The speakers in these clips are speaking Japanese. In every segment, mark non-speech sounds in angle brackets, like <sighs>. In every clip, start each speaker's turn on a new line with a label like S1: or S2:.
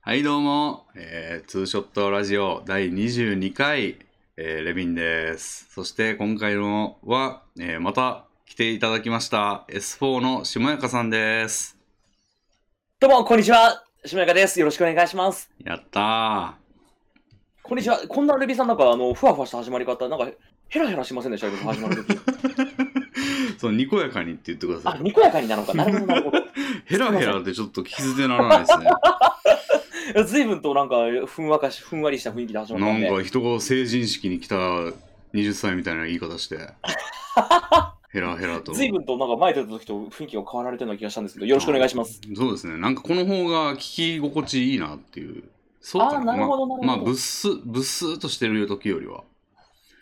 S1: はい、どうも、えー、ツーショットラジオ第22回、えー、レビンです。そして今回のは、えー、また来ていただきました、S4 のしもやかさんです。
S2: どうも、こんにちは。しもやかです。よろしくお願いします。
S1: やった
S2: こんにちは。こんなルビーさんなんか、あの、ふわふわした始まり方、なんか、ヘラヘラしません
S1: <laughs>
S2: でしたけど、始まる時。
S1: ー。そう、にこやかにって言ってくださ
S2: あ、
S1: い。
S2: にこやかになるのか。なるほど、なるほ
S1: ヘラヘラってちょっと聞き捨てならないです
S2: <laughs>
S1: ね。
S2: ど。ずいぶんとなんか、ふんわかし、ふんわりした雰囲気で始まった
S1: なんん
S2: で。
S1: か人が成人式に来た20歳みたいな言い方
S2: <laughs>
S1: して。ヘラヘラと。
S2: ずいぶんとなんか前出た時と雰囲気が変わられてるような気がしたんですけど、よろしくお願いします。
S1: そうですね。なんかこの方が聞き心地いいなっていう。そう
S2: あ
S1: か
S2: あー、なるほど、なるほど。
S1: まあ、ぶっす、ぶっすーとしてる時よりは。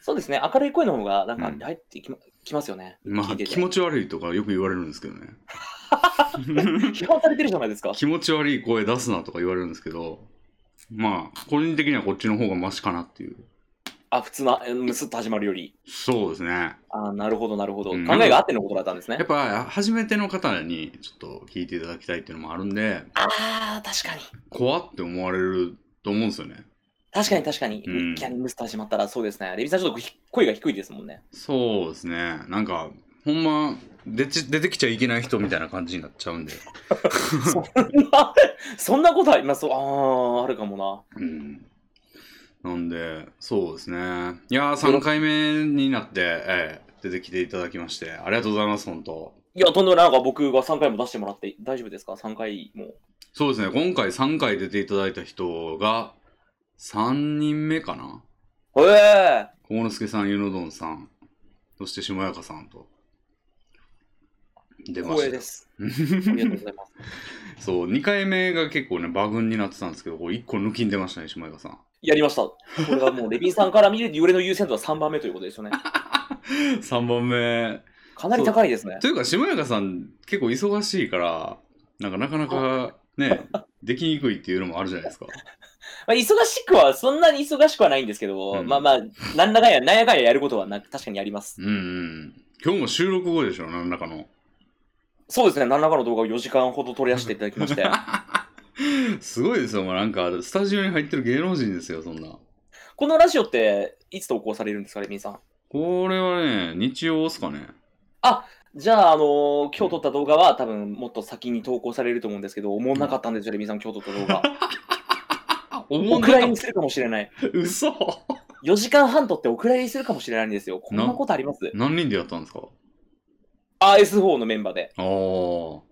S2: そうですね。明るい声の方が、なんか
S1: うん、
S2: 入ってきま,、きますよね。
S1: ま
S2: 聞
S1: あ、
S2: いてて
S1: 気持ち悪いとかよく言われるんですけどね。
S2: <laughs> 批判されてるじゃないですか。
S1: 気持ち悪い声出すなとか言われるんですけど、まあ、個人的にはこっちの方がマシかなっていう。
S2: あ、普通な、えむすっと始まるより。
S1: そうですね。
S2: あーなるほど、なるほど。
S1: うん
S2: 考えがあってのことだったんですね
S1: やっ。ぱ、初めての方にちょっと聞いていただきたいっていうのもあるんで、
S2: ああ、確かに。
S1: 怖って思われると思うんですよね。
S2: 確かに確かに、
S1: うん
S2: いきなりムスター始まったらそうですね。レビさんちょっとひ声が低いですも
S1: <laughs>
S2: んね。
S1: そうですね。なんか、ほんま、出ち出てきちゃいけない人みたいな感じになっちゃうんで。
S2: そんな、そんなことは今そう、ああ、あるかも
S1: うん。なんで、そうですね。いやー、3回目になって、ええ出てきていただきまして、ありがとうございます、本当
S2: な。いや、とんでもない。なんか僕が3回も出してもらって大丈夫ですか ?3 回も。
S1: そうですね、今回3回出ていただいた人が、3人目かな
S2: ええ
S1: 小之助さん、ゆのどんさん、そして下やかさんと。出ま
S2: 光栄
S1: し
S2: で
S1: た。
S2: す。ありがとうございます。 <laughs>
S1: そう、2回目が結構ね、バグになってたんですけど、これ1個抜きんでましたね、下やかさん。
S2: やりました。これはもうレビンさんから見て揺れの優先度は3番目ということですよね。
S1: 3番目。
S2: かなり高いですね。
S1: というか、下中さん、結構忙しいから、なんかなかなかね、できにくいっていうのもあるじゃないですか。
S2: まあ、忙しくは、そんなに忙しくはないんですけど、
S1: うん
S2: まあまあ、なんだかんや、なんやかんややることはな確かにあります。
S1: うんうん。今日も収録後でしょ、何らかの。
S2: そうですね。何らかの動画を4時間ほど撮り出していただきまして。
S1: すごいですよ、もうなんか、スタジオに入ってる芸能人ですよ、そんな。
S2: このラジオっていつ投稿されるんですか、レミンさん。
S1: これはね、日曜っすかね。
S2: じゃあ、あのー今日撮った動画は多分もっと先に投稿されると思うんですけど、思わなかったんですよ、レミンさん、今日撮った
S1: <laughs>
S2: 動画。
S1: あ、思
S2: お
S1: ん
S2: 蔵
S1: な
S2: 入
S1: い
S2: りにするかもしれない。
S1: 嘘
S2: 4時間半撮ってお蔵入りするかもしれないんですよ。こんなことあります
S1: 何人でやったんですか
S2: ?RS4 のメンバーで。
S1: ああ。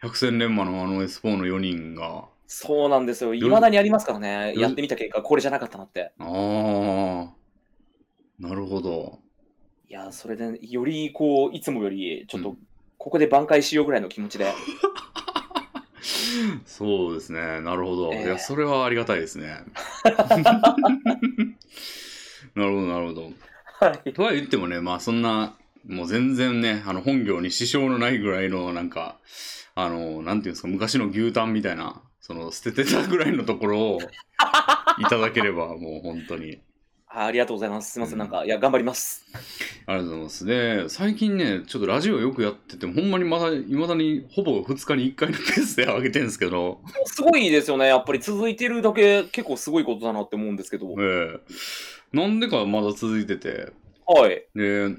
S1: 百戦錬磨のあの S4 の4人が。
S2: そうなんですよ。いまだにありますからね。
S1: うん
S2: やってみた結果、これじゃなかったなって。
S1: ああ。なるほど。
S2: いやー、それで、よりこう、いつもより、ちょっ
S1: う
S2: と、ここで挽回しようぐらいの気持ちで。
S1: そうですね、なるほど。
S2: ええ
S1: いや、それはありがたいです
S2: <laughs>
S1: ね。なるほど、なるほど。
S2: はい。
S1: とは言ってもね、まあそんな、もう全然ね、あの本業に支障のないぐらいの、なんか、あの、なんていうんですか、昔の牛タンみたいな、その捨ててたぐらいのところ
S2: <laughs>
S1: をいただければ、もう本当に。
S2: あありがとうございます。すいませ
S1: うん
S2: ん、なんか、いや、頑張ります。
S1: ありがとうございます。で、最近ね、ちょっとラジオよくやってて、ほんまにまだ、いまだにほぼ2日に1回のペースで上げてるんですけど、
S2: すごいですよね。やっぱり続いてるだけ、結構すごいことだなって思うんですけど。
S1: ええなんでかまだ続いてて、
S2: はい。
S1: で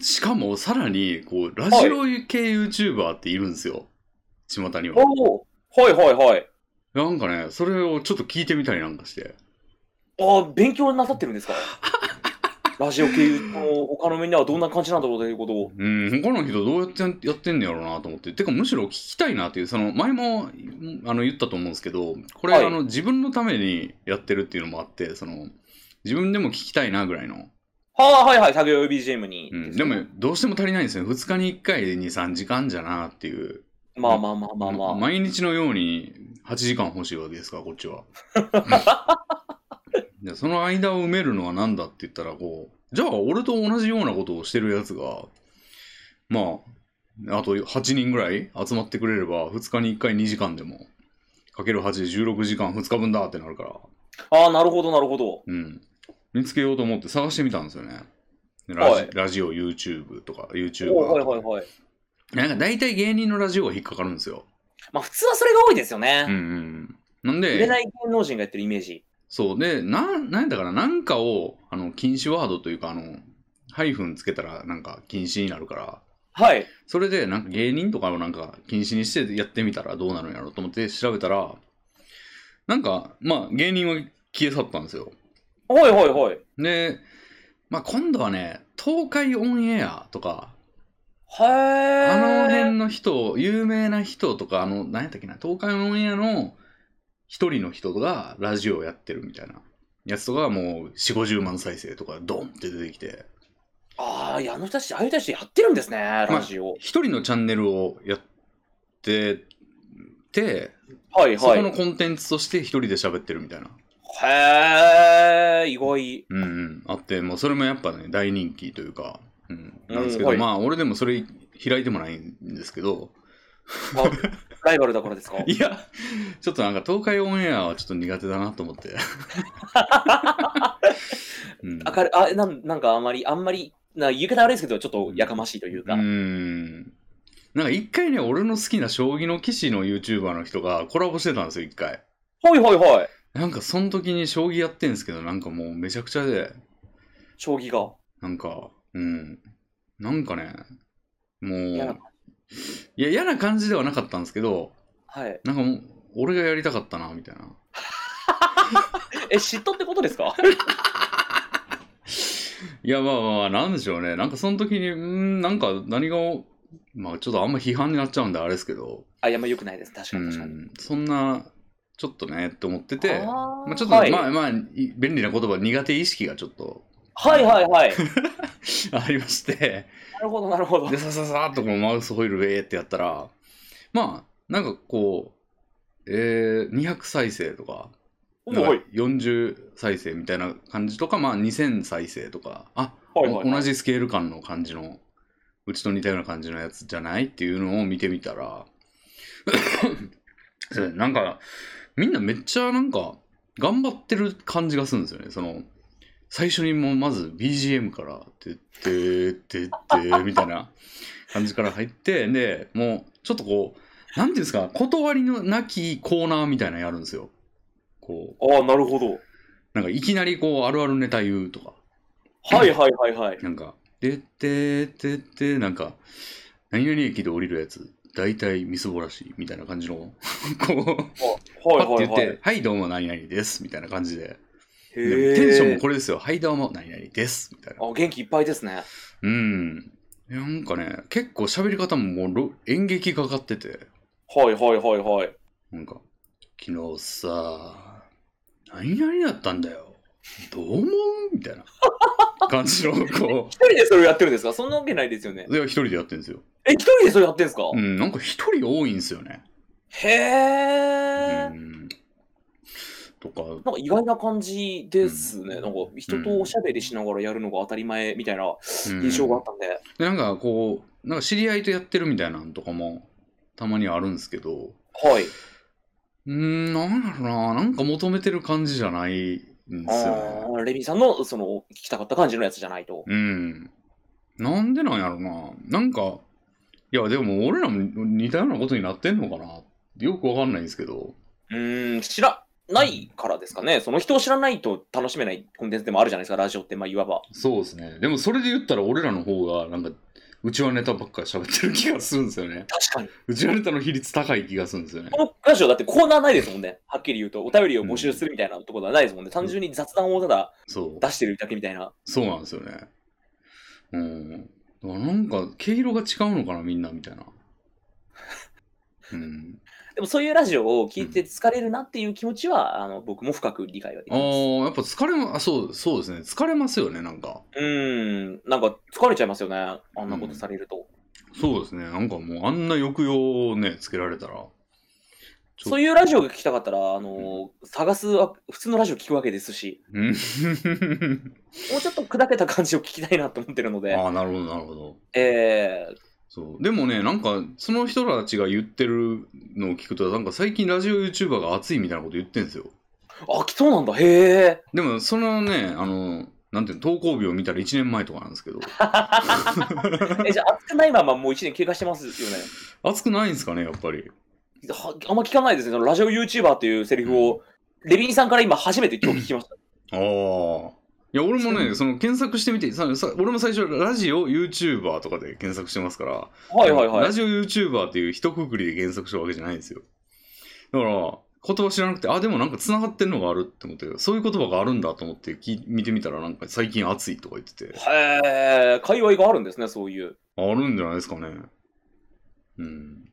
S1: しかもさらにこうラジオ系 YouTuber っているんですよ巷には
S2: おおはいはいはい。
S1: なんかねそれをちょっと聞いてみたりなんかして
S2: ああ、勉強なさってるん
S1: <laughs>
S2: ですかラジオ系の他のみんなはどんな感じなんだろうということを。
S1: うん他の人どうやってやんやってんねやろうなと思っててかむしろ聞きたいなっていうその前もうんあの言ったと思うんですけどこれ、
S2: はい
S1: あの自分のためにやってるっていうのもあってその自分でも聞きたいなぐらいの、
S2: はあ、はいはい、作業用 BGM に。
S1: うん、でもどうしても足りないんですよ2日に1回23時間じゃなっていう
S2: まあまあまあまあまあ。
S1: 毎日のように8時間欲しいわけですからこっちは <laughs> でその間を埋めるのは何だって言ったらこうじゃあ俺と同じようなことをしてるやつがまああと8人ぐらい集まってくれれば2日に1回2時間でもかける8で16時間2日分だってなるから
S2: ああ、なるほどなるほど。
S1: うん見つけようと思って探してみたんですよねラジ,、
S2: はい
S1: ラジオ YouTube とか YouTube
S2: おおはいはいはい。
S1: なんか大体芸人のラジオが引っかかるんですよ
S2: まあ普通はそれが多いですよ
S1: うん
S2: ね。
S1: うんなん
S2: 売れ
S1: で、
S2: ない芸能人がやってるイメージ。
S1: そう、で、なん、なんだから、なんかを、あの、禁止ワードというか、あの、ハイフンつけたら、なんか、禁止になるから、
S2: はい。
S1: それで、なんか芸人とかをなんか、禁止にしてやってみたらどうなるんやろうと思って調べたら、なんか、まあ、芸人は消え去ったんですよ。
S2: はいはいはい。
S1: で、まあ、今度はね、東海オンエアとか、
S2: へえ。
S1: あの辺の人、有名な人とか、あの、何やったっけな、東海オンエアの一人の人がラジオをやってるみたいなやつとかがもう4、50万再生とかドンって出てきて、
S2: ああ、いやあの人たち、ああいう人たちやってるんですね、ラジオ。
S1: 一人のチャンネルをやってて、
S2: はい
S1: そ
S2: は
S1: こ
S2: い。
S1: のコンテンツとして一人で喋ってるみたいな。
S2: へえ、意
S1: <laughs>
S2: 外。
S1: うんうん、あって、もうそれもやっぱね、大人気というか、うん、なんですけど、
S2: うんはい
S1: まあ、俺でもそれ開いてもないんですけど、
S2: あライバルだからですか
S1: いや、ちょっとなんか東海オンエアはちょっと苦手だなと思
S2: <laughs>
S1: って。うん、
S2: 明るあなんなんかあんまり、あんまり、な言い方悪いですけど、ちょっとやかましいというか。
S1: うん。なんか一回ね、俺の好きな将棋の棋士の YouTuber の人がコラボしてたんですよ、一回。
S2: はいはいはい。
S1: なんかその時に将棋やってんですけど、なんかもうめちゃくちゃで、
S2: 将棋が。
S1: なんか、うん。なんかね、もう、
S2: 嫌な感
S1: いや、嫌な感じではなかったんですけど、
S2: はい。
S1: なんかもう、俺がやりたかったな、みたいな。
S2: え、嫉妬ってことですか
S1: いや、まあまあまあ、なんでしょうね。なんかその時に、うーんなんか何が、まあちょっとあんま批判になっちゃうんであれですけど、
S2: あ、いや、まあ良くないです。確
S1: う
S2: かに確かに。
S1: ん、そんな、ちょっとね、って思ってて、
S2: あー
S1: まあちょっと、
S2: はい、
S1: まあまあ、い便利な言葉、苦手意識がちょっと <laughs>
S2: はいはいはい。
S1: ありまして、
S2: なるほどなるほど。
S1: で、さささーっとこのマウスホイールウェーってやったら、まあ、なんかこう、えー、200再生とか、
S2: お
S1: なんか
S2: はい
S1: 40再生みたいな感じとか、まあ2000再生とか、あ、
S2: はいはいはい。
S1: 同じスケール感の感じのうちと似たような感じのやつじゃないっていうのを見てみた
S2: <laughs>
S1: らそうねなんかみんなめっちゃなんか頑張ってる感じがするんですよねその最初にもうまず BGM から「てってってって」みたいな感じから入ってでもうちょっとこうなんていうんですか断りのなきコーナーみたいなのやるんですよこ
S2: ああ、なるほど。
S1: うなんかいきなりこうあるあるネタ言うとか
S2: はいはいはいはい。
S1: なんか、でってってって、なんか、何々駅で降りるやつ、大体みすぼらしいみたいな感じ
S2: <laughs>
S1: の、こう、
S2: は
S1: パ
S2: い
S1: ッ
S2: は
S1: て言
S2: い
S1: っ
S2: はい。
S1: て、はい、どうも何々です、みたいな感じで。で
S2: へえ
S1: テンションもこれですよ、はい、どうも何々です、みたいな。
S2: あ元気いっぱいですね。
S1: うん。いやなんかね、結構喋り方ももうろ演劇かかってて、
S2: はいはいはいはい。
S1: なんか、昨日さ、何々だったんだよ。どう思うみたいな感じの、こ
S2: 一人でそれをやってるんですかそんなわけないですよね。 <laughs>
S1: う、で一人でやってるんですよ。
S2: え、一人でそれやってるんですか、
S1: うん、なんか一人多いんですよね。
S2: へえ、
S1: うんとか、
S2: なんか意外な感じですね。なんか人とおしゃべりしながらやるのが当たり前みたいな
S1: うん
S2: 印象があったんで。
S1: でなんかこうなんか知り合いとやってるみたいなのとかもたまにあるんですけど
S2: はい。
S1: うーんなんだろうななんか求めてる感じじゃないんですよね
S2: あーレミさんのその聞きたかった感じのやつじゃないと。
S1: うんなんでなんやろななんかいやでも俺らも似たようなことになってんのかなよくわかんないんですけど
S2: うーん、知らないからですかね。その人を知らないと楽しめないコンテンツでもあるじゃないですか、ラジオって、まあ、いわば。
S1: そうですねでもそれで言ったら俺らの方がなんかうちはネタばっかり喋ってる気がするんですよね
S2: 確かに。
S1: うちはネタの比率高い気がするんですよね
S2: このラジオだってコーナーないですもんね。はっきり言うと、お便りを募集するみたいなところはないですもんね。単純に雑談をただ
S1: そう
S2: 出してるだけみたいな。
S1: そうなんですよね。うん。だからなんか、毛色が違うのかな、みんな、みたいな。うん。
S2: でもそういうラジオを聞いて疲れるなっていう気持ちは、あの僕も深く理解はでき
S1: ああ
S2: ます。
S1: ー、やっぱ疲れも、あ、そう、そうですね。疲れますよね、なんか。
S2: うーん、なんか疲れちゃいますよね。あんなことされると。
S1: そうですね。なんかもう、あんな抑揚をね、つけられたら。ちょ
S2: そういうラジオが聞きたかったら、あの探すわ普通のラジオ聞くわけですし、
S1: うん。
S2: もうちょっと砕けた感じを聞きたいなと思ってるので、
S1: ああ、なるほど、なるほど。
S2: えー、
S1: そう。でもね、なんか、その人たちが言ってるのを聞くと、なんか最近ラジオ YouTuber が熱いみたいなこと言ってんですよ。
S2: あ、来そうなんだ、へえ。
S1: でも、そのね、あの、なんていうの、投稿日を見たら1年前とかなんですけど。 <laughs>
S2: え、じゃあ、暑くないままもう1年経過してますよね。
S1: 熱くないんですかねやっぱり
S2: はあんま聞かないですね。そのラジオ YouTuber っていうセリフを、レビンさんから今初めて今日聞きました。
S1: ああ。いや、俺もね、その検索してみて、ささ俺も最初、ラジオ YouTuber とかで検索してますから、
S2: はいはいは
S1: ラ
S2: い。
S1: ジオ YouTuber っていう一括りで検索したわけじゃないんですよ。だから、言葉知らなくて、あ、でもなんか繋がってるのがあるって思って、そういう言葉があるんだと思って聞い見てみたら、なんか最近熱いとか言ってて、
S2: へえ、界隈があるんですね、そういう。
S1: あるんじゃないですかね。うん。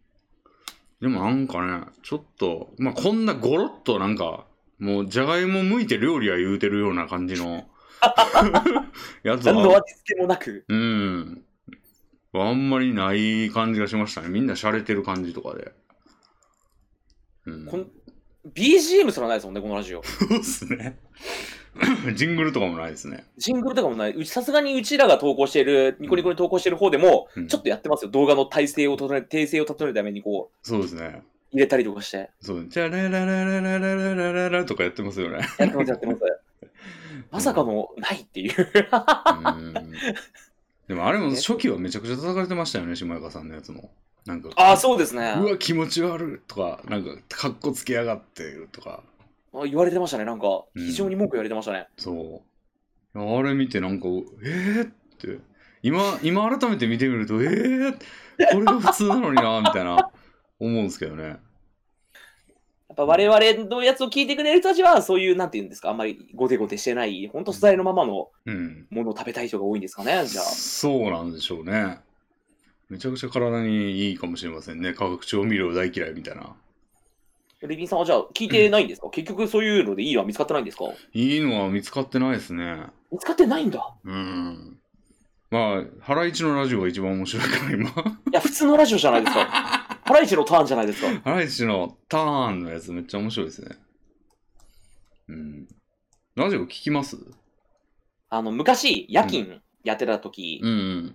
S1: でもなんかね、ちょっと、まあ、こんなゴロッとなんか、もう、じゃがいも剥いて料理は言うてるような感じのやつ
S2: 何の
S1: は、
S2: 味付けもなく。
S1: うん。あんまりない感じがしましたね。みんな洒落てる感じとかで。うん。
S2: こん BGM すらないですもんね、このラジオ。
S1: そうっすね。 <laughs> ジングルとかもないですね。
S2: ジングルとかもない。うちさすがにうちらが投稿している、ニコニコに投稿している方でも、
S1: うん
S2: ちょっとやってますよ。動画の体勢を整え、訂正を整えるためにこう、
S1: そうですね。
S2: 入れたりとかして。
S1: そう。じゃららららららららららとかやってますよね。
S2: やってます、やって <laughs> ます。まさかの、ないっていう。
S1: うんでもあれも初期はめちゃくちゃ叩かれてましたよね、下中さんのやつも。なんか、
S2: ああ、そうですね。
S1: うわ、気持ち悪いとか、なんか、かっこつけやがってとか、
S2: あ言われてましたね、なんか、
S1: うん
S2: 非常に文句言われてましたね。
S1: そう。あれ見てなんか、えー、って、今、今改めて見てみると、えー、これが普通なのにな、みたいな、思うんですけどね。
S2: やっぱ我々のやつを聞いてくれる人たちは、そういう、なんて言うんですか、あんまりゴテゴテしてない、ほんと素材のままの
S1: うん。
S2: ものを食べたい人が多いんですかね、じゃあ。
S1: そうなんでしょうね。めちゃくちゃ体にいいかもしれませんね。化学調味料大嫌いみたいな。
S2: レビンさんはじゃあ聞いてないんですか、結局そういうのでいいのは見つかってないんですか
S1: いいのは見つかってないですね。
S2: 見つかってないんだ。
S1: うん。まあ、ハライチのラジオが一番面白いから、今。 <laughs> ハ
S2: いや、普通のラジオじゃないですか。ハライチのターンじゃないですか。
S1: ライチのターンのやつめっちゃ面白いですね。うん。ラジオ聞きます
S2: あの、昔、夜勤やってた時
S1: うん、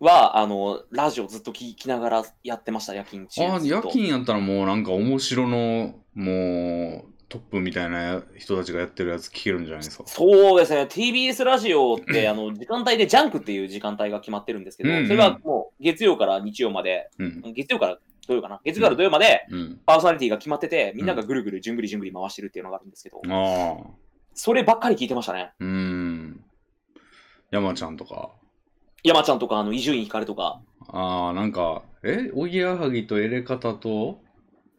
S2: は、あの、ラジオずっと聞きながらやってました、夜勤中
S1: うん。あ、
S2: ずっと
S1: 夜勤やったらもうなんか面白の、もう、トップみたいな人たちがやってるやつ聞けるんじゃないですか。
S2: そうですね、TBS ラジオって、あの、時間帯でジャンクっていう時間帯が決まってるんですけど、
S1: うんうん
S2: それはもう、月曜から日曜まで、
S1: うん。
S2: 月曜から土曜かな、月曜から土曜まで、
S1: うん。
S2: パーソナリティが決まってて、みんながぐるぐるじゅんぐりじゅんぐり回してるっていうのがあるんですけど、
S1: ああ。
S2: そればっかり聞いてましたね。
S1: うん。山ちゃんとか。
S2: 山ちゃんとか、あの、伊集院光とか、
S1: ああ、なんか、えおぎやはぎとエレカタと、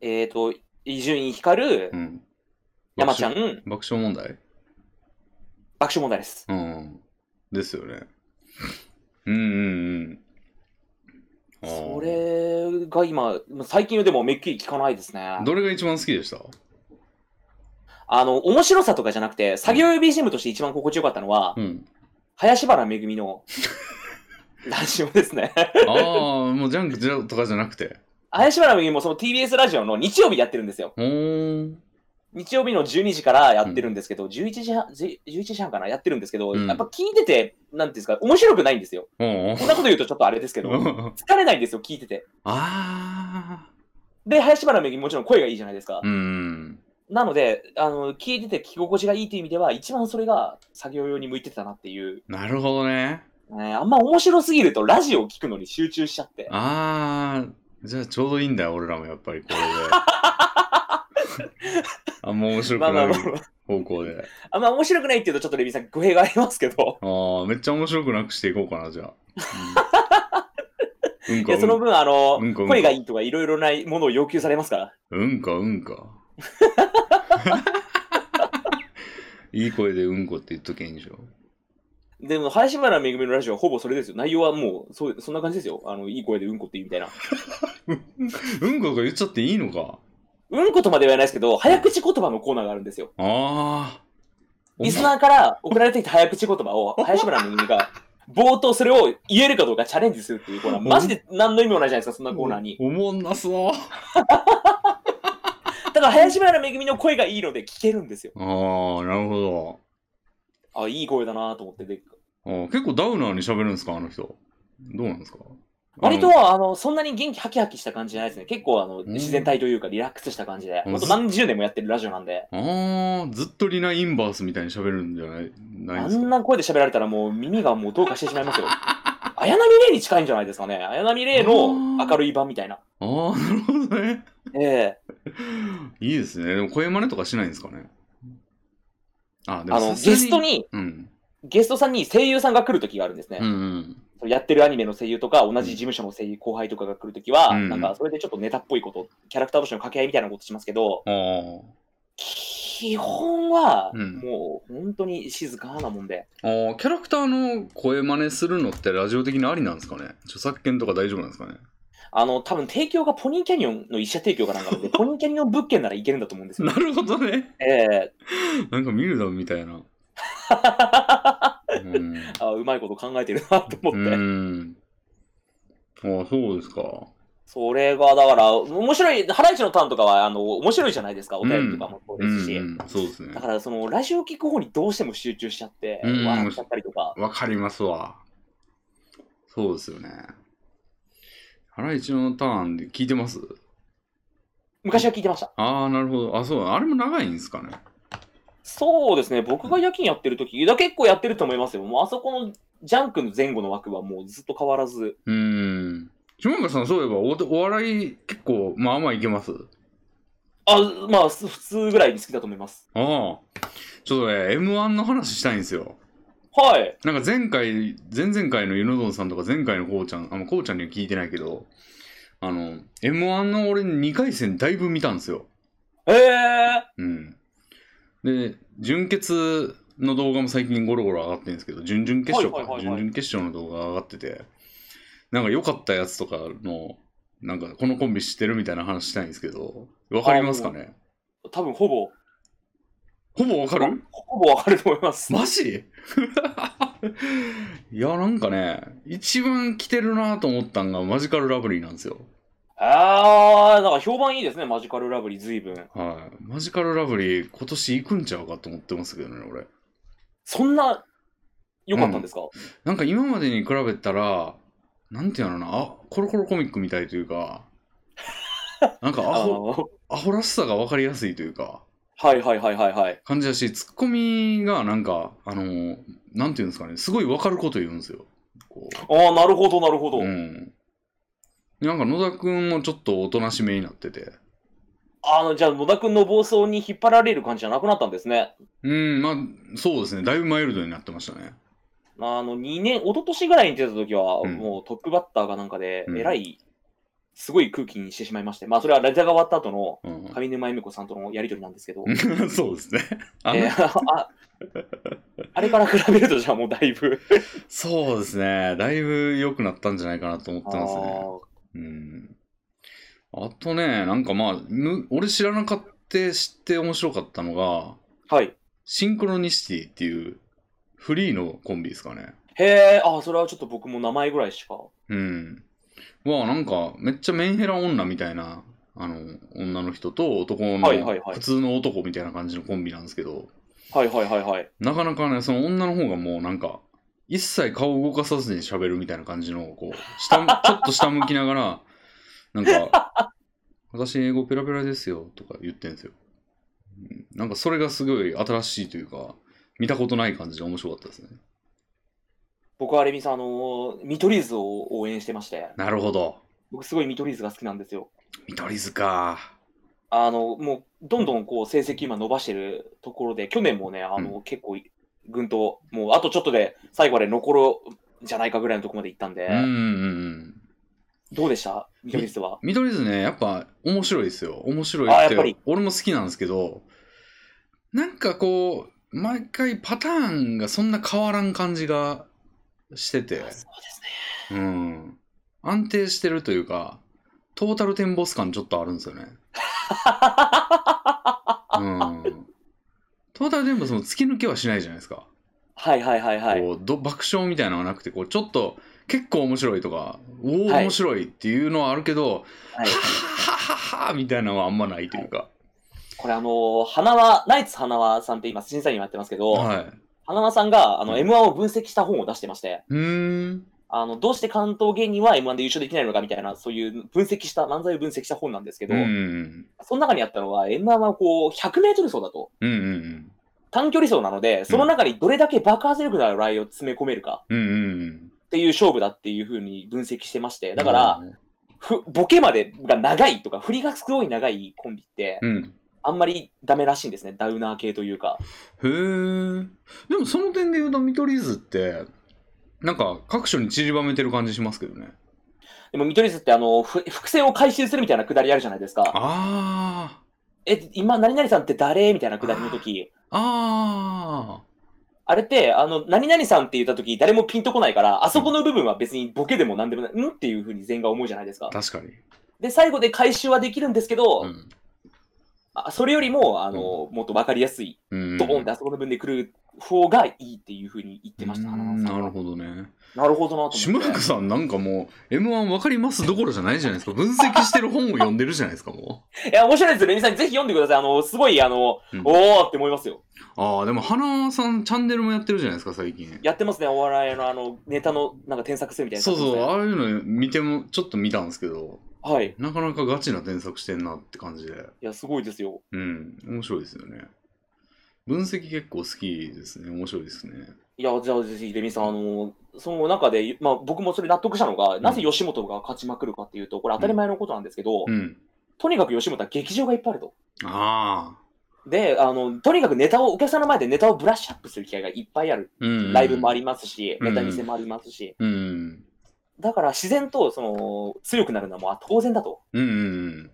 S2: えっ、ー、と、伊集院光
S1: う、ん。
S2: 山ちゃん、
S1: 爆笑。爆
S2: 爆
S1: 笑問題
S2: 笑問題です。
S1: うん。ですよね。うんうんうん。あー
S2: それが今、最近はでもめっきり聞かないですね。
S1: どれが一番好きでした
S2: あの、面白さとかじゃなくて、作業用 BGM として一番心地よかったのは、
S1: うん。
S2: 林原めぐ
S1: <laughs>
S2: みのラジオですね。
S1: ああ、もうジャンクじゃとかじゃなくて。
S2: 林原めぐみもその TBS ラジオの日曜日やってるんですよ。
S1: ほーん。
S2: 日曜日の12時からやってるんですけど、11時半、じ11時半かなやってるんですけど、
S1: うん
S2: やっぱ聞いてて、なんていうんですか、面白くないんですよ。
S1: うん
S2: こんなこと言うとちょっとあれですけど、
S1: う
S2: 疲
S1: ん。
S2: れないんですよ、聞いてて。
S1: <laughs> ああ。
S2: で、林原めぐみもちろん声がいいじゃないですか。
S1: うん。
S2: なので、あの、聞いてて聞き心地がいいという意味では、一番それが作業用に向いてたなっていう。
S1: なるほどね。
S2: ねあんま面白すぎるとラジオを聞くのに集中しちゃって。
S1: ああ、じゃあちょうどいいんだよ、俺らもやっぱりこ
S2: <laughs>
S1: れで。あんま面白
S2: まあ
S1: く
S2: ま
S1: ない
S2: あまあ、まあ、
S1: 方向で。
S2: あんま面白くないって言うとちょっとレビンさん語弊がありますけど。
S1: ああ、めっちゃ面白くなくしていこうかな、じゃあ。
S2: <laughs>
S1: うん、うん
S2: い
S1: か、う
S2: や、その
S1: ん
S2: 分、あの、
S1: うんこうんこ
S2: 声がいいとかいろいろなものを要求されますから。
S1: うんか、うんか。いい声でうんこって言っとけんでしょ。
S2: でも、林原めぐみのラジオはほぼそれですよ。内容はもう、そうそんな感じですよ。あの、いい声でうんこって言うみたいな。
S1: うんことか言っちゃっていいのか。
S2: うんことまでは言わないですけど、早口言葉のコーナーがあるんですよ。
S1: ああ。
S2: リスナーから送られてきた早口言葉を、林村めぐみが、冒頭それを言えるかどうかチャレンジするっていうコーナー、マジで何の意味もないじゃないですか、そんなコーナーに。
S1: おもんなそう。
S2: だから、林村めぐみの声がいいので聞けるんですよ。
S1: ああ、なるほ
S2: あ、いい声だなと思って。で
S1: どあー。結構ダウナーに喋るんですか、あの人。どうなんですか
S2: 割
S1: あの
S2: と、あの、そんなに元気ハキハキした感じじゃないですね。結構、あの、
S1: ん
S2: 自然体というか、リラックスした感じで。
S1: うん
S2: ほんと何十年もやってるラジオなんで、
S1: ああ、ずっとリナ・インバースみたいに喋るんじゃないない
S2: あ
S1: んです
S2: ん
S1: か
S2: な声で喋られたらもう耳
S1: <laughs>
S2: がもうどうかしてしまいますよ。綾波レイに近いんじゃないですかね。綾波レイの明るい版みたいな。
S1: ああ、なるほどね。
S2: ええ
S1: いいですね。でも、声真似とかしないんですかね。あ、で
S2: あ
S1: も
S2: の、
S1: さすが
S2: ゲスト。に、
S1: うん。
S2: ゲストさんに声優さんが来る時があるんですね。
S1: うんうん。
S2: そのやってるアニメの声優とか、同じ事務所の声優後輩とかが来る時は、
S1: うん
S2: なんか、それでちょっとネタっぽいこと、キャラクター同士の掛け合いみたいなことしますけど、
S1: ああ。
S2: 基本は、
S1: うん
S2: もう、本当に静かなもんで。
S1: あーキャラクターの声真似するのってラジオ的にありなんですかね著作権とか大丈夫なんですかね
S2: あの、多分提供がポニーキャニオンの一社提供かなん
S1: <laughs>
S2: かなんで、ポニーキャニオン物件ならいけるんだと思うんです
S1: <laughs>
S2: よ。
S1: なるほどね。
S2: ええ
S1: なんかミルダムみたい <laughs> な。うん。
S2: あうまいこと考えてるなと思って。
S1: うん。ああ、そうですか。
S2: それが、だから、面白い、ハライチのターンとかは、あの、面白いじゃないですか、お便りとかもそう
S1: う
S2: です
S1: ん、
S2: し。
S1: うん。そうですね
S2: だ。から、その、ラジオ聞く方にどうしても集中しちゃって、
S1: うん
S2: 笑っちゃったりとか。
S1: わかりますわ。そうですよね。ハライチのターンで聞いてます
S2: 昔は聞いてました。
S1: ああ、なるほど。あ、そう。あれも長いんですかね。
S2: そうですね、僕が夜勤やってる時、いや結構やってると思いますよ。もう、あそこの、ジャンクの前後の枠はもうずっと変わらず。
S1: うーん。下村さん、そういえばお、お笑い結構、まあまあいけます。
S2: あ、まあ、す普通ぐらいに好きだと思います。
S1: ああ。ちょっとね、M1 の話したいんですよ。
S2: はい。
S1: なんか前回、前々回のユノドンさんとか前回のこうちゃん、あの、こうちゃんには聞いてないけど、あの、M1 の俺2回戦だいぶ見たんですよ。
S2: ええ
S1: うん。で、準決の動画も最近ゴロゴロ上がってるんですけど、準々決勝
S2: はいはい
S1: か。
S2: はい
S1: 準
S2: はい
S1: 々決勝の動画上がってて、なんか良かったやつとかの、なんかこのコンビ知ってるみたいな話したいんですけど、わかりますかね
S2: 多分ほぼ、
S1: ほぼわかる
S2: ほぼわかると思います。
S1: マジいやなんかね一番来てるなと思ったんがマジカルラブリーなんですよ
S2: あー、なんか評判いいですね、マジカルラブリー、ずいぶん。
S1: はいマジカルラブリー今年行くんちゃうかと思ってますけどね俺
S2: そんな、良かったんですか、
S1: なんか今までに比べたらなんていうのかなあコロコロコミックみたいという
S2: <laughs>
S1: かなんかア
S2: あ
S1: ホ
S2: の
S1: アホらしさが分かりやすいというか
S2: はいはいはいはいはい。
S1: 感じだしツッコミがなんかあのなんていうんですかねすごい分かること言うんですよこう
S2: あー、なるほどなるほど。
S1: うん。なんか野田くんもちょっとおとなしめになってて。
S2: あの、じゃあ野田くんの暴走に引っ張られる感じじゃなくなったんですね。
S1: うん、まあ、そうですね。だいぶマイルドになってましたね。
S2: あの、2年、一昨年ぐらいに出た時は、
S1: うん
S2: もうトップバッターがなんかで、
S1: うん
S2: えらい、すごい空気にしてしまいまして、まあそれはラジャーが終わった後の
S1: う
S2: 上沼恵美子さんとのやりとりなんですけど、 <laughs>
S1: ん。そうですね。あの
S2: えーああれから比べるとじゃあもうだいぶ。
S1: <laughs> そうですね。だいぶ良くなったんじゃないかなと思ってます
S2: あ
S1: ね。
S2: ー
S1: うん。あとね、なんかまあ、む俺知らなかった知って面白かったのが、
S2: はい。
S1: シンクロニシティっていうフリーのコンビですかね。
S2: へえ、あ、それはちょっと僕も名前ぐらいしか。
S1: うん。は、なんか、めっちゃメンヘラ女みたいな、あの、女の人と男の、
S2: はいはいはい
S1: 普通の男みたいな感じのコンビなんですけど、
S2: はいはいはいはい。
S1: なかなかね、その女の方がもうなんか、一切顔動かさずに喋るみたいな感じの、こう、下、 <laughs> ちょっと下向きながら、なんか、私英語ペラペラですよとか言ってんですよ。うんなんかそれがすごい新しいというか、見たことない感じで面白かったですね。
S2: 僕はレミさん、あのー、見取り図を応援してまして、
S1: なるほど。
S2: 僕すごい見取り図が好きなんですよ。
S1: 見取り図か。
S2: あの、もう、どんどんこう、成績今伸ばしてるところで、去年もね、あの、結構い、ぐんと、もう、あとちょっとで、最後まで残るじゃないかぐらいのとこまで行ったんで、
S1: うんうんうん。
S2: どうでした見取り図は。
S1: 見取り図ねやっぱ面白いですよ面白
S2: あ
S1: いっ
S2: やっぱ
S1: て
S2: り
S1: 俺も好きなんですけどなんかこう毎回パターンがそんな変わらん感じがしてて
S2: あそうですね。
S1: うん安定してるというかトータルテンボス感ちょっとあるんです
S2: <laughs>
S1: よねうんトータルテンボスも突き抜けはしないじゃないですか、
S2: <laughs> はいはいはいはい。
S1: こうど爆笑みたいなのはなくてこうちょっと結構面白いとかおお
S2: はい
S1: 面白いっていうのはあるけど、
S2: はい、
S1: ははははみたいなのはあんまないというか。
S2: これあのー、花輪、ナイツ花輪さんって今、審査員をやってますけど、
S1: はい。
S2: 花輪さんが、あの、
S1: うん
S2: M1 を分析した本を出してまして、
S1: うーん。
S2: あの、どうして関東芸人は M1 で優勝できないのかみたいな、そういう分析した、漫才を分析した本なんですけ
S1: う
S2: ど、
S1: んうん
S2: その中にあったのは、M1 はこう、100メートル走だと。
S1: うん。うんうん
S2: 短距離走なので、その中にどれだけ爆発力のあるラインを詰め込めるか
S1: うん。うんうんうん。
S2: っていう勝負だっていうふうに分析してまして、だから、、ふボケまでが長いとか、振りがすごい長いコンビって、
S1: うん。
S2: あんまりダメらしいんですね、ダウナー系というか。
S1: へえ。でもその点で言うと見取り図って、なんか各所に散りばめてる感じしますけどね。
S2: でも、見取り図って、あの、ふ伏線を回収するみたいなくだりあるじゃないですか。
S1: あ
S2: え、今、何々さんって誰みたいなくだりの時
S1: あ。ああ。
S2: あれって、あの、何々さんって言った時誰もピンとこないから、あそこの部分は別にボケでも何でもない、んっていうふうに全員が思うじゃないですか。
S1: 確かに。
S2: で、最後で回収はできるんですけど、
S1: うん。
S2: あそれよりも、あの、もっとわかりやすい、
S1: うん、
S2: ドーンってあそこの部分で来る方がいいっていうふうに言ってました、
S1: う
S2: 花
S1: ん
S2: 輪さ
S1: なん
S2: は
S1: るほどね。
S2: なるほどなと思
S1: 島
S2: って
S1: 中。さんなんかもう M1 分かりますどころじゃないじゃないですか。分析してる本を読んでるじゃないですか、も
S2: <laughs> いや、面白いですよ。レミさん、ぜひ読んでください。あの、すごい、あの、
S1: うん
S2: おーって思いますよ。
S1: う。ああ、でも花輪さんチャンネルもやってるじゃないですか、最近。
S2: やってますね、お笑いの、あの、ネタの、なんか添削するみたいな、
S1: そうそう、。ああいうの見ても、ちょっと見たんですけど、
S2: はい。い
S1: なかなかガチな添削してんなって感じで。
S2: や、すごいですよ。
S1: うん、面白いですよね。分析結構好きですね。面白いですね。
S2: いや、じゃあ、ぜひ、レミさん、あの、その中で、まあ、僕もそれ納得したのが、
S1: ん
S2: なぜ吉本が勝ちまくるかっていうと、これ当たり前のことなんですけど、
S1: うん。
S2: とにかく吉本は劇場がいっぱいあると。
S1: ああ。
S2: で、あの、とにかくネタを、お客さんの前でネタをブラッシュアップする機会がいっぱいある。
S1: うん。
S2: ライブもありますし、
S1: うん
S2: ネタ見せもありますし、
S1: うん。
S2: だから自然と、その、強くなるのはまあ当然だと。
S1: うん。うん。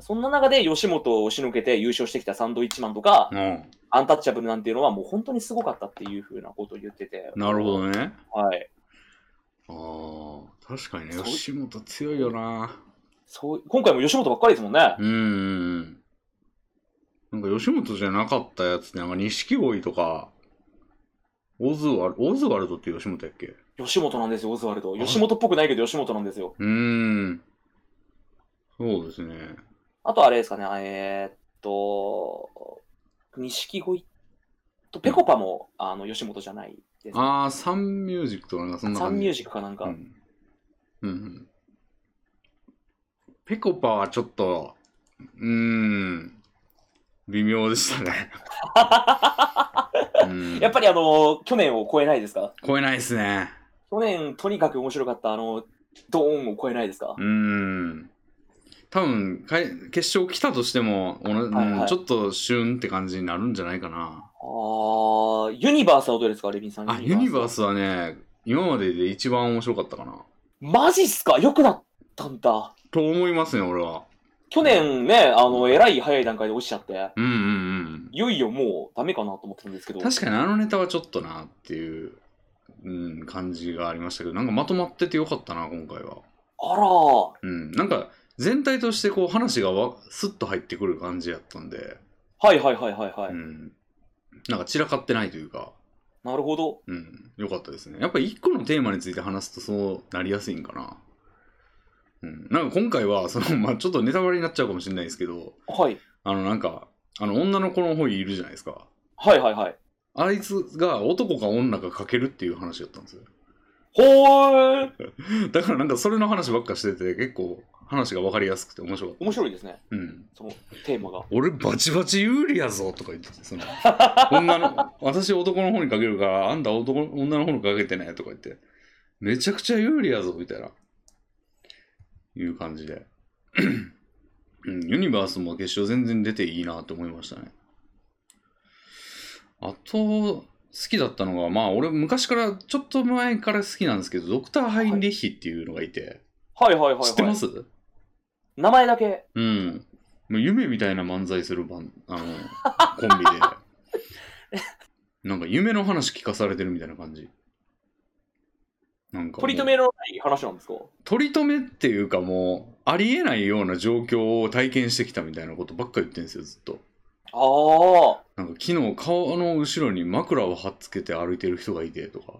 S2: そんな中で吉本を押しのけて優勝してきたサンドイッチマンとか、
S1: うん。
S2: アンタッチャブルなんていうのはもう本当にすごかったっていうふうなことを言ってて。
S1: なるほ
S2: ね。
S1: どね。
S2: はい。
S1: ああ。確かにね、
S2: そう
S1: 吉本強いよな。
S2: そう、今回も吉本ばっかりですもんね。
S1: うんうんうん。なんか吉本じゃなかったやつって、なんか錦鯉とか、オズワルオズワルドって吉本やっけ
S2: 吉本なんですよ、オズワルド。
S1: い
S2: 吉本っぽくないけど吉本なんですよ。
S1: うーん。そうですね。
S2: あとあれですかね、えーっと、錦鯉とペコパも、あの、吉本じゃないです。
S1: ああ、サンミュージックとかなんかそんな
S2: サ
S1: 感
S2: ン
S1: じ。
S2: ミュージックかなんか。
S1: うん。うんうん。ペコパはちょっと、うーん、微妙でした
S2: <laughs>
S1: ね。うん
S2: やっぱりあの、去年を超えないですか
S1: 超えないですね。
S2: 去年とにかく面白かったあの、ドーンを超えないですか
S1: うーん。多分かい決勝来たとしても、おな
S2: はいはい
S1: うんちょっと旬って感じになるんじゃないかな。
S2: ああ、ユニバースはどうですか、レビンさん。
S1: あ、ユニバースはね、今までで一番面白かったかな。
S2: マジっすか良くなったんだ。
S1: と思いますね、俺は。
S2: 去年ね、あの、えらい早い段階で落ちちゃって、
S1: うんうん
S2: いよいよもうダメかなと思ってたんですけ
S1: う
S2: ど。
S1: ん。確かにあのネタはちょっとなっていう、うん、感じがありましたけど、なんかまとまっててよかったな、今回は。
S2: あらー
S1: うん。なんか全体としてこう話がわスッと入ってくる感じやったんで、
S2: はいはいはいはいはい。
S1: うん。なんか散らかってないというか。
S2: なるほど。
S1: うん、よかったですね。やっぱり一個のテーマについて話すとそうなりやすいんかな。うん、なんか今回は、その、 <laughs> まあちょっとネタバレになっちゃうかもしれないですけど、
S2: はい。
S1: あの、なんか、あの、女の子の方いるじゃないですか。
S2: はいはいはい。
S1: あいつが男か女かかけるっていう話だったんですよ。
S2: ほー
S1: だからなんかそれの話ばっかしてて、結構話が分かりやすくて面白かった。
S2: 面白いですね、
S1: うん。
S2: そのテーマが。
S1: 俺バチバチ有利やぞとか言ってて、その、 <laughs> 女の、私男の方にかけるから、あんた男の女の方にかけてねとか言って、めちゃくちゃ有利やぞみたいな、いう感じで。うん、ユニバースも決勝全然出ていいなと思いましたね。あと、好きだったのが、まあ俺昔から、ちょっと前から好きなんですけど、ドクター・ハインリッヒっていうのがいて、
S2: はいはいはいはい。
S1: 知ってます、
S2: 名前だけ。
S1: うん。もう夢みたいな漫才する番、あの、コンビで。
S2: <laughs>
S1: なんか夢の話聞かされてるみたいな感じ。なんかもう
S2: 取り留めのない話なんですか
S1: 取り留めっていうかもう、ありえないような状況を体験してきたみたいなことばっか言ってんですよ、ずっと。
S2: ああ。
S1: なんか昨日顔の後ろに枕を貼っつけて歩いてる人がいてとか。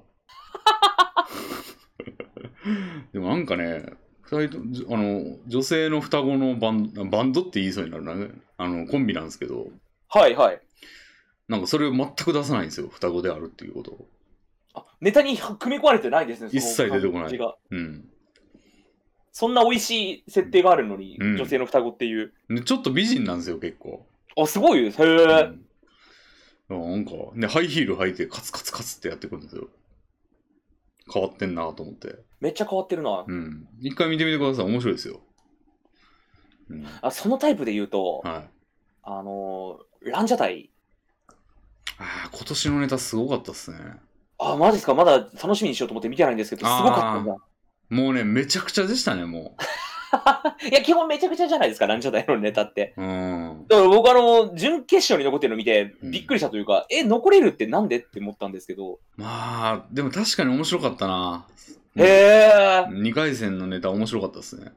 S1: でもなんかね、二人とじあの女性の双子のバンドバンドって言いそうになるな、あのコンビなんですけど、
S2: はいはい。
S1: なんかそれを全く出さないんですよ、双子であるっていうことを。
S2: あネタに組み込まれてないですね、その
S1: 一切出てこない
S2: 感じが
S1: うん、
S2: そんな美味しい設定があるのに、
S1: うん
S2: 女性の双子っていう。
S1: でちょっと美人なんですよ、結構。
S2: あ、すごいです。へえ、
S1: うん、なんか、ね、ハイヒール履いてカツカツカツってやってくるんですよ。変わってんなと思って。
S2: めっちゃ変わってるな。
S1: うん。一回見てみてください。面白いですよ。うん。
S2: あそのタイプで言うと、
S1: はい。
S2: あのーランジャタイ。
S1: ああ、今年のネタすごかったっすね。
S2: あ、マジですかまだ楽しみにしようと思って見てないんですけど、すごかったんだ。
S1: もうね、めちゃくちゃでしたね、も
S2: いや、基本めちゃくちゃじゃないですか、ランジャタイのネタって。
S1: う。うん。
S2: だから僕あの、準決勝に残ってるの見て、
S1: うん
S2: びっくりしたというか、え、残れるってなんでって思ったんですけど。
S1: まあ、でも確かに面白かったな。
S2: へえ。あら、
S1: 2回戦のネタ面白かったですね。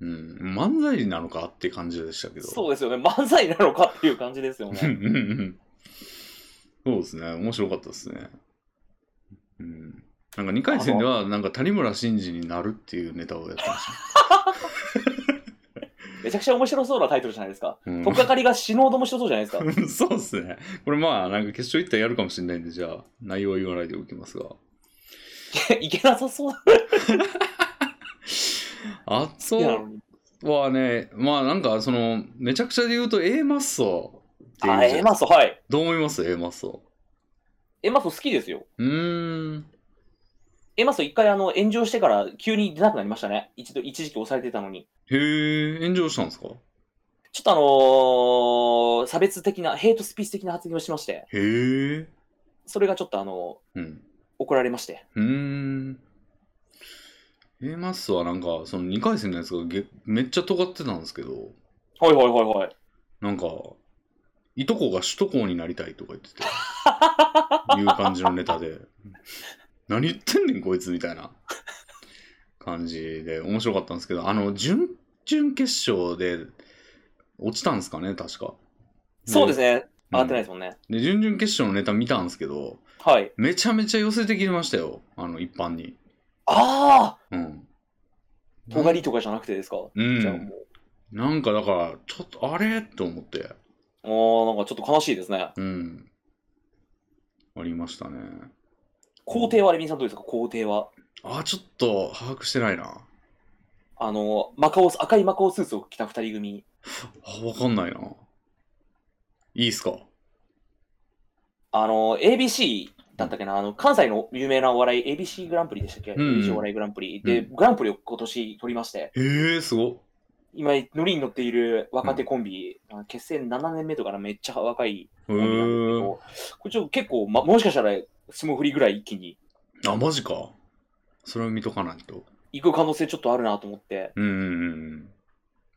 S1: うん。漫才なのかって感じでしたけど。
S2: そうですよね。漫才なのかっていう感じですよ
S1: うん
S2: ね。
S1: うんうん <laughs> そうですね。面白かったですね。うん。なんか2回戦では、なんか谷村新司になるっていうネタをやってました。
S2: めちゃくちゃ面白そうなタイトルじゃないですか。
S1: うん
S2: とっかかりが死ぬほど面白そうじゃないですか。
S1: そうですね。これまあ、なんか決勝行ったらやるかもしれないんで、じゃあ、内容は言わないでおきますが。
S2: <laughs> いけなさそうな
S1: あと
S2: のに。
S1: はね、まあなんか、その、めちゃくちゃで言うと、A マッソっていうじゃ
S2: あ、
S1: ないです
S2: エ
S1: か
S2: マソ、はい。
S1: どう思います ?A マッソ。
S2: エマソ好きですよ。
S1: うーん。
S2: エマソ一回あの、炎上してから急に出なくなりましたね。一度、一時期押されてたのに。
S1: へえ、炎上したんですか
S2: ちょっとあのー差別的な、ヘイトスピーチ的な発言をしまして、
S1: へえ。
S2: それがちょっとあの
S1: うん。
S2: 怒られまして。
S1: うーん。A マッソはなんか、その2回戦のやつがげめっちゃ尖ってたんですけど、
S2: はいはいはいはい。
S1: なんか、いとこが首都高になりたいとか言ってて、
S2: <laughs>
S1: いう感じのネタで、何言ってんねんこいつみたいな感じで面白かったんですけど、あの、準々決勝で落ちたんですかね、確か。
S2: そうです
S1: ね。
S2: ね。
S1: うん
S2: 上がってないですもんね。
S1: で、準々決勝のネタ見たんですけど、
S2: はい。
S1: めちゃめちゃ寄せてきましたよ、あの、一般に。
S2: あ
S1: うん。
S2: あ尖りとかじゃなくてですか、
S1: うん
S2: じゃあもう。
S1: なんかだから、ちょっとあれと思って、
S2: ああ、なんかちょっと悲しいですね。
S1: うん。ありましたね。
S2: 皇帝はレビンさんどうですか皇帝は。
S1: あ、ちょっと把握してないな。
S2: あの、マカオス、赤いマカオスーツを着た二人組。
S1: あ、わかんないな。いいっすか
S2: あの、ABC だったっけな、あの、関西の有名なお笑い ABC グランプリでしたっけ、
S1: んうん
S2: ?ABC お笑いグランプリ。で、
S1: う
S2: グランプリを今年取りまして、
S1: えー、すごっ。
S2: 今、ノリに乗っている若手コンビ、あの結成7年目とかな、めっちゃ若い
S1: へ
S2: コンビなんですけ
S1: ー。
S2: ど、これちょっと結構、ま、もしかしたら、霜降りぐらい一気に
S1: あ、マジか。それを見とかないと。
S2: 行く可能性ちょっとあるなと思って。
S1: うんうんうんうん。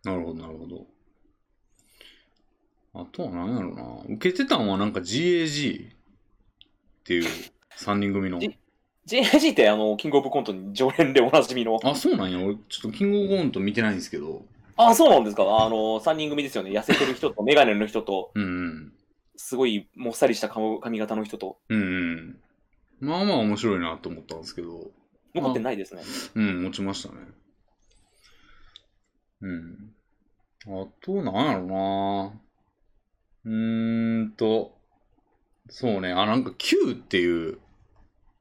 S1: なるほど、なるほど。あとは何やろうな。受けてたんはなんか GAG っていう3人組の。
S2: JIG ってあの、キングオブコントに常連でおなじみの。
S1: あ、そうなんや。俺、ちょっとキングオブコント見てないんですけど。
S2: あ、そうなんですか。あの、3人組ですよね。痩せてる人と、メガネの人と、
S1: うんうん。
S2: すごいもっさりした顔髪型の人と、
S1: うんうん。まあまあ面白いなと思ったんですけど。
S2: 残ってないですね。
S1: うん、落ちましたね。うん。あと、なんやろなうーんと、そうね、あ、なんか Q っていう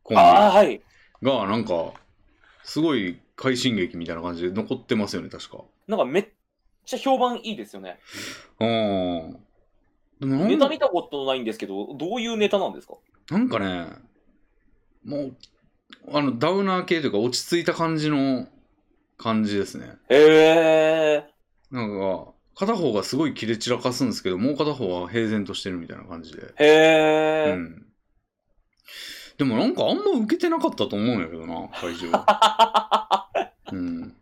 S1: コン
S2: ああ、はい。
S1: ビが、なんか、すごい快進撃みたいな感じで残ってますよね、確か。
S2: なんかめっちゃ評判いいですよね。
S1: うん。でもな
S2: ネ
S1: ん
S2: タ
S1: か
S2: 見たことないんですけど、どういうネタなんですか
S1: なんかね、もう、あの、ダウナー系というか、落ち着いた感じの感じですね。
S2: へえ。
S1: なんか、片方がすごい切れ散らかすんですけど、もう片方は平然としてるみたいな感じで。
S2: へ
S1: う
S2: え。
S1: ん。でもなんかあんま受けてなかったと思うんやけどな、会 <laughs> 場。うん。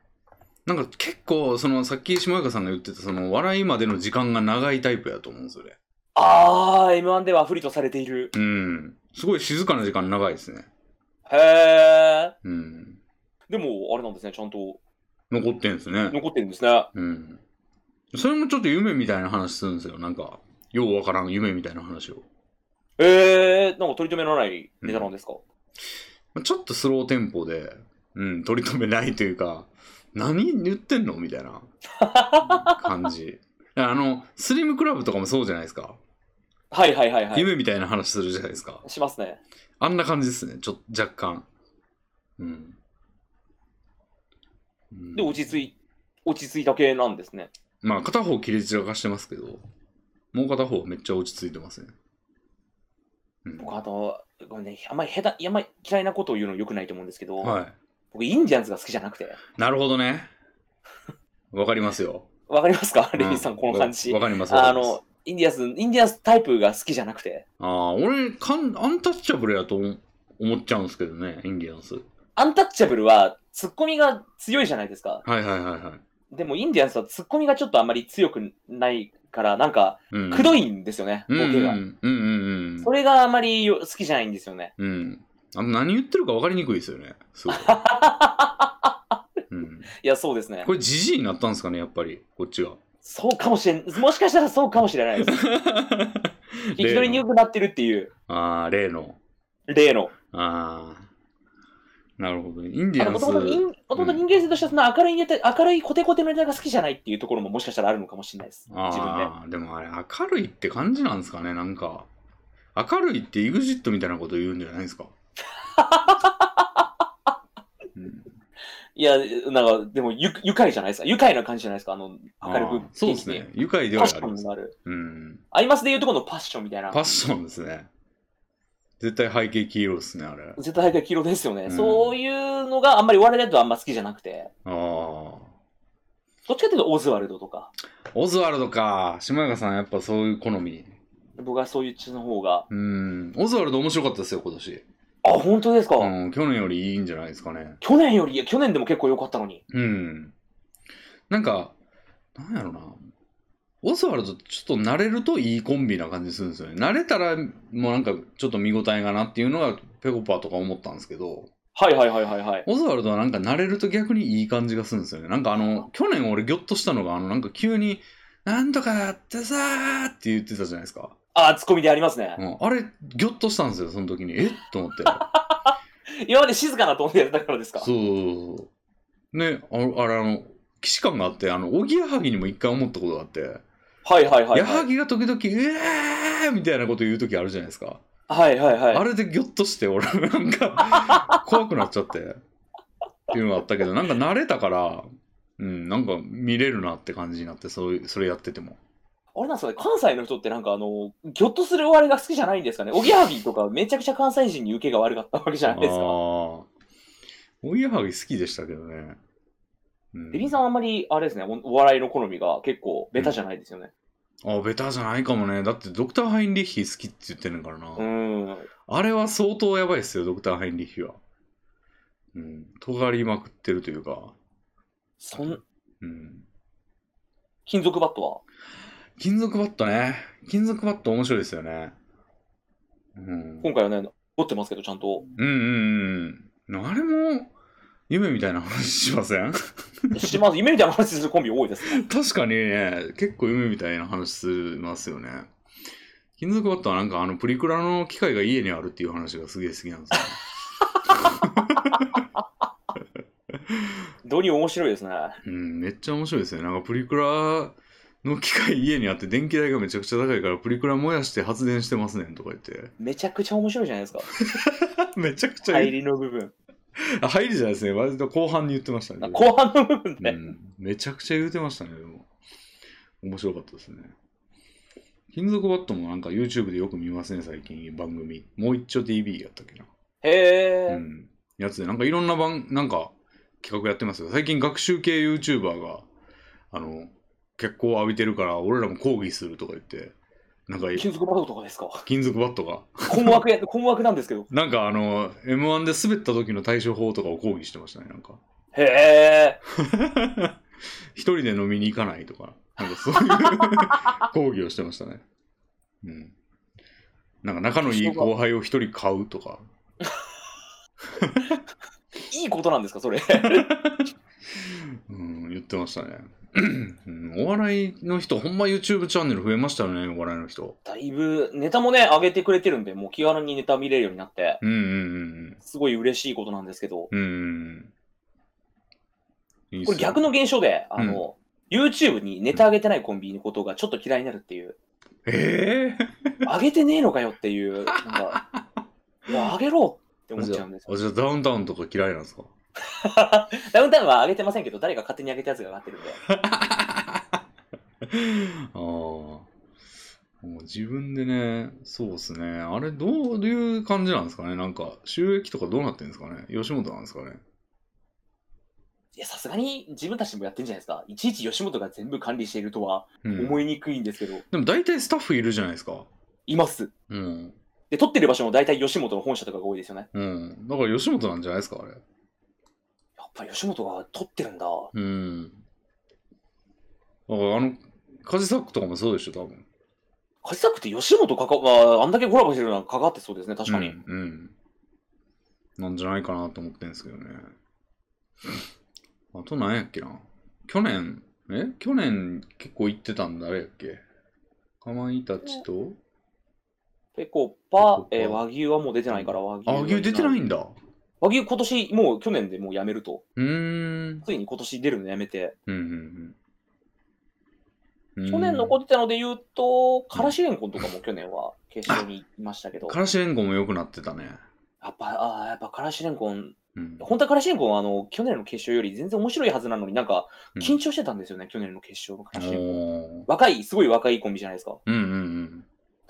S1: なんか結構、その、さっき下岡さんが言ってた、その、笑いまでの時間が長いタイプやと思うんですよね。
S2: ああ、M1 では不利とされている。
S1: うん。すごい静かな時間長いですね。
S2: へえ。
S1: うん。
S2: でも、あれなんですね。ちゃんと
S1: 残ってんですね。
S2: 残ってるんですね。
S1: うん。それもちょっと夢みたいな話するんですよ。なんか、ようわからん夢みたいな話を。
S2: えー、なんか取り留めのないネタなんですか、
S1: まあちょっとスローテンポで、うん、取り留めないというか、何言ってんのみたい
S2: <laughs>
S1: な感じ。あの、スリムクラブとかもそうじゃないですか。
S2: はいはいはいはい。
S1: 夢みたいな話するじゃないですか。
S2: しますね。
S1: あんな感じですね。ちょっと若干。うん。うん
S2: で、落ち着い、落ち着いた系なんですね。
S1: まあ、片方切れ散らかしてますけど、もう片方はめっちゃ落ち着いてますね。うん、
S2: 僕、あと、ごめんね、あんまり下手、あんまり嫌いなことを言うのよくないと思うんですけど、
S1: は
S2: 僕、インディアンズが好きじゃなくて。
S1: い。なるほどね。わかりますよ。
S2: わかりますか、
S1: うん
S2: レミさん、この感じ
S1: わ。かります。
S2: あ
S1: わかります
S2: の、インディアンス、インディアンスタイプが好きじゃなくて、
S1: ああ、俺かん、アンタッチャブルやと思思っちゃうんですけどね、インディアンス。
S2: アンタッチャブルはツッコミが強いじゃないですか。
S1: はいはいはいはい。
S2: でも、インディアンスはツッコミがちょっとあんまり強くないから、なんか、
S1: うん。
S2: くどいんですよね、
S1: う
S2: ボ
S1: んうん
S2: ケ
S1: う
S2: が。
S1: んうんうん
S2: それがあまりよ好きじゃないんですよね。
S1: うん。うん。あの何言ってるかわかりにくいですよね。す
S2: <laughs>
S1: ごい。うん、
S2: いや、そうですね
S1: こ。れ、じじいになったんですかね、やっぱり、こっちが。
S2: そうかもしれん。もしかしたらそうかもしれな
S1: <laughs>
S2: いです。聞き取りに良くなってるっていう、
S1: ああ、例の。
S2: 例の。
S1: ああ。なるほどね。インディアン
S2: も
S1: ス。
S2: ともと人間性としてはその明るいネタ、明るいコテコテのネタが好きじゃないっていうところももしかしたらあるのかもしれないです。自分で。
S1: ああ、でもあれ、明るいって感じなんですかね、なんか。明るいって EXIT みたいなこと言うんじゃないです
S2: <laughs>
S1: か。うん
S2: いや、なんか、でもゆ、愉快じゃないですか。愉快な感じじゃないですか。あの、明る
S1: あ
S2: く
S1: ー。そうですね。愉快で
S2: 元気
S1: は
S2: に。
S1: あり
S2: パッション
S1: ます。
S2: のある。
S1: うん。
S2: アイマスでいうとこのパッションみたいな
S1: パ。ッションですね。絶対背景黄色ですね、あれ。あ
S2: 絶対が黄色ですよ
S1: う
S2: ね、
S1: ん
S2: そういうのがあんまり我々とあんま好きじゃなくて。
S1: あ。オ
S2: どっちかっていうとオズワルドとか。
S1: ズワルドか。島中さん、やっぱそういう好み。
S2: 僕はそういうちの方が。
S1: うん。オズワルド面白かったですよ、今年。
S2: あ、本当ですか、
S1: うん、去年よりいいんじゃないですかね。
S2: 去年より、いや、去年でも結構良かったのに。
S1: うん。なんか、なんやろな。オズワルドちょっと慣れるといいコンビな感じするんですよね。慣れたらもうなんかちょっと見応えがなっていうのがペコパーとか思ったんですけど、
S2: はいはいはいはいはい。
S1: オズワルドはなんか慣れると逆にいい感じがするんですよね。なんかあの、去年俺ギョッとしたのが、あのなんか急に、なんとかやってさーって言ってたじゃないですか。
S2: あ、ツッコミでありますね。
S1: うん、あれ、ギョッとしたんですよ、その時に。えっと思って。
S2: 今まで静かなトーンでやってたからですか
S1: そうそうそうそう。ね、あのあれあの、既視感があって、あの、おぎやはぎにも一回思ったことがあって。
S2: はいはいはい、
S1: 矢
S2: は
S1: 作
S2: い。
S1: が時々「うえー!」みたいなこと言う時あるじゃないですか、
S2: はいはいはい。
S1: あれでギョッとして俺 <laughs> なんか怖くなっちゃってっていうのがあったけどなんか慣れたからうんなんか見れるなって感じになってそういうそれやってても
S2: あれなんですかね、関西の人ってなんかあの、ぎょっとする割が好きじゃないんですかね。おぎやはぎとかめちゃくちゃ関西人に受けが悪かったわけじゃないです
S1: あー
S2: か。
S1: おぎやはぎ好きでしたけどね、うん
S2: レビンさんあんまり、あれですねお、お笑いの好みが結構ベタじゃないですよね。
S1: あベタじゃないかもねだってドクター・ハインリッヒ好きって言ってるからな、
S2: うん。
S1: あれは相当やばいですよドクター・ハインリッヒはうん尖りまくってるというか
S2: そん、
S1: うん
S2: 金属バットは
S1: 金属バットね。金属バット面白いですよね。うん。うん
S2: 今回はね、持ってますけど、ちゃんと。
S1: うんうん。あれも、夢みたいな話しません <laughs>
S2: してます。夢みたいな話するコンビ多いですね。
S1: 確かにね、結構夢みたいな話しますよね。金属バットはなんかあのプリクラの機械が家にあるっていう話がすげえ好きなんです <laughs> よ、
S2: どうに面白いですね。
S1: うん、めっちゃ面白いですよね。なんかプリクラの機械家にあって電気代がめちゃくちゃ高いからプリクラ燃やして発電してますねんとか言って。
S2: めちゃくちゃ面白いじゃないですか。
S1: <laughs> めちゃ <laughs> くちゃい
S2: 入
S1: い。
S2: りの部分。
S1: あ入りじゃないですね。割と後半に言ってましたね。
S2: 後半の部分
S1: う
S2: で。
S1: ん、めちゃくちゃ言うてましたね、でも。面白かったですね。金属バットもなんか YouTube でよく見ますね、最近番組。もう一丁 TV やったっけな。
S2: へえ、
S1: うん。やつで、なんかいろんな番、なんか企画やってますよ。最近学習系 YouTuber が、あの、脚光を浴びてるから、俺らも抗議するとか言って、なんか
S2: 金属バットとかですか。
S1: 金属バットが、
S2: 困惑や、 <laughs> 困惑なんですけど。
S1: なんかあの、M1 で滑った時の対処法とかを抗議してましたね、なんか。
S2: へえ。
S1: <laughs> 一人で飲みに行かないとか、なんかそうい
S2: <laughs>
S1: う抗議をしてましたね。うん。なんか仲のいい後輩を一人買うとか。
S2: いいことなんです
S1: <laughs>
S2: か、それ。
S1: うん、言ってましたね。うん、お笑いの人、ほんま YouTube チャンネル増えましたよね、お笑いの人。
S2: だいぶ、ネタもね、上げてくれてるんで、もう気軽にネタ見れるようになって、
S1: うんうん
S2: すごい嬉しいことなんですけど、
S1: うんうん。うんうんうん。いいっ
S2: こ
S1: す
S2: れ
S1: ね
S2: 逆の現象で、あの、YouTube にネタ上げてないコンビのことがちょっと嫌いになるっていう、
S1: ええ
S2: 上げてねえのかよって
S1: <laughs>
S2: いう、なんか、いや上げろって思っちゃうんですよ。
S1: あ <laughs> じゃあダウンタウンとか嫌いなんですか
S2: ダウンタウンは上げてませんけど、誰か勝手
S1: <laughs>
S2: に上げたやつが上がってるんで。
S1: ああ。もう自分でね、そうですね。あれ、どういう感じなんですかねなんか、収益とかどうなってんですかね吉本なんですかね
S2: いや、さすがに自分たちもやってんじゃないですか。いちいち吉本が全部管理しているとは
S1: うん。
S2: 思いにくいんですけど、
S1: でも大体スタッフいるじゃないですか。
S2: います。
S1: うん。
S2: で、撮ってる場所も大体吉本の本社とかが多いですよね。
S1: うん。だから吉本なんじゃないですかあれ。
S2: やっぱり吉本が撮ってるんだ。
S1: うん。だからあの、カジサックとかもそうでしょ、多分。
S2: カジサックって吉本かか、あ、あんだけコラボしてるのは関わってそうですね、確かに。
S1: うん。うんなんじゃないかなと思ってんですけどね。あと何やっけな。去年、え去年結構行ってたんだ、あれやっけかまいたちと
S2: ペコ
S1: ペコ
S2: パ
S1: パ、
S2: えー和牛はもう出てないから、和牛。
S1: あ、牛出てないいんだ。
S2: 和牛今年、もう去年でもうやめると。
S1: うーん。
S2: ついに今年出るのやめて。
S1: うんうんうん。うん
S2: 去年残ってたので言うと、からしれんこんとかも去年は決勝にいましたけど、
S1: からしれんこも良くなってたね。
S2: やっぱ、あーやっぱからしれんこん、
S1: うん。
S2: 本当はからしれんこんはあの、去年の決勝より全然面白いはずなのになんか、
S1: うん
S2: 緊張してたんですよね、去年の決勝のからしれんこん。
S1: おー
S2: 若い、すごい若いコンビじゃないですか。
S1: うんうんうん。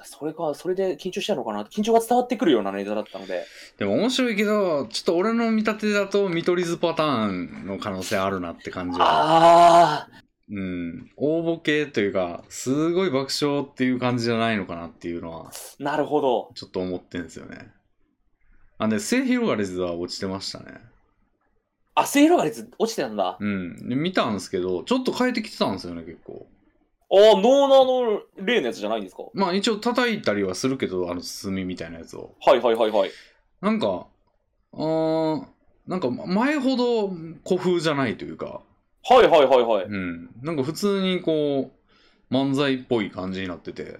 S2: それか、それで緊張したのかな緊張が伝わってくるようなネタだったので、
S1: でも面白いけど、ちょっと俺の見立てだと見取り図パターンの可能性あるなって感じは。
S2: ああ、
S1: うん。大ボケというか、すごい爆笑っていう感じじゃないのかなっていうのは、
S2: なるほど。
S1: ちょっと思ってんですよね。あ、で、性広がり図は落ちてましたね。
S2: あ、セイロが率落ちてたんだ。
S1: うん。で見たんですけど、ちょっと変えてきてたんですよね、結構。
S2: ああ、ノーナーの例のやつじゃないんですか
S1: まあ一応叩いたりはするけど、あの、進みみたいなやつを。
S2: はいはいはいはい。
S1: なんか、あーなんか前ほど古風じゃないというか、
S2: はいはいはいはい。
S1: うん、なんか普通にこう漫才っぽい感じになってて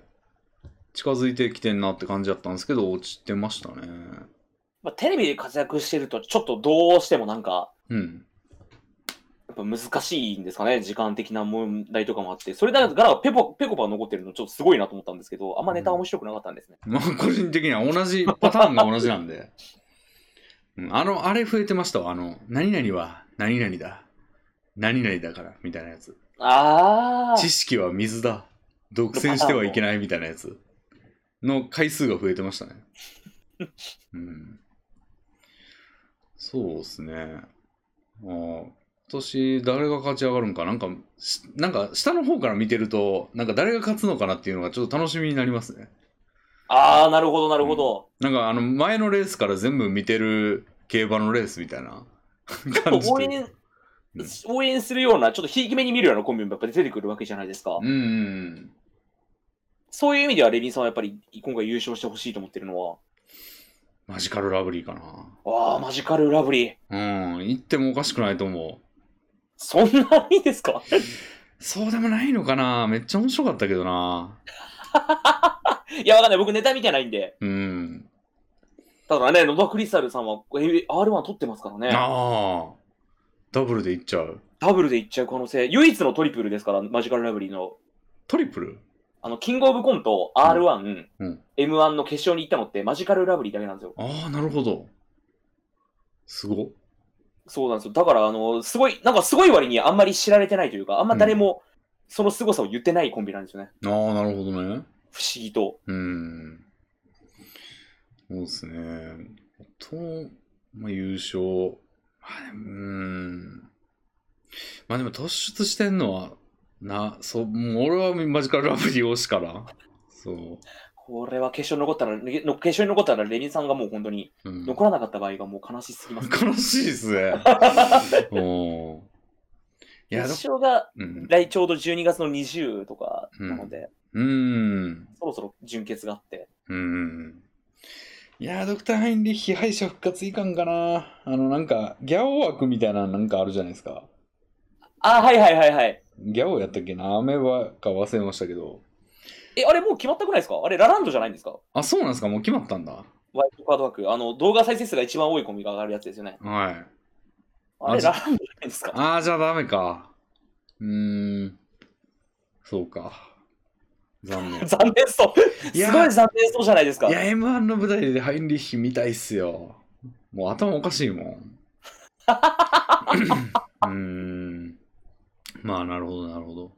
S1: 近づいてきてんなって感じだったんですけど落ちてましたね
S2: まあ、テレビで活躍してると、ちょっとどうしてもなんか、
S1: うん
S2: やっぱ難しいんですかね。時間的な問題とかもあって。それだから、ペコ、ペコパが残ってるのちょっとすごいなと思ったんですけど、あんまネタ面白くなかったんですね。
S1: まあ個人的には同じパターンが同じなんで、 <laughs> うん、あのあれ増えてましたわあの何々は何々だ何々だからみたいなやつ
S2: ああ、
S1: 知識は水だ独占してはいけないみたいなやつの回数が増えてましたねうんそうですねあー今年誰が勝ち上がるんかなんかしなんか下の方から見てるとなんか誰が勝つのかなっていうのがちょっと楽しみになりますね
S2: ああ、なるほどなるほど。
S1: なんかあの前のレースから全部見てる競馬のレースみたいな感じ
S2: 応
S1: というか
S2: 援、応援するような、ちょっとひいき目に見るようなコンビもやっぱり出てくるわけじゃないですか。
S1: うんうん
S2: そういう意味では、レビンさんはやっぱり今回優勝してほしいと思ってるのは、
S1: マジカルラブリーかな
S2: ああ、マジカルラブリー。
S1: うん行ってもおかしくないと思う
S2: そんなにですか
S1: そうでもないのかなめっちゃ面白かったけどない
S2: や、わかんない。僕ネタ見てないんで。
S1: うん。
S2: ただね、野田クリスタルさんはえ R1 取ってますからね。
S1: ああ。ダブルでいっちゃう。
S2: ダブルでいっちゃう可能性。唯一のトリプルですから、マジカルラブリーの。
S1: トリプル
S2: あの、キングオブコント、R1、
S1: うん
S2: M1 の決勝に行ったのって、マジカルラブリーだけなんですよ。
S1: ああ、なるほど。すごっ。
S2: そうなんですよ。だから、あの、すごい、なんかすごい割にあんまり知られてないというか、あんま誰も、その凄さを言ってないコンビなんですよね。
S1: ああ、なるほどね。
S2: 不思議と。
S1: うん。そうですね。と、まあ、優勝。まあ、でもうん。まあでも突出してんのは、な、そう、もう俺はマジカルラブリー推しから。そ
S2: これは決勝に残ったら、ねの決勝に残ったら、レミンさんがもう本当に
S1: う。うん、
S2: 残らなかった場合がもう悲しすぎます。
S1: 悲しいですね。おい
S2: 決
S1: や、でも
S2: 勝が
S1: うん。
S2: 来ちょうど12月の20とかなので、
S1: うん。
S2: そろそろ準決があって。
S1: うん。いや、ドクター・ハインリッヒ敗者復活いかんかな。あの、なんか、ギャオ枠みたいななんかあるじゃないですか。
S2: あ、はいはいはいはい。
S1: ギャオやったっけなアメバか忘れましたけど。
S2: え、あれもう決まったくないですかあれ、ラランドじゃないんですか
S1: あ、そうなんですかもう決まったんだ。
S2: ワイルドカード枠。あの、動画再生数が一番多いコンビが上がるやつですよね。
S1: はい。
S2: あれ、
S1: あ
S2: ラランドじゃないですか <laughs>
S1: ああ、じゃあダメか。うーん。そうか。残
S2: <laughs>
S1: 念。
S2: 残念そう。
S1: いや
S2: すごい残念そうじゃないですか
S1: い。や、M1 の舞台でハインリッヒ見たいっすよ。もう頭おかしい
S2: <laughs>
S1: もん。うーん。まあ、なるほど、なるほど。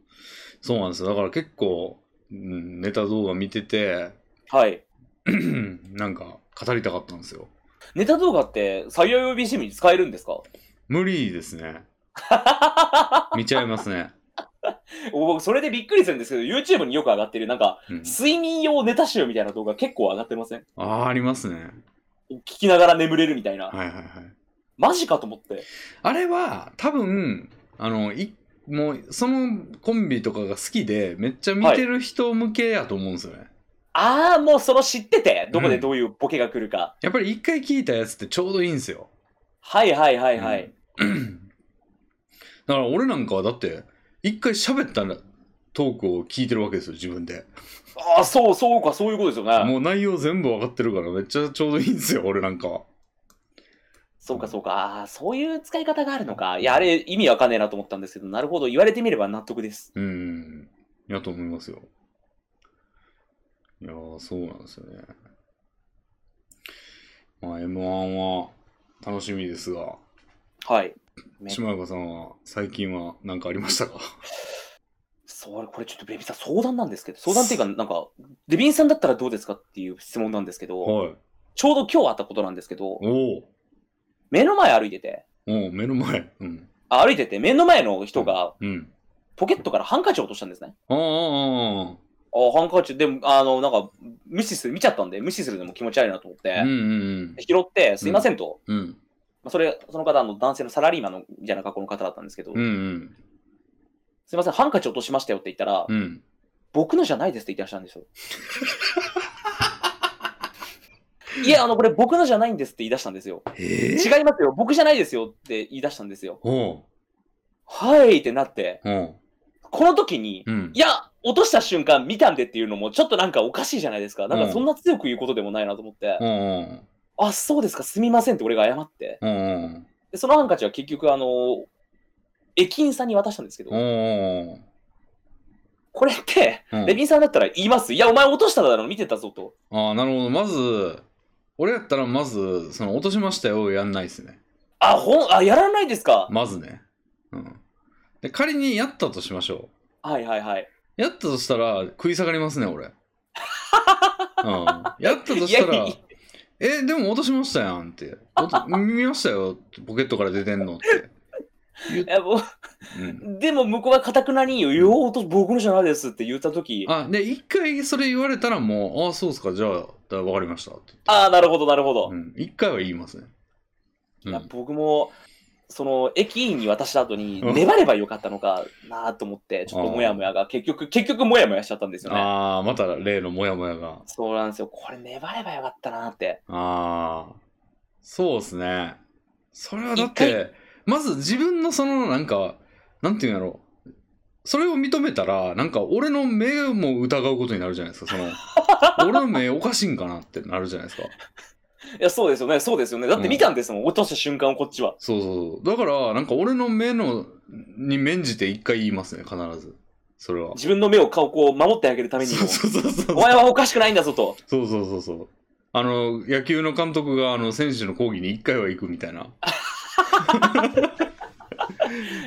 S1: そうなんですよ。だから結構、うんネタ動画見てて、 <clears throat>
S2: はい。
S1: なんか語りたかったんですよ。
S2: ネタ動画って、採用 BGM に使えるんですか
S1: 無理です
S2: <laughs>
S1: ね。見ちゃいますね。
S2: 僕、それでびっくりするんですけど、YouTube によく上がってる、なんか、
S1: うん、
S2: 睡眠用ネタ集みたいな動画結構上がってません
S1: ああ、ありますね。
S2: 聞きながら眠れるみたいな。
S1: はいはいはい。
S2: マジかと思って。
S1: あれは多分、あの、いもうそのコンビとかが好きでめっちゃ見てる人向けやと思うんですよね。
S2: ああ、もうその知ってて、どこでどういうボケが来るか。
S1: やっぱり一回聞いたやつってちょうどいいんですよ。
S2: はいはいはいはい。
S1: <clears throat> だから俺なんかはだって一回喋ったトークを聞いてるわけですよ自分で
S2: ああ、そうそうか、そういうことですよね。
S1: もう内容全部分かってるからめっちゃちょうどいいんですよ俺なんかは
S2: そうかそうか。ああ、そういう使い方があるのか。いや、あれ意味わかんねえなと思ったんですけど、なるほど。言われてみれば納得です。
S1: うんやと思いますよいやーそうなんですよねまあ m 1は楽しみですが
S2: はい。ね
S1: 島岡さんは最近は何かありましたか
S2: それ、これちょっとベビーさん相談なんですけど、相談っていうか、なんか、デビンさんだったらどうですかっていう質問なんですけど、
S1: はい
S2: ちょうど今日あったことなんですけど、
S1: おお
S2: 目の前歩いてて、
S1: おう目の前うん
S2: あ歩いてて、目の前の人が
S1: うん
S2: ポケットからハンカチを落としたんですね。
S1: あーあーあー
S2: あハンカチ、でも、あの、なんか、無視する、見ちゃったんで、無視するのも気持ち悪いなと思って、
S1: うんうん
S2: 拾って、すいませんと、
S1: うんうん
S2: まあそれ、その方、あの、男性のサラリーマンの、みたいな格好の方だったんですけど、
S1: うんうん
S2: すいません、ハンカチ落としましたよって言ったら、
S1: うん
S2: 僕のじゃないですって言ってらっしゃるんですよ。いや、あの、これ僕のじゃないんですって言い出したんですよ。
S1: えー、
S2: 違いますよ、僕じゃないですよって言い出したんですよ。
S1: お
S2: はいってなって、
S1: うお
S2: この時に、
S1: う、うん
S2: い、や、落とした瞬間見たんでっていうのも、ちょっとなんかおかしいじゃないですか。なんかそんな強く言うことでもないなと思って、
S1: おうん
S2: あ、そうですか、すみませんって俺が謝って、
S1: おうん
S2: でそのハンカチは結局、あの、駅員さんに渡したんですけど、
S1: おうん
S2: これって、
S1: うん
S2: レビンさんだったら言います。いや、お前落としただろ、見てたぞと。
S1: ああなるほどまず俺やったらまずその落としましたよやんないですね
S2: あ、ほん、あ、やらないですか。
S1: まずねうんで仮にやったとしましょ
S2: はいはいはい。
S1: うやったとしたら食い下がりますね俺うんやったとした
S2: いや
S1: ら
S2: いや
S1: えでも落としましたやんっておと見ましたよポケットから出てんのって言っ
S2: えも
S1: うん、
S2: うでも向こうがかたくなに、よう落と僕のじゃないですって言ったとき、
S1: あで一回それ言われたらもうああそうっすかじゃあだわかりましたって言って
S2: ああ、なるほどなるほど。
S1: うん、一回は言いますね。う
S2: い
S1: ん、
S2: や僕もその駅員に渡した後に
S1: うん
S2: 粘ればよかったのかなあと思ってちょっともやもやが結局結局もやもやしちゃったんですよね
S1: ああ、また例のモヤモヤが。
S2: そうなんですよこれ粘ればよかったなって
S1: ああ、そうですね。それはだっ
S2: 一
S1: て、まず自分のそのなんか、なんていうんだろう。それを認めたら、なんか俺の目も疑うことになるじゃないですか。その
S2: <laughs>
S1: 俺の目おかしいんかなってなるじゃないですか。
S2: いやそうですよねそうですよねだって見たんですもん、落とした瞬間をこっちは
S1: そうそうそう。だから、なんか俺の目のに免じて一回言いますね、必ず。それは。
S2: 自分の目を顔こう守ってあげるためにも
S1: そうそうそうそう。
S2: お前はおかしくないんだぞと
S1: そうそうそうそう。あの、野球の監督が、あの、選手の講義に1回は行くみたいな。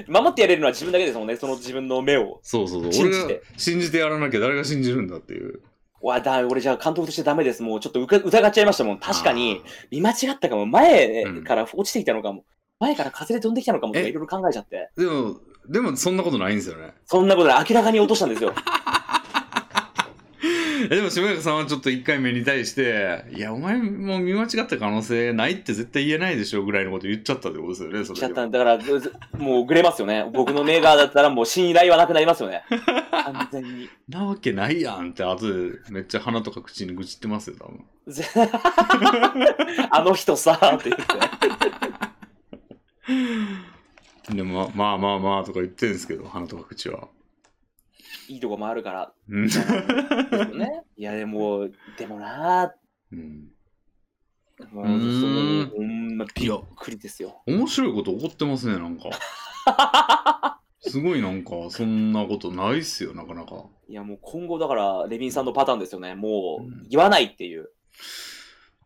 S2: 守ってやれるのは自分だけですもんねその自分の目を
S1: そうそうそう。
S2: 信
S1: 俺
S2: じて
S1: が信じてやらなきゃ誰が信じるんだっていう。
S2: わだ俺じゃあ監督としてダメですもうちょっとうか疑っちゃいましたもん確かに見間違ったかも前から落ちてきたのかも、前から風で飛んできたのかもとか
S1: え
S2: いろいろ考えちゃって
S1: あー。でも、でもそんなことないんですよね。
S2: そんなことで明らかに落とした
S1: <laughs>
S2: んですよ。
S1: えでも、下中さんはちょっと1回目に対して、いや、お前もう見間違った可能性ないって絶対言えないでしょぐらいのこと言っちゃったってことですよね、そ
S2: しちゃ
S1: れ
S2: っ
S1: では。
S2: たんだから、ずもうグレますよね。僕のメーカーだったらもう信頼はなくなりますよね。完全に。 <laughs>
S1: なわけないやんって、後でめっちゃ鼻とか口に愚痴ってますよ、多分。
S2: ぜあの人さーって言って。
S1: でも、まあまあまあとか言ってんですけど、鼻とか口は。
S2: いいとこもあるから。
S1: うん。
S2: ですよね、いや、でも、でもな
S1: うん
S2: ーもう
S1: うーん
S2: そうほんまびっくりですよ。
S1: 面白いこと起こってますねなんか
S2: <laughs>
S1: すごいなんかそんなことないっすよなかなか
S2: いや、もう今後だから、レビンさんのパターンですよね。も
S1: うん
S2: う、言わないっていう。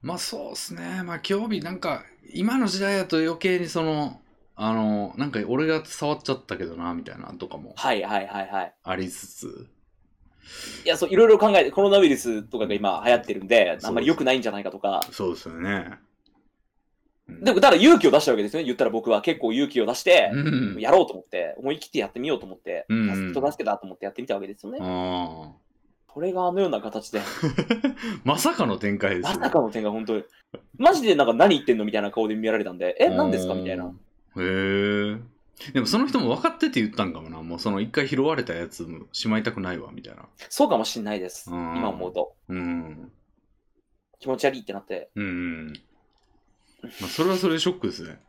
S1: まあそうっすねまあ興味なんか今の時代だと余計にそのあのなんか俺が触っちゃったけどなみたいなのとかも
S2: はいはいはいはい。
S1: ありつつ
S2: いや、そう、いろいろ考えて、コロナウイルスとかが今流行ってるんで、
S1: そう
S2: あんまり良くないんじゃないかとか。
S1: そうですよね。うん
S2: でも、ただ勇気を出したわけですよね。言ったら僕は結構勇気を出して、
S1: うん。
S2: やろうと思って、思い切ってやってみようと思って、
S1: うんうん
S2: 人助けだと思ってやってみたわけですよね。
S1: あ
S2: これがあのような形で、
S1: あ。 <laughs> まさかの展開です
S2: ま
S1: よ
S2: さかの点が本当に、マジでなんか何言ってんのみたいな顔で見られたんで、え、何ですかみたいな。。
S1: へえ。でもその人も分かってて言ったんかもな。もうその一回拾われたやつもしまいたくないわ、みたいな。
S2: そうかもしんないです。
S1: うん
S2: 今思うと。
S1: うん。
S2: 気持ち悪いってなって。
S1: うん。まあ、それはそれでショックです
S2: <laughs>
S1: ね。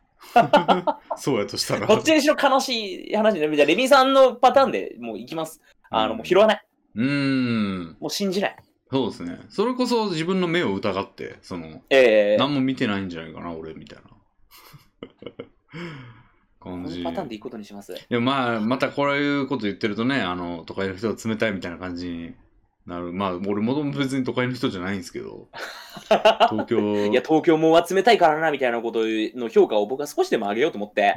S1: <laughs> そうやとしたら。
S2: どっちにしろ悲しい話になる。じゃあ、レミさんのパターンでもう行きます。あの、もう拾わない。
S1: うん。
S2: もう信じない。
S1: そうですね。それこそ自分の目を疑って、その、
S2: ええ
S1: 何も見てないんじゃないかな、俺、みたいな。 <laughs>
S2: こ
S1: 感じ。
S2: のパターンで行くことにします。
S1: でもまあ、またこういうこと言ってるとね、あの、都会の人は冷たいみたいな感じになる。まあ、俺もともと別に都会の人じゃないんですけ
S2: <laughs>
S1: ど、東京。
S2: いや、東京も集めたいからな、みたいなことの評価を僕は少しでも上げようと思って、
S1: ああ、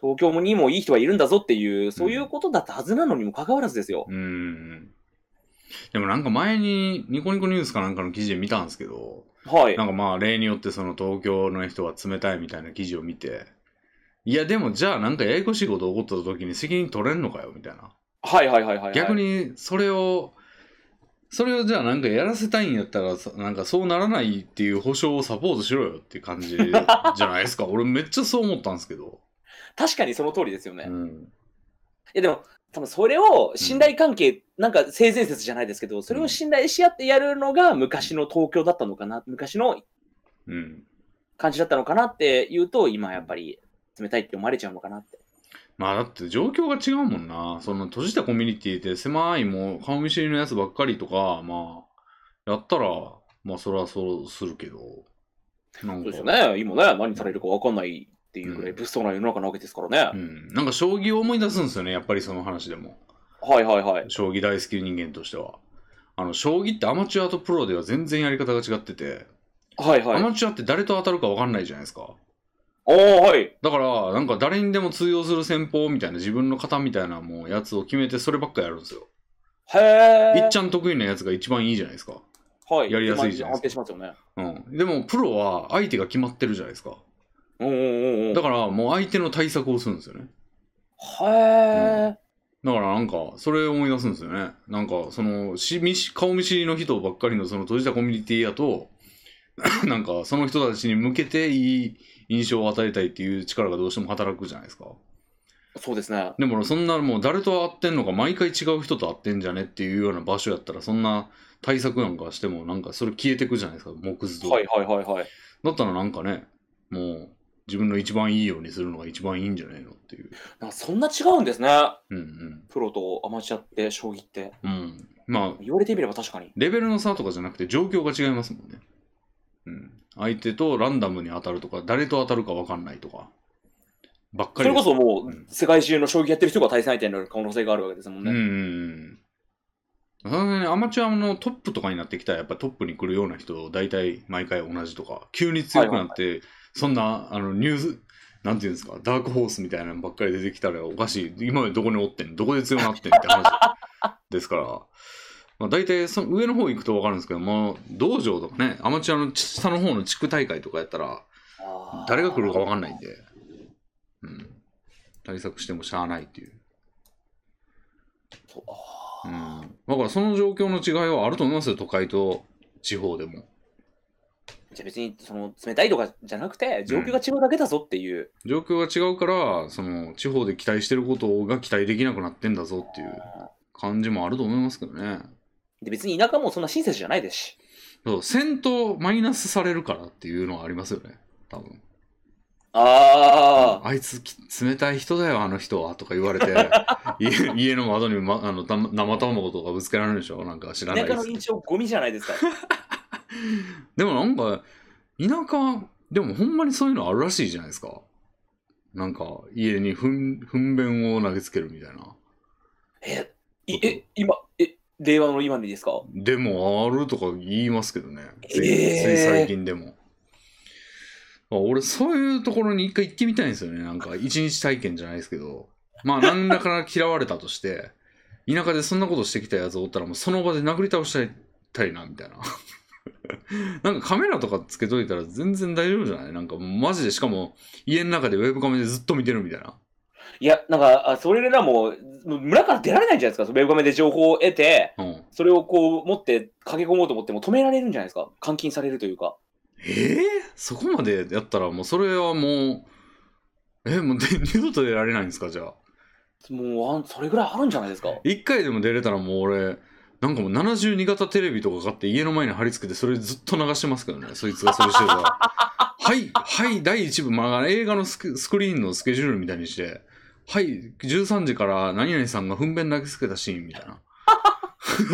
S2: 東京にもいい人はいるんだぞっていう、そういうことだったはずなのにもかかわらずですよ。
S1: うん。でもなんか前にニコニコニュースかなんかの記事で見たんですけど、
S2: はい
S1: な。んかまあ例によってその東京の人は冷たいみたいな記事を見て、いやでもじゃあなんかややこしいこと起こった時に責任取れんのかよみたいな。
S2: はいはいはいはいはい。
S1: 逆。にそれを、それをじゃあなんかやらせたいんやったらさなんかそうならないっていう保証をサポートしろよっていう感じじゃないですか <laughs> 俺めっちゃそう思ったんですけど、
S2: 確かにその通りですよね。
S1: う
S2: い
S1: ん、
S2: や、でも、多分それを信頼関係、なんか性善説じゃないですけど、それを信頼し合ってやるのが昔の東京だったのかな、昔の
S1: うん、
S2: 感じだったのかなっていうと、今やっぱり冷たいって思われちゃうのかなって。
S1: まあだって状況が違うもんな。その閉じたコミュニティで狭いもう顔見知りのやつばっかりとか、まあ、やったら、まあそれはそうするけど。なん
S2: そう
S1: か
S2: ですよね。今ね、何されるか分かんないっていうぐらい
S1: うん
S2: 物騒な世の中なわけですからね。
S1: うん。なんか将棋を思い出すんですよね、やっぱりその話でも。
S2: はいはいはい。
S1: 将棋大好き人間としては。あの、将棋ってアマチュアとプロでは全然やり方が違ってて、
S2: はい
S1: ア
S2: はい。
S1: マチュアって誰と当たるか分かんないじゃないですか。
S2: おーはい。
S1: だから、なんか誰にでも通用する戦法みたいな自分の型みたいなもうやつを決めてそればっかやるんですよ。
S2: へ
S1: い
S2: ー
S1: っちゃん得意なやつが一番いいじゃないですか。
S2: はい。
S1: やりやすいじゃない
S2: 安定しますよね。
S1: うん、でもプロは相手が決まってるじゃないですか
S2: うんうんうんうん。
S1: だからもう相手の対策をするんですよね
S2: へー
S1: だからなんかそれを思い出すんですよねなんかそのし見し顔見知りの人ばっかりのその閉じたコミュニティやと <coughs> なんかその人たちに向けていい印象を与えたいっていう力がどうしても働くじゃないですか
S2: そうですね。
S1: でもそんなもう誰と会ってんのか毎回違う人と会ってんじゃねっていうような場所やったらそんな対策なんかしてもなんかそれ消えてくじゃないですか木図とか
S2: はいはいはいはい。
S1: だったらなんかね、もう自分の一番いいようにするのが一番いいんじゃないのっていう。
S2: なんかそんな違うんですね。
S1: うん
S2: プロとアマチュアって将棋って。
S1: うん。うん。まあ、
S2: 言われてみれば確かに。
S1: レベルの差とかじゃなくて状況が違いますもんね。うん。相手とランダムに当たるとか、誰と当たるか分かんないとか、ばっか
S2: そ
S1: り
S2: れ
S1: で
S2: こ
S1: す。
S2: そも
S1: うん
S2: う世界中の将棋やってる人が対戦相手になる可能性があるわけですもん
S1: うんう
S2: ね。
S1: んうん。さすがにアマチュアのトップとかになってきたら、やっぱトップに来るような人、大体毎回同じとか、急に強くなって、そんな、あの、ニュース、なんていうんですか、ダークホースみたいなのばっかり出てきたらおかしい。今までどこにおってんどこで強くなってんって話 <laughs> ですから、まあ、大体その上の方行くと分かるんですけども、道場とかね、アマチュアの下の方の地区大会とかやったら、
S2: あー
S1: 誰が来るか分かんないんで、うん。対策してもしゃあないっていう。
S2: そうあ
S1: う
S2: ー
S1: んだからその状況の違いはあると思いますよ、都会と地方でも。
S2: じゃあ別にその冷たいとかじゃなくて、状況が違うだけだぞっていう。
S1: 状況が違うから、その地方で期待してることが期待できなくなってんだぞっていう感じもあると思いますけどね。
S2: で別に田舎もそんな親切じゃないですし。
S1: そう、戦闘マイナスされるからっていうのはありますよね、多分。
S2: ああ、
S1: あいつき冷たい人だよ、あの人はとか言われて、家家の窓に、ま、あのた生卵とかぶつけられるでしょ、なんか知らない
S2: 田
S1: です
S2: 舎の
S1: けど
S2: 印象ゴミじゃないですか。
S1: でもなんか、田舎、でもほんまにそういうのあるらしいじゃないですか。なんか、家にふん、糞便を投げつけるみたいな。
S2: え、いえ、今、え、令和の今にですか
S1: でもあるとか言いますけどね。つい
S2: えー
S1: つい最近でも。あ俺、そういうところに一回行ってみたいんですよね。なんか、一日体験じゃないですけど。まあ、何らか嫌われたとして、 <laughs> 田舎でそんなことしてきたやつおったらもうその場で殴り倒したいたいなみたいな <laughs> なんかカメラとかつけといたら全然大丈夫じゃないなんかもうマジでしかも家の中でウェブカメでずっと見てるみたいない
S2: や、なんか、あそれらもう、もう村から出られないんじゃないですか、そのウェブカメで情報を得て、
S1: うん
S2: それをこう持って駆け込もうと思っても止められるんじゃないですか、監禁されるというか。
S1: えー、そこまでやったらもうそれはもうえもうで二度と出られないんですかじゃあ
S2: もうあんそれぐらいあるんじゃないですか。
S1: 一回でも出れたらもう俺なんかもう72型テレビとか買って家の前に貼り付けてそれずっと流してますけどねそいつがそれしてたら <laughs> はいはい第1部、まあ、映画のスクスクリーンのスケジュールみたいにしてはい13時から何々さんが糞便投げつけたシーンみたいな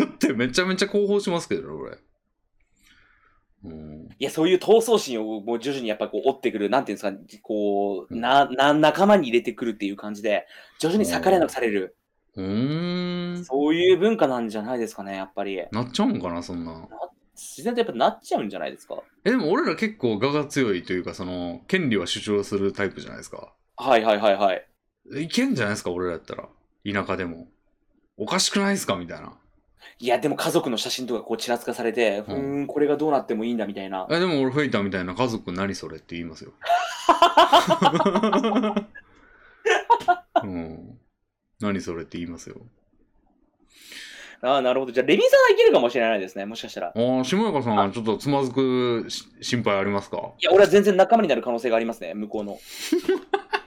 S1: ってめちゃめちゃ興奮しますけどね俺うん
S2: いや、そういう闘争心をもう徐々にやっぱこう追ってくる、なんていうんですか、こう、
S1: うん
S2: な、な、仲間に入れてくるっていう感じで、徐々に逆らえなくされる、
S1: うーん
S2: そういう文化なんじゃないですかね、やっぱり。
S1: なっちゃうんかなそんな
S2: 自然とやっぱなっちゃうんじゃないですか。
S1: えでも俺ら結構我が強いというかその権利は主張するタイプじゃないですか
S2: はいはいはいはい。
S1: いけんじゃないですか、俺らやったら。田舎でも。おかしくないですかみたいな。
S2: いや、でも家族の写真とかこうちらつかされて、ふ
S1: うん
S2: ーん、これがどうなってもいいんだみたいな。
S1: え、でも俺、フェイターみたいな家族何それって言いますよ。うん。何それって言いますよ。
S2: ああ、なるほど。じゃあ、レミさんはいけるかもしれないですね、もしかしたら。
S1: ああ、下中さんはちょっとつまずくし心配ありますか
S2: いや、俺は全然仲間になる可能性がありますね、向こ
S1: <laughs>
S2: うの。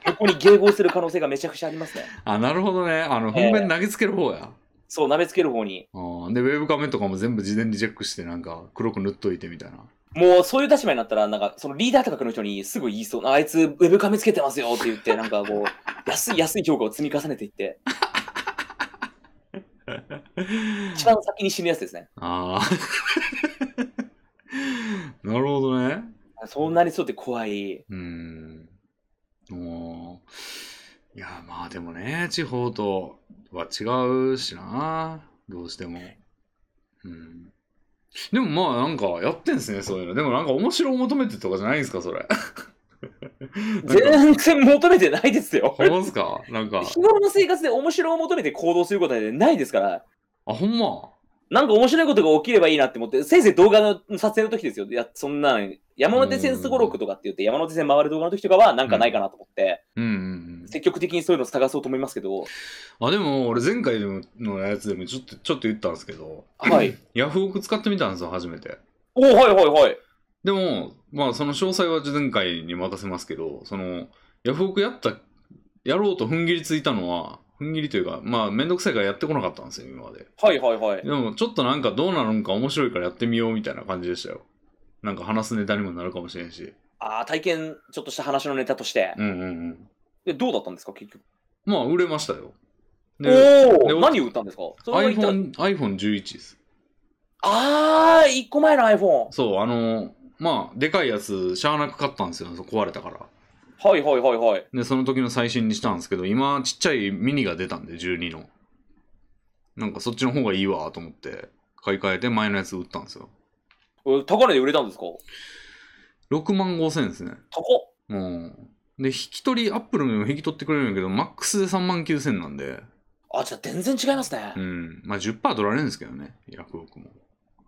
S2: 向こうに迎合する可能性がめちゃくちゃありますね。
S1: あ、なるほどね。あの、
S2: ええ
S1: 本編投げつける方や。
S2: そう、舐めつける方に。
S1: あーで、ウェブカメとかも全部事前にチェックして、なんか黒く塗っといてみたいな。
S2: もうそういう立場になったら、なんかそのリーダーとかの人にすぐ言いそう、あいつウェブカメつけてますよって言って、なんかこう、 <laughs> 安い安い評価を積み重ねていって、一番先に死ぬやつですね。
S1: ああ。 <laughs> なるほどね。
S2: そうなりそうで怖い。
S1: うーん。もう、いや、まあでもね、地方とは違うしな、どうしても。うん。でもまあなんかやってんすね、そういうの。でもなんか面白を求めてとかじゃないんですか、それ。なんか、
S2: <laughs> 全然求めてないです
S1: <laughs>
S2: よ。
S1: ほんますかなんか、
S2: 日頃の生活で面白を求めて行動することはないですから、
S1: あ、ほんま。
S2: なんか面白いことが起きればいいなって思って、せいぜい動画の撮影の時ですよ。いや、そんなの山手線すごろくとかって言って、山手線回る動画の時とかはなんかないかなと思って、
S1: うんうんうん。
S2: 積極的にそういうのを探そうと思いますけど、
S1: あ、でも俺前回でものやつでもちょっと、ちょっと言ったんですけど、
S2: はい。
S1: ヤフオク使ってみたんですよ、初めて。
S2: おはいはいはい。
S1: でも、まあ、その詳細は前回に任せますけど、その、ヤフオクやった、やろうと踏ん切りついたのは、踏ん切りというか、まあ、めんどくさいからやってこなかったんですよ、今まで。
S2: はいはいはい。
S1: でも、ちょっとなんかどうなるんか面白いからやってみようみたいな感じでしたよ。なんか話すネタにもなるかもしれんし。
S2: ああ、体験ちょっとした話のネタとして。
S1: うんうんうん。
S2: で、どうだったんですか、結局。
S1: まあ、売れましたよ。で、
S2: お
S1: で
S2: お
S1: お
S2: 何を売ったんですかそれは言った
S1: iPhone、iPhone11 です。
S2: ああ、一個前の iPhone。
S1: そう、あの、まあ、でかいやつ、しゃあなく買ったんですよ、壊れたから。
S2: はいはいはいはい。
S1: で、その時の最新にしたんですけど、今、ちっちゃいミニが出たんで、12の。なんかそっちの方がいいわと思って、買い替えて前のやつ売ったんですよ。
S2: え高値で売れたんですか
S1: 6万5千円ですね。
S2: 高っ
S1: うん。で、引き取り、アップルも引き取ってくれるんやけど、マックスで3万9千なんで、
S2: あ、じゃあ全然違いますね
S1: う。ん。まあ10%取られるんですけどね、薬億も。だか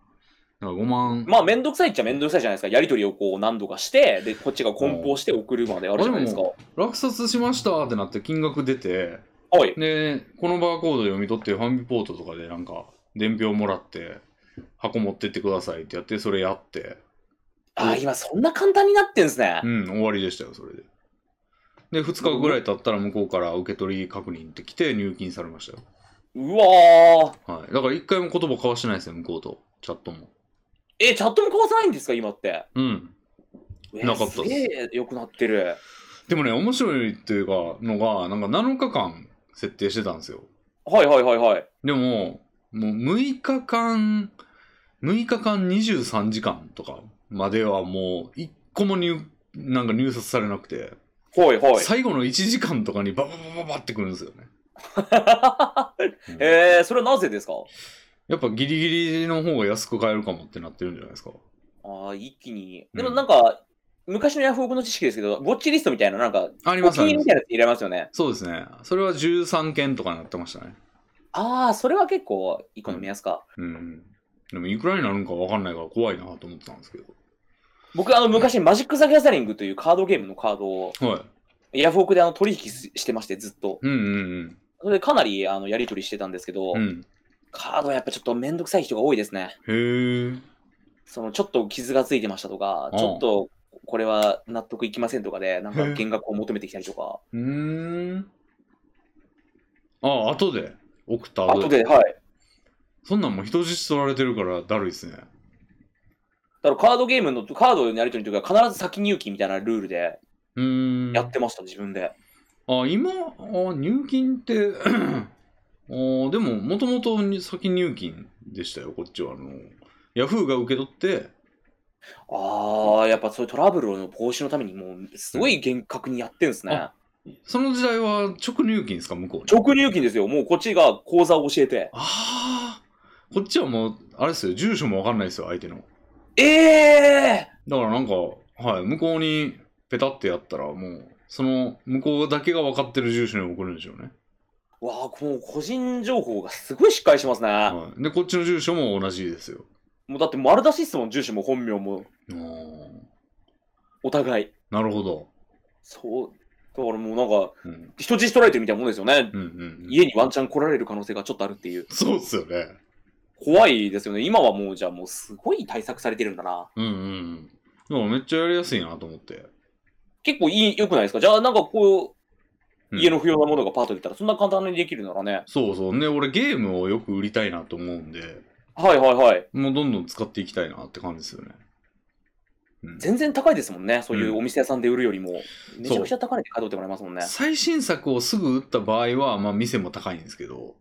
S1: ら5万。
S2: まあ、めんどくさいっちゃめんどくさいじゃないですか。やりとりをこう何度かして、で、こっちが梱包して送るまであるじゃないですか。
S1: うん落札しましたってなって金額出て、
S2: はい。
S1: で、このバーコード読み取って、ファンビポートとかでなんか、伝票もらって、箱持ってってくださいってやって、それやって、
S2: ああ、今そんな簡単になってんですね
S1: う。ん、終わりでしたよ、それで。で、2日ぐらい経ったら向こうから受け取り確認って来て、入金されましたよ。
S2: うわー。
S1: はい。だから一回も言葉交わしてないですよ、向こうと。チャットも。
S2: え、チャットも交わさないんですか、今って。
S1: うん。
S2: えー
S1: なかったっす
S2: すげえ良くなってる。
S1: でもね、面白いっていうか、のが、なんか7日間設定してたんですよ。
S2: はいはいはいはい。
S1: でも、もう6日間、6日間23時間とかまではもう、一個も入、なんか入札されなくて、
S2: はいはい。
S1: 最後の1時間とかにバババババってくるんですよ
S2: <laughs>
S1: ね。うん
S2: えー、それはなぜですか
S1: やっぱギリギリの方が安く買えるかもってなってるんじゃないですか。
S2: ああ、一気に。
S1: うん
S2: でもなんか、昔のヤフオクの知識ですけど、ウォッチリストみたいな、なんか、
S1: あり
S2: お
S1: ま
S2: 気
S1: す
S2: に
S1: ありま
S2: 入りみ
S1: す
S2: たいなやつ入れますよね。
S1: そうですね。それは13件とかになってましたね。
S2: ああ、それは結構一個の目安か。
S1: うん。でも、いくらになるんかわかんないから怖いなと思ってたんですけど。
S2: 僕、あの、昔、マジック・ザ・ギャザリングというカードゲームのカードを、
S1: はい。
S2: ヤフオクであの取引ししてまして、ずっと。
S1: うんうん
S2: それでかなりあのやり取りしてたんですけど、
S1: うん。うん。
S2: カードはやっぱちょっとめんどくさい人が多いですね。
S1: へえ。
S2: その、ちょっと傷がついてましたとか、
S1: うん
S2: ちょっとこれは納得いきませんとかで、なん
S1: へえ
S2: か減額を求めてきたりとか。
S1: うーん。ああ、後で。送った
S2: 後で、はい。
S1: そんなんもう人質取られてるからだるいっすね。
S2: だからカードゲームの、カードのやり取りの時は必ず先入金みたいなルールで
S1: うーん。
S2: やってました、自分で。
S1: あ、今、あ入金って、 <clears throat> あでも、もともと先入金でしたよ、こっちは。あの、ヤフーが受け取って、
S2: ああ、やっぱそういうトラブルの防止のために、もう、すごい厳格にやってんですね。
S1: あその時代は直入金ですか、向こうに。
S2: 直入金ですよ。もうこっちが口座を教えて。
S1: ああ、こっちはもう、あれですよ、住所もわかんないですよ、相手の。
S2: ええ
S1: だからなんか、はい、向こうにペタってやったら、もう、その向こうだけが分かってる住所に送るんでしょうね。
S2: わあ、もう個人情報がすごいしっかりしてますね。
S1: はい、で、こっちの住所も同じですよ。
S2: もうだって丸出しっすもん、住所も本名も、
S1: あー
S2: お互い。
S1: なるほど。
S2: そう。だからもうなんか、
S1: うん、
S2: 人質取られてるみたいなもんですよね。
S1: うん、うんうん。
S2: 家にワンチャン来られる可能性がちょっとあるっていう。
S1: そうっすよね。
S2: 怖いですよね。今はもう、じゃあもうすごい対策されてるんだな。
S1: うんうんうん。でもめっちゃやりやすいなと思って。
S2: 結構いい、良くないですかじゃあなんかこ
S1: う
S2: う、
S1: ん
S2: 家の不要なものがパートでいったら、そんな簡単にできるならね。
S1: そうそう。ね、俺ゲームをよく売りたいなと思うんで、
S2: はいはいはい。
S1: もうどんどん使っていきたいなって感じですよね。うん、
S2: 全然高いですもんね。そういうお店屋さんで売るよりも。めちゃくちゃ高値で買い取ってもらえますもんね。
S1: 最新作をすぐ売った場合は、まあ店も高いんですけど、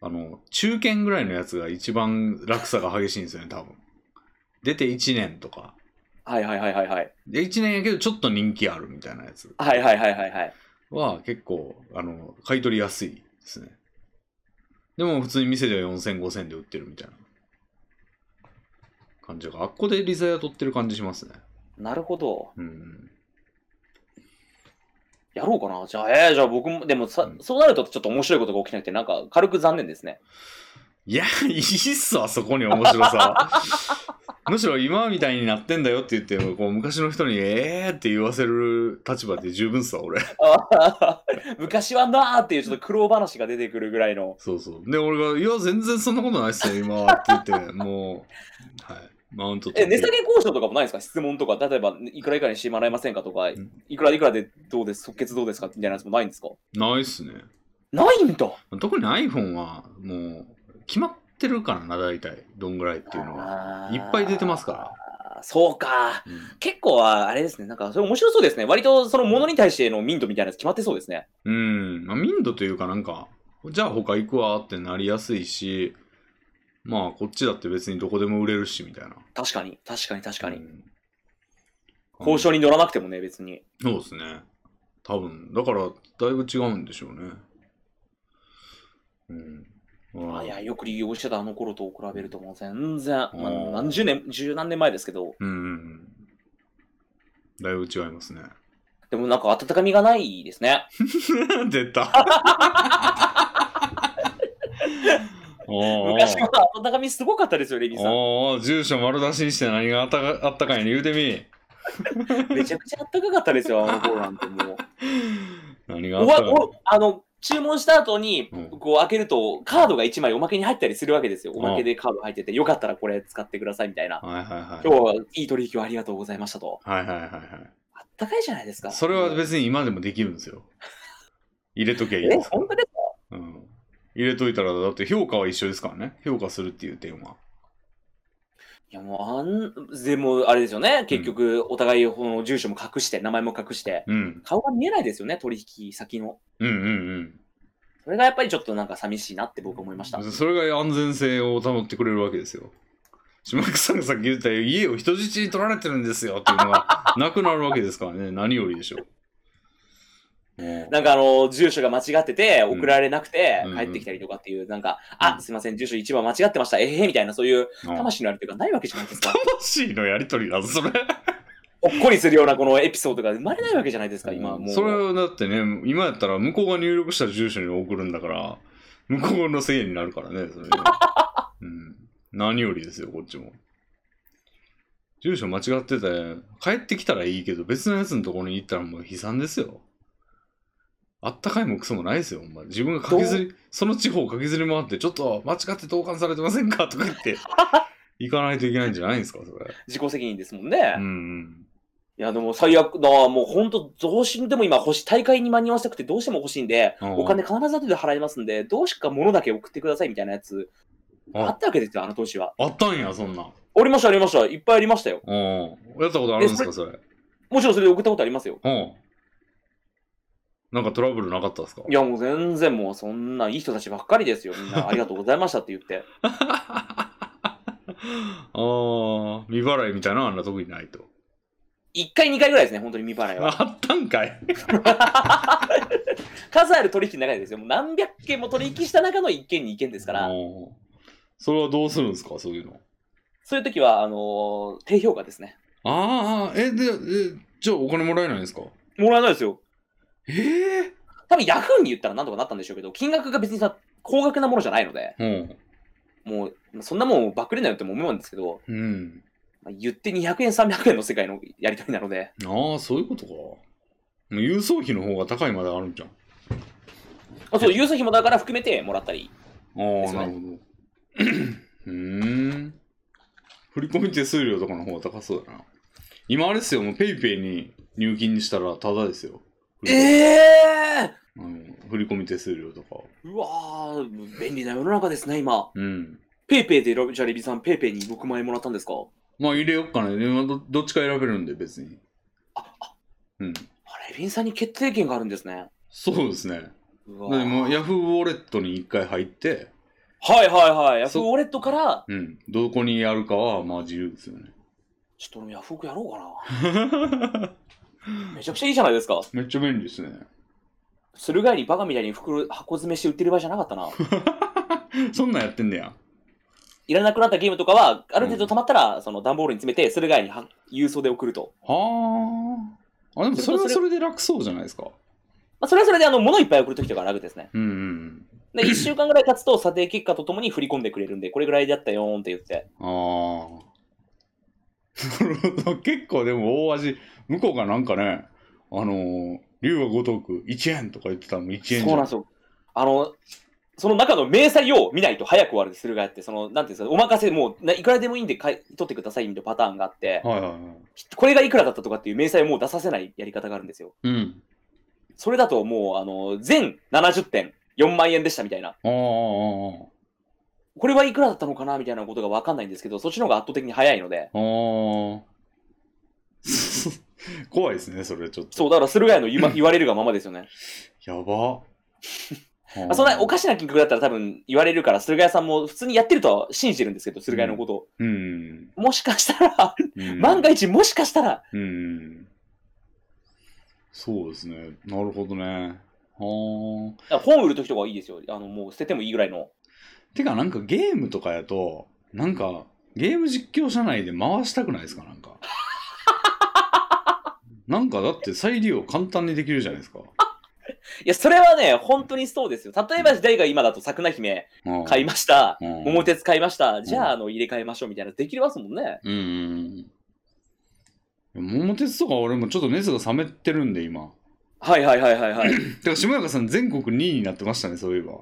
S1: あの、中堅ぐらいのやつが一番落差が激しいんですよね、多分。出て1年とか。
S2: はいはいはいはいはい。
S1: で、1年やけどちょっと人気あるみたいなやつ
S2: はいはいはいはいはい。
S1: は結構、あの、買い取りやすいですね。でも普通に店では4000、5000で売ってるみたいな感じが、あっこでリザヤ取ってる感じしますね。
S2: なるほど。
S1: うんうん。
S2: やろうかな。じゃあ、えー、じゃあ僕も、でもさ、
S1: うん
S2: そうなるとちょっと面白いことが起きなくて、なんか軽く残念ですね。 <laughs>
S1: いや、いいっすわ、そこに面白さ。むしろ今みたいになってんだよって言って、こう昔の人に、えーって言わせる立場で十分っすわ、俺。
S2: 昔はなーっていうちょっと苦労話が出てくるぐらいの。
S1: そうそう。で、俺が、いや、全然そんなことないっすよ、今はって言って、もう、はい、マウント取
S2: え、
S1: っ
S2: 値
S1: て
S2: 下げ交渉とかもないですか質問とか、例えば、いくらいくらにしてもらえませんかとか、
S1: ん
S2: いくらいくらでどうです、即決どうですかみたいなやつもないんですか
S1: ないっすね。
S2: ないんだ。
S1: 特に iPhone は、もう、決まってるからな、大体、どんぐらいっていうのは。いっぱい出てますから
S2: そうか。
S1: ら。
S2: 結構は、あれですね。なんか、それ面白そうですね。割と、そのものに対してのミントみたいなやつ決まってそうですね。
S1: うん、うん、まあ、民度というかなんか、じゃあ他行くわってなりやすいし、まあ、こっちだって別にどこでも売れるし、みたいな。
S2: 確かに、確かに、確かに。
S1: うん
S2: 交渉に乗らなくてもね、別に。
S1: そうですね。多分、だから、だいぶ違うんでしょうね。うん。うん
S2: あいや、よく利用してたあの頃と比べるともう全然、まあ
S1: ー
S2: 何十年、十何年前ですけど、
S1: うんうんうん。だいぶ違いますね。
S2: でもなんか温かみがないですね。 <laughs>
S1: 出 <laughs> た。
S2: 昔
S1: 昔
S2: は温かみすごかったですよ、レミさん。
S1: おーおー住所丸出しにして何があったかあったかいの言うてみ。
S2: めちゃくちゃ温かかったですよ、あの頃なん
S1: <laughs>
S2: てもう。
S1: 何があ
S2: お
S1: った
S2: わ
S1: かい
S2: おあの注文した後に、
S1: うん
S2: こう開けると、カードが1枚おまけに入ったりするわけですよ。おまけでカード入ってて、よかったらこれ使ってくださいみたいな。
S1: はいはいはい。
S2: 今日はいい取引をありがとうございましたと。
S1: はいはいはいは
S2: あったかいじゃないですか。
S1: い。それは別に今でもできるんですよ。入れときゃいい
S2: え
S1: で、すから
S2: 本当ですか
S1: うん。入れといたら、だって評価は一緒ですからね。評価するっていう点は。
S2: いやもう、あん、でもあれですよね。結局、お互い、この住所も隠して、名前も隠して。
S1: うん。
S2: 顔が見えないですよね、取引先の。
S1: うんうん
S2: それがやっぱりちょっとなんか寂しいなって僕思いました
S1: う。ん。それが安全性を保ってくれるわけですよ。島木さんがさっき言ったように家を人質に取られてるんですよっていうのがなくなるわけですからね。何よりでしょう。も
S2: なんかあの、住所が間違ってて、
S1: うん
S2: 送られなくて
S1: うん、
S2: 帰ってきたりとかっていう、なんか、
S1: う
S2: あ、
S1: ん
S2: すいません、住所一番間違ってました、えへへみたいな、そういう
S1: ううん
S2: 魂のあるというか、ないわけじゃないですか。
S1: 魂のやりとりだぞ、それ。
S2: ほっこりするようなこのエピソードが生まれないわけじゃないですか、今はもう。
S1: それはだってね、今やったら向こうが入力した住所に送るんだから、向こうのせいになるからね、そ
S2: <laughs>
S1: れね。うん。何よりですよ、こっちも。住所間違ってて、帰ってきたらいいけど、別のやつのところに行ったらもう悲惨ですよ。あったかいもクソもないですよ、ほんま。自分が駆けずり、その地方を駆けずり回って、ちょっと間違って投函されてませんかとか言
S2: <laughs>
S1: って、行かないといけないんじゃないんですか、それ。
S2: 自己責任ですもんね。
S1: うんう
S2: い
S1: ん。
S2: や、でも最悪だ、もう本当、どうしでも今欲しい、大会に間に合わせたくてどうしても欲しいんで、
S1: うん
S2: お金必ず後で払いますんで、どうしか物だけ送ってくださいみたいなやつ、
S1: あ
S2: あったわけですよ、あの当時は。
S1: あったんや、そんなん。
S2: ありました、ありました。いっぱいありましたよ。
S1: うん。やったことあるんですか、それ。
S2: もちろんそれで送ったことありますよ。
S1: うん。なんかトラブルなかったですか
S2: いや、もう全然もうそんないい人たちばっかりですよ。みんなありがとうございましたって言って。 <laughs>
S1: ああ、未払いみたいなのはあんな特にないと。
S2: 1回、2回ぐらいですね、本当に未払い <laughs> は。
S1: あったんかい
S2: 数ある取引の中でですよ。もう何百件も取引した中の1件、2件ですから、
S1: おーそれはどうするんですかそういうの。
S2: そういう時は、あのー低評価ですね。
S1: ああ、え、で、え、じゃあお金もらえないんですか
S2: もらえないですよ。
S1: ええ
S2: 多分ヤフーに言ったらなんとかなったんでしょうけど、金額が別にさ、高額なものじゃないので、もう、そんなもんばっくれないよっても思うんですけど、
S1: うん。うん。
S2: まあ言って200円、300円の世界のやり取りなので、
S1: ああ、そういうことか。もう郵送費の方が高いまであるんじゃん。
S2: あそう、郵送費もだから含めてもらったり、
S1: あ
S2: で
S1: あ、
S2: すね
S1: なるほど。 <clears throat> うーん。振り込み手数料とかの方が高そうだな。今あれですよ、もうペイペイに入金したらタダですよ。
S2: え
S1: うん、振り込み手数料とか。
S2: ー、うわー、便利な世の中ですね、今。
S1: うん。
S2: ペイペイで選べ、じゃあレビさん、ペイペイに6万円もらったんですか
S1: まあ入れよっかね。今どどっちか選べるんで別に。
S2: あ、あ、
S1: うん。
S2: あレビンさんに決定権があるんですね。
S1: そうですね。
S2: う
S1: で
S2: わー
S1: もヤフーウォレットに一回入って、
S2: はいはいはい。ヤフー
S1: そ
S2: ウォレットから、
S1: うん。どこにやるかはまあ自由ですよね。
S2: ちょっと俺もヤフオクやろう
S1: <laughs>
S2: かな。めちゃくちゃいいじゃないですか。
S1: めっちゃ便利ですね。
S2: するがいにバカみたいに袋箱詰めして売ってる場合じゃなかったな。 <laughs>
S1: そんなんやってんねや。
S2: いらなくなったゲームとかは、ある程度溜まったら、その段ボールに詰めて、それがいには郵送で送ると。
S1: はあ。あ、でもそれはそれで楽そうじゃないですか。
S2: まあ、それはそれで、あの、物いっぱい送るときとか楽ですね。
S1: うんうん
S2: <laughs> で、1週間ぐらい経つと、査定結果とともに振り込んでくれるんで、これぐらいだったよーんって言って。
S1: うん。ああ。なるほど。 <laughs> 結構でも大味。向こうがなんかね、あのー、竜が如く1円とか言ってたのも1円じゃん。
S2: <laughs> そうなんですよ。あの、その中の明細を見ないと早く終わるするがあって、その、なんていうんですか、お任せ、もう、ないくらでもいいんで買い取ってくださいみたいなパターンがあ <laughs> って、
S1: はいはいはい。
S2: これがいくらだったとかっていう明細をもう出させないやり方があるんですよ。
S1: うん。
S2: それだともう、あの、全70点、4万円でしたみたいな。
S1: ああああ
S2: これはいくらだったのかなみたいなことがわかんないんですけど、そっちの方が圧倒的に早いので。
S1: ああああ <laughs> 怖いですねそれちょっと
S2: そう、だからするがいの言わ言われるがままですよね。
S1: やば
S2: ま <laughs> あ、そんなおか
S1: し
S2: しな金額だったら多分言われるから、駿河屋さんも普通にやってるとは信じてるんですけど、駿河屋のことを。
S1: うん、
S2: もしかしたら、
S1: うん、
S2: 万が一もしかしたら、
S1: うんそうですねなるほどねはあ
S2: 本売るときとかはいいですよ。あの、もう捨ててもいいぐらいの。
S1: てかなんかゲームとかやとなんかゲーム実況社内で回したくないですかなん
S2: <laughs>
S1: かなんかだって再利用簡単にできるじゃないですか
S2: いや、それはね、本当にそうですよ。例えば時代が今だと、桜姫
S1: うん
S2: 買いました。
S1: うん
S2: 桃鉄買いました。じゃあ、あの、入れ替えましょうみたいな、できますもんね。
S1: うんうんうん。桃鉄とか俺もちょっと熱が冷めてるんで今。
S2: はいはいはいはいはい。
S1: てか、下中さん全国2位になってましたね、そういえば。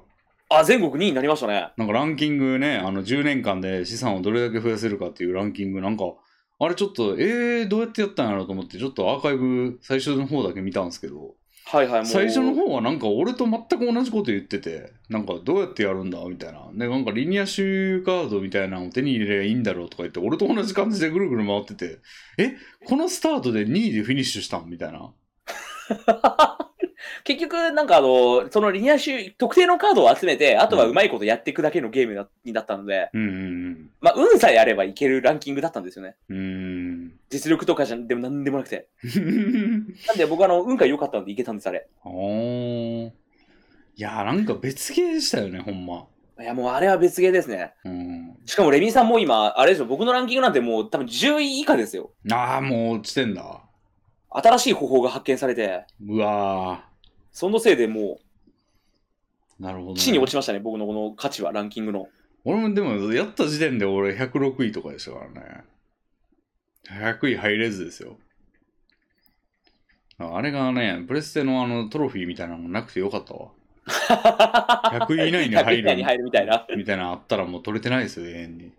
S2: あ、全国2位になりましたね。
S1: なんかランキングね、あの10年間で資産をどれだけ増やせるかっていうランキング、なんか、あれちょっと、えー、どうやってやったんやろうと思って、ちょっとアーカイブ最初の方だけ見たんですけど、
S2: はいはい、もう。
S1: 最初の方はなんか俺と全く同じこと言ってて、なんかどうやってやるんだみたいな。で、なんかリニア周カードみたいなのを手に入れればいいんだろうとか言って、俺と同じ感じでぐるぐる回ってて、え、このスタートで2位でフィニッシュしたんみたいな。
S2: 結局、なんかあの、そのリニア集、特定のカードを集めて、あとはうまいことやっていくだけのゲームだになったので、
S1: うんうん
S2: まあ、運さえあればいけるランキングだったんですよね。
S1: うん。うーん。
S2: 実力とかじゃ、でもなんでもなくて。
S1: <laughs>
S2: なんで僕あの、運が良かったのでいけたんです、あれ。
S1: おー。いやー、なんか別ゲーでしたよね、ほんま。
S2: いや、もうあれは別ゲーですね。
S1: うん。
S2: しかもレミンさんも今、あれですよ、僕のランキングなんてもう多分10位以下ですよ。
S1: あー、もう落ちてんだ。
S2: 新しい方法が発見されて、
S1: うわ
S2: そのせいでもう、
S1: なるほど、ね。
S2: 地に落ちましたね、僕のこの価値は、ランキングの。
S1: 俺もでも、やった時点で俺106位とかでしたからね。100位入れずですよ。ああれがね、プレステのあのトロフィーみたいなのなくてよかったわ。100位以内に入
S2: 100位以内に入
S1: る
S2: る <laughs> みたいな。
S1: みたいなのあったらもう取れてないですよ、永遠に。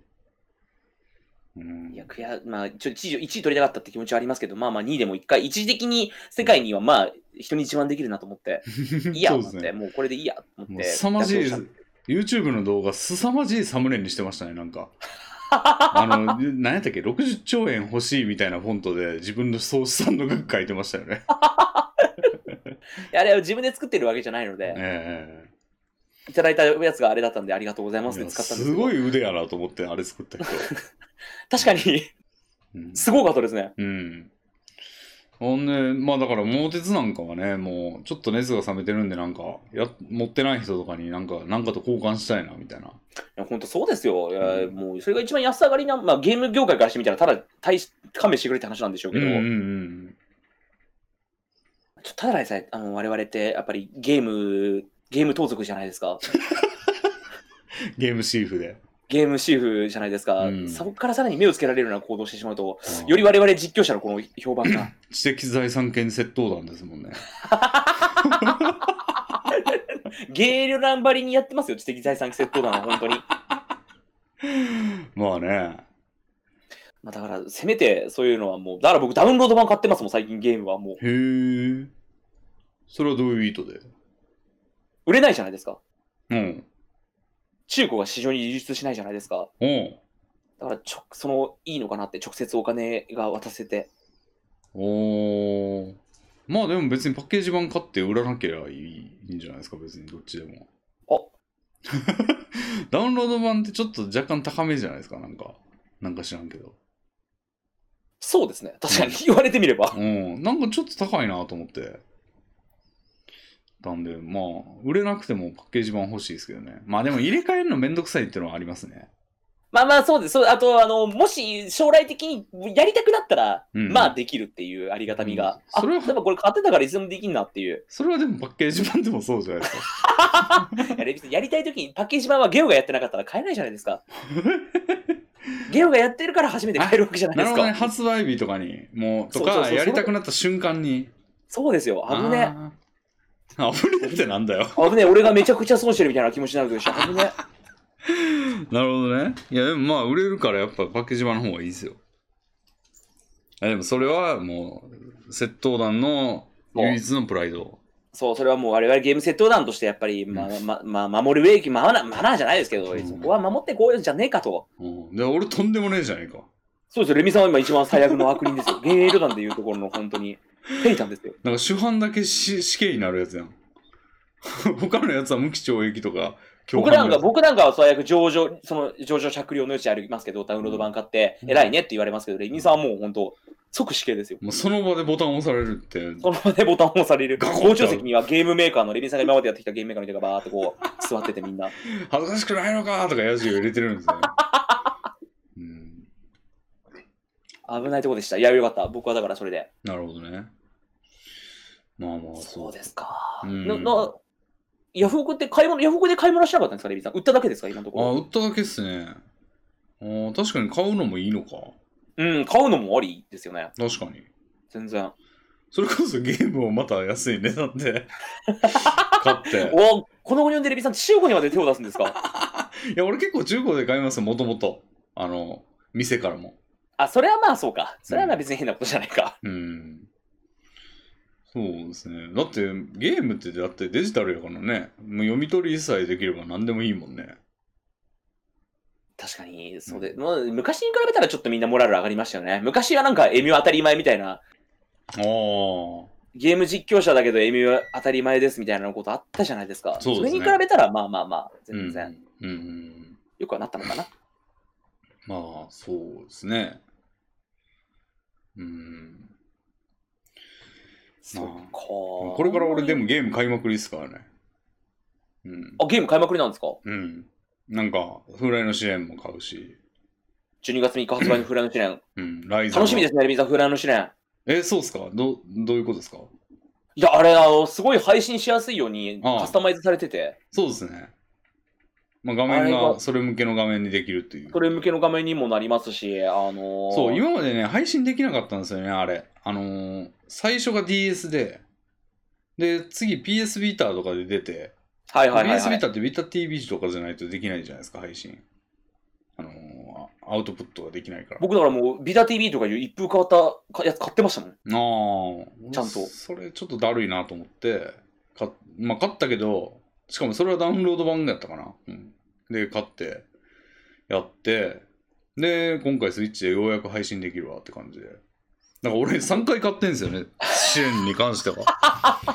S1: うん
S2: いや、、悔や、まあ、ちょ、一位、一位取りたかったって気持ちはありますけど、まあまあ、2位でも一回、一時的に世界には、まあ、人に一番できるなと
S1: <laughs>
S2: 思って、いいや、
S1: そ
S2: と
S1: うです
S2: 思って、
S1: ね。
S2: もうこれでいいや、と思っ
S1: もう
S2: て。
S1: 凄まじい
S2: 妥協した
S1: YouTube の動画、凄まじいサムネにしてましたね、なん
S2: <laughs>
S1: か。あの、何やったっけ、60兆円欲しいみたいなフォントで自分の総資産の額書いてましたよね。
S2: いやあれは自分で作ってるわけじゃないので、
S1: え
S2: いただいたやつがあれだったんで、ありがとうござい
S1: え
S2: ますって使ったんで
S1: す
S2: すけど
S1: ごい腕やなと思って、あれ
S2: <laughs>
S1: 作った人。
S2: 確かに、
S1: うん
S2: すごかったですね。
S1: うん。ほんで、まあだから、猛鉄なんかはね、もう、ちょっと熱が冷めてるんで、なんかや、持ってない人とかになんか、なんかと交換したいな、みたいな。
S2: いや、本当そうですよ。いや
S1: うん
S2: もう、それが一番安上がりな、まあ、ゲーム業界からしてみたら、ただ、大し、勘弁してくれって話なんでしょう
S1: う
S2: け
S1: ん
S2: ど、
S1: うんうん。
S2: ちょただでさえ、あの、我々って、やっぱりゲーム、ゲーム盗賊じゃないですか。
S1: ゲームシーフで。
S2: ゲームシーフじゃないですか。
S1: うん
S2: そこからさらに目をつけられるような行動をしてしまうと、
S1: うん
S2: より我々実況者のこの評判が。
S1: 知的財産権窃盗団ですもんね。
S2: ゲールランばりにやってますよ、知的財産窃盗
S1: <laughs>
S2: 団は、本当に。
S1: まあね。
S2: まあ、だから、せめて、そういうのはもう、だから僕、ダウンロード版買ってますもん、最近ゲームはもう。
S1: へえ。それはどういう意図で
S2: 売れないじゃないですか。
S1: うん。
S2: 中古が市場に流出しないじゃないですか。
S1: おう
S2: だからちょ、その、いいのかなって、直接お金が渡せて。
S1: おーまあでも別にパッケージ版買って売らなければいいいいんじゃないですか、別にどっちでも。 <laughs> ダウンロード版ってちょっと若干高めじゃないですか、なんか。なんか知らんけど。
S2: そうですね。確かに言われてみれば。
S1: うん。なんかちょっと高いなと思って。なんで、まあ、売れなくてもパッケージ版欲しいですけどね。まあでも入れ替えるのめんどくさいっていうのはありますね。
S2: まあまあ、そうです。そうあと、あの、もし将来的にやりたくなったら、
S1: うん
S2: まあできるっていうありがたみが。
S1: うん
S2: あ、
S1: それは
S2: でもこれ買ってたからいつでもできんなっていう。
S1: それはでもパッケージ版でもそうじゃない <laughs> ですか。
S2: やれやりたい時にパッケージ版はゲオがやってなかったら買えないじゃないで
S1: <laughs>
S2: すか。ゲオがやってるから初めて買えるわけじゃない
S1: な
S2: で
S1: る
S2: す
S1: ほど
S2: か。
S1: ね、発売日とかに、もう、と
S2: そうそうそう
S1: か、
S2: そう
S1: やりたくなった瞬間に。
S2: そうですよ。危ね。
S1: あー。 <laughs> 危ねってなんだよ。
S2: 危ね。俺がめちゃくちゃ損してるみたいな気持ちになるでしょ。危ね。
S1: なるほどね。いや、でもまあ、売れるからやっぱパッケージ版の方がいいですよ。あでもそれはもう、窃盗団の唯一のプライド。
S2: そう、それはもう我々ゲーム窃盗団としてやっぱり、まあ、まあ、まあ、守るべきマナー、マナーじゃないですけど、
S1: うん
S2: そこは守ってこうよじゃねえかと。
S1: うん、で俺とんでもねえじゃねえか。
S2: そうですよ、レミさんは今一番最悪の悪人ですよ。ゲイエル団でいうところの本当に、ペイタンですよ。
S1: なんか主犯だけし死刑になるやつやん。 <laughs> 他のやつは無期懲役とか、
S2: 僕なんか、
S1: だ
S2: 僕なんかは最悪上場、その上場着量の余地ありますけど、ダウンロード版買って、
S1: うん
S2: 偉いねって言われますけど、レミさんはもう本当、即死刑ですよ。
S1: もうその場でボタン押されるって、
S2: その場でボタンを押される。
S1: ガコッと
S2: 傍聴席にはゲームメーカーのレミさんが今までやってきたゲームメーカーの人がバーってこう、座っててみんな。
S1: 恥ずかしくないのかとかやじを入れてるんですね。 <laughs> うん、
S2: 危ないとこでした。いや、よかった。僕はだからそれで。
S1: なるほどね。まあまあ、
S2: そう
S1: す。
S2: ですか。
S1: うん
S2: ななヤフオクって買い物、ヤフオクで買い物しなかったんですか、レビさん。売っただけですか、今のとこ
S1: あ、
S2: ろ。
S1: 売っただけっすね。あー確かに買うのもいいのか。
S2: うん、買うのもありですよね。
S1: 確かに。
S2: 全然。
S1: それこそゲームをまた安い値段で <laughs> 買って。
S2: おこの後にんでレビさん、中古にまで手を出すんですか
S1: いや、俺結構中古で買いますよ、もともと。あの、店からも。
S2: あ、それはまあそうか。それはまあ別に変なことじゃないか。
S1: うん。そうですね。だって、ゲームってだってデジタルやからね。もう読み取りさえできれば何でもいいもんね。
S2: 確かに、そうで、もう昔に比べたらちょっとみんなモラル上がりましたよね。昔はなんか、エミは当たり前みたいな、
S1: ああ。
S2: ゲーム実況者だけど、エミは当たり前ですみたいなことあったじゃないですか。
S1: そうですね
S2: れに比べたら、まあまあまあ、全然、
S1: うん。うんうん。
S2: よくはなったのかな。
S1: まあ、そうですね。うん。
S2: そうか。
S1: まあ
S2: こ
S1: これから俺でも。ゲーム買いまくりですからね。うん。
S2: あ、ゲーム買いまくりなんですか
S1: うん。なんか、フライの支援も買うし。
S2: 12月3日発売のフライの試練。
S1: うん。ライザー。
S2: 楽しみですすね、レミさん、フライの試練。
S1: え、そうっすかどう、どういうことですか
S2: いや、あれ、あの、すごい配信しやすいように
S1: ああ
S2: カスタマイズされてて、
S1: そうですね。まあ、画面
S2: あれ
S1: が
S2: が
S1: それ向けの画面にできるっていう
S2: そ。れ向けの画面にもなりますし、あのー
S1: そう、今までね、配信できなかったんですよね、あれ。あのー最初が DS で、で、次 PS ビーターとかで出て、
S2: はいはいはい、
S1: PS
S2: は
S1: ビー
S2: い
S1: タ。ーってビータ TV とかじゃないとできないじゃないですか、配信。あのーアウトプットができないから。
S2: 僕だからもう、ビタ TV とかいう一風変わったかやつ買ってましたもん。
S1: ああ、
S2: ちゃんと
S1: 俺それちょっとだるいなと思って、かまあ、買ったけど、しかもそれはダウンロード版やったかな。うん、で、買って、やって、で、今回スイッチでようやく配信できるわって感じで。なんか俺3回買ってんですよね、支援に関しては。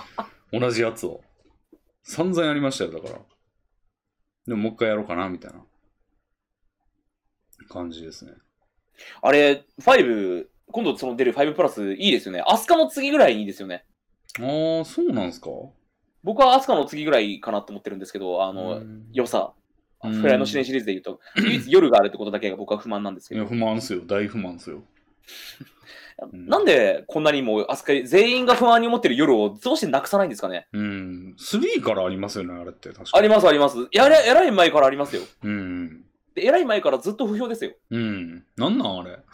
S2: <laughs>
S1: 同じやつを。散々やりましたよ、だから。でももう一回やろうかな、みたいな感じですね。
S2: あれ、5、今度その出る5プラスいいですよね。アスカの次ぐらいにいいですよね。
S1: ああ、そうなんすか
S2: 僕はアスカの次ぐらいかなと思ってるんですけど、あ
S1: あ
S2: の、良さ。
S1: うん
S2: フライの試練シリーズで言うと、唯
S1: <laughs>
S2: 一夜があるってことだけが僕は不満なんですけ
S1: いや、
S2: ど、
S1: 不満っすよ。大不満っす
S2: <laughs>
S1: よ。うん
S2: なんでこんなにもう、アスカ全員が不安に思ってる夜をどうしてなくさないんですかね
S1: うん。3からありますよね、あれって。確か
S2: ありますあります。やれ、えらい前からありますよ。
S1: うん。
S2: でえらい前からずっと不評ですよ。
S1: うん。なんなん、あれ。 <laughs>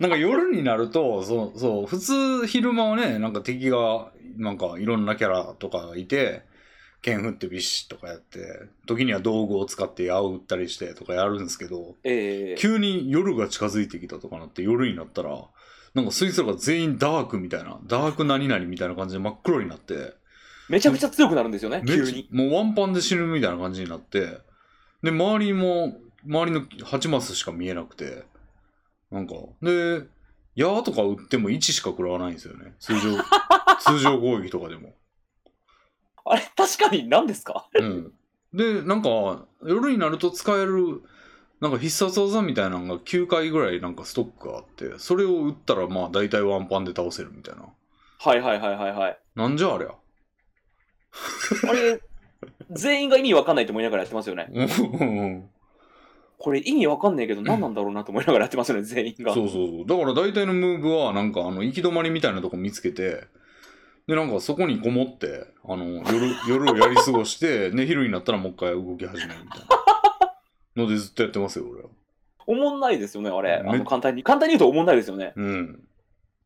S1: なんか夜になると、そう、そう、普通昼間はね、なんか敵が、なんかいろんなキャラとかがいて、剣振ってビシッとかやって、時には道具を使って矢を打ったりしてとかやるんですけど、
S2: ええ
S1: 急に夜が近づいてきたとかなって夜になったらなんか水素が全員ダークみたいなダーク何々みたいな感じで真っ黒になって
S2: めちゃくちゃ強くなるんですよね、
S1: め
S2: 急に。
S1: もうワンパンで死ぬみたいな感じになってで周りも周りの8マスしか見えなくてなんかで矢とか打っても1しか食らわないんですよね通
S2: <laughs>
S1: 常通常攻撃とかでも
S2: あれ、確かに何ですか
S1: うん、でなんか夜になると使えるなんか必殺技みたいなのが9回ぐらいなんかストックがあってそれを打ったらまあ大体ワンパンで倒せるみたいな
S2: はいはいはいはいはい。
S1: なんじゃありゃ
S2: あれ、全員が意味わかんないと思いながらやってますよね。
S1: うん
S2: これ意味わかんないけど何なんだろうなと思いながらやってますよね、全員
S1: そ
S2: が。
S1: うそうそうだから大体のムーブはなんかあの行き止まりみたいなとこ見つけてでなんかそこにこもってあの夜夜 <laughs> をやり過ごしてで昼になったらもう一回動き始めるみたいなのでずっとやってますよ俺は
S2: おもんないですよね、あれ。あ
S1: め
S2: の簡単に。簡単に言うとおもんないですよね。
S1: うん。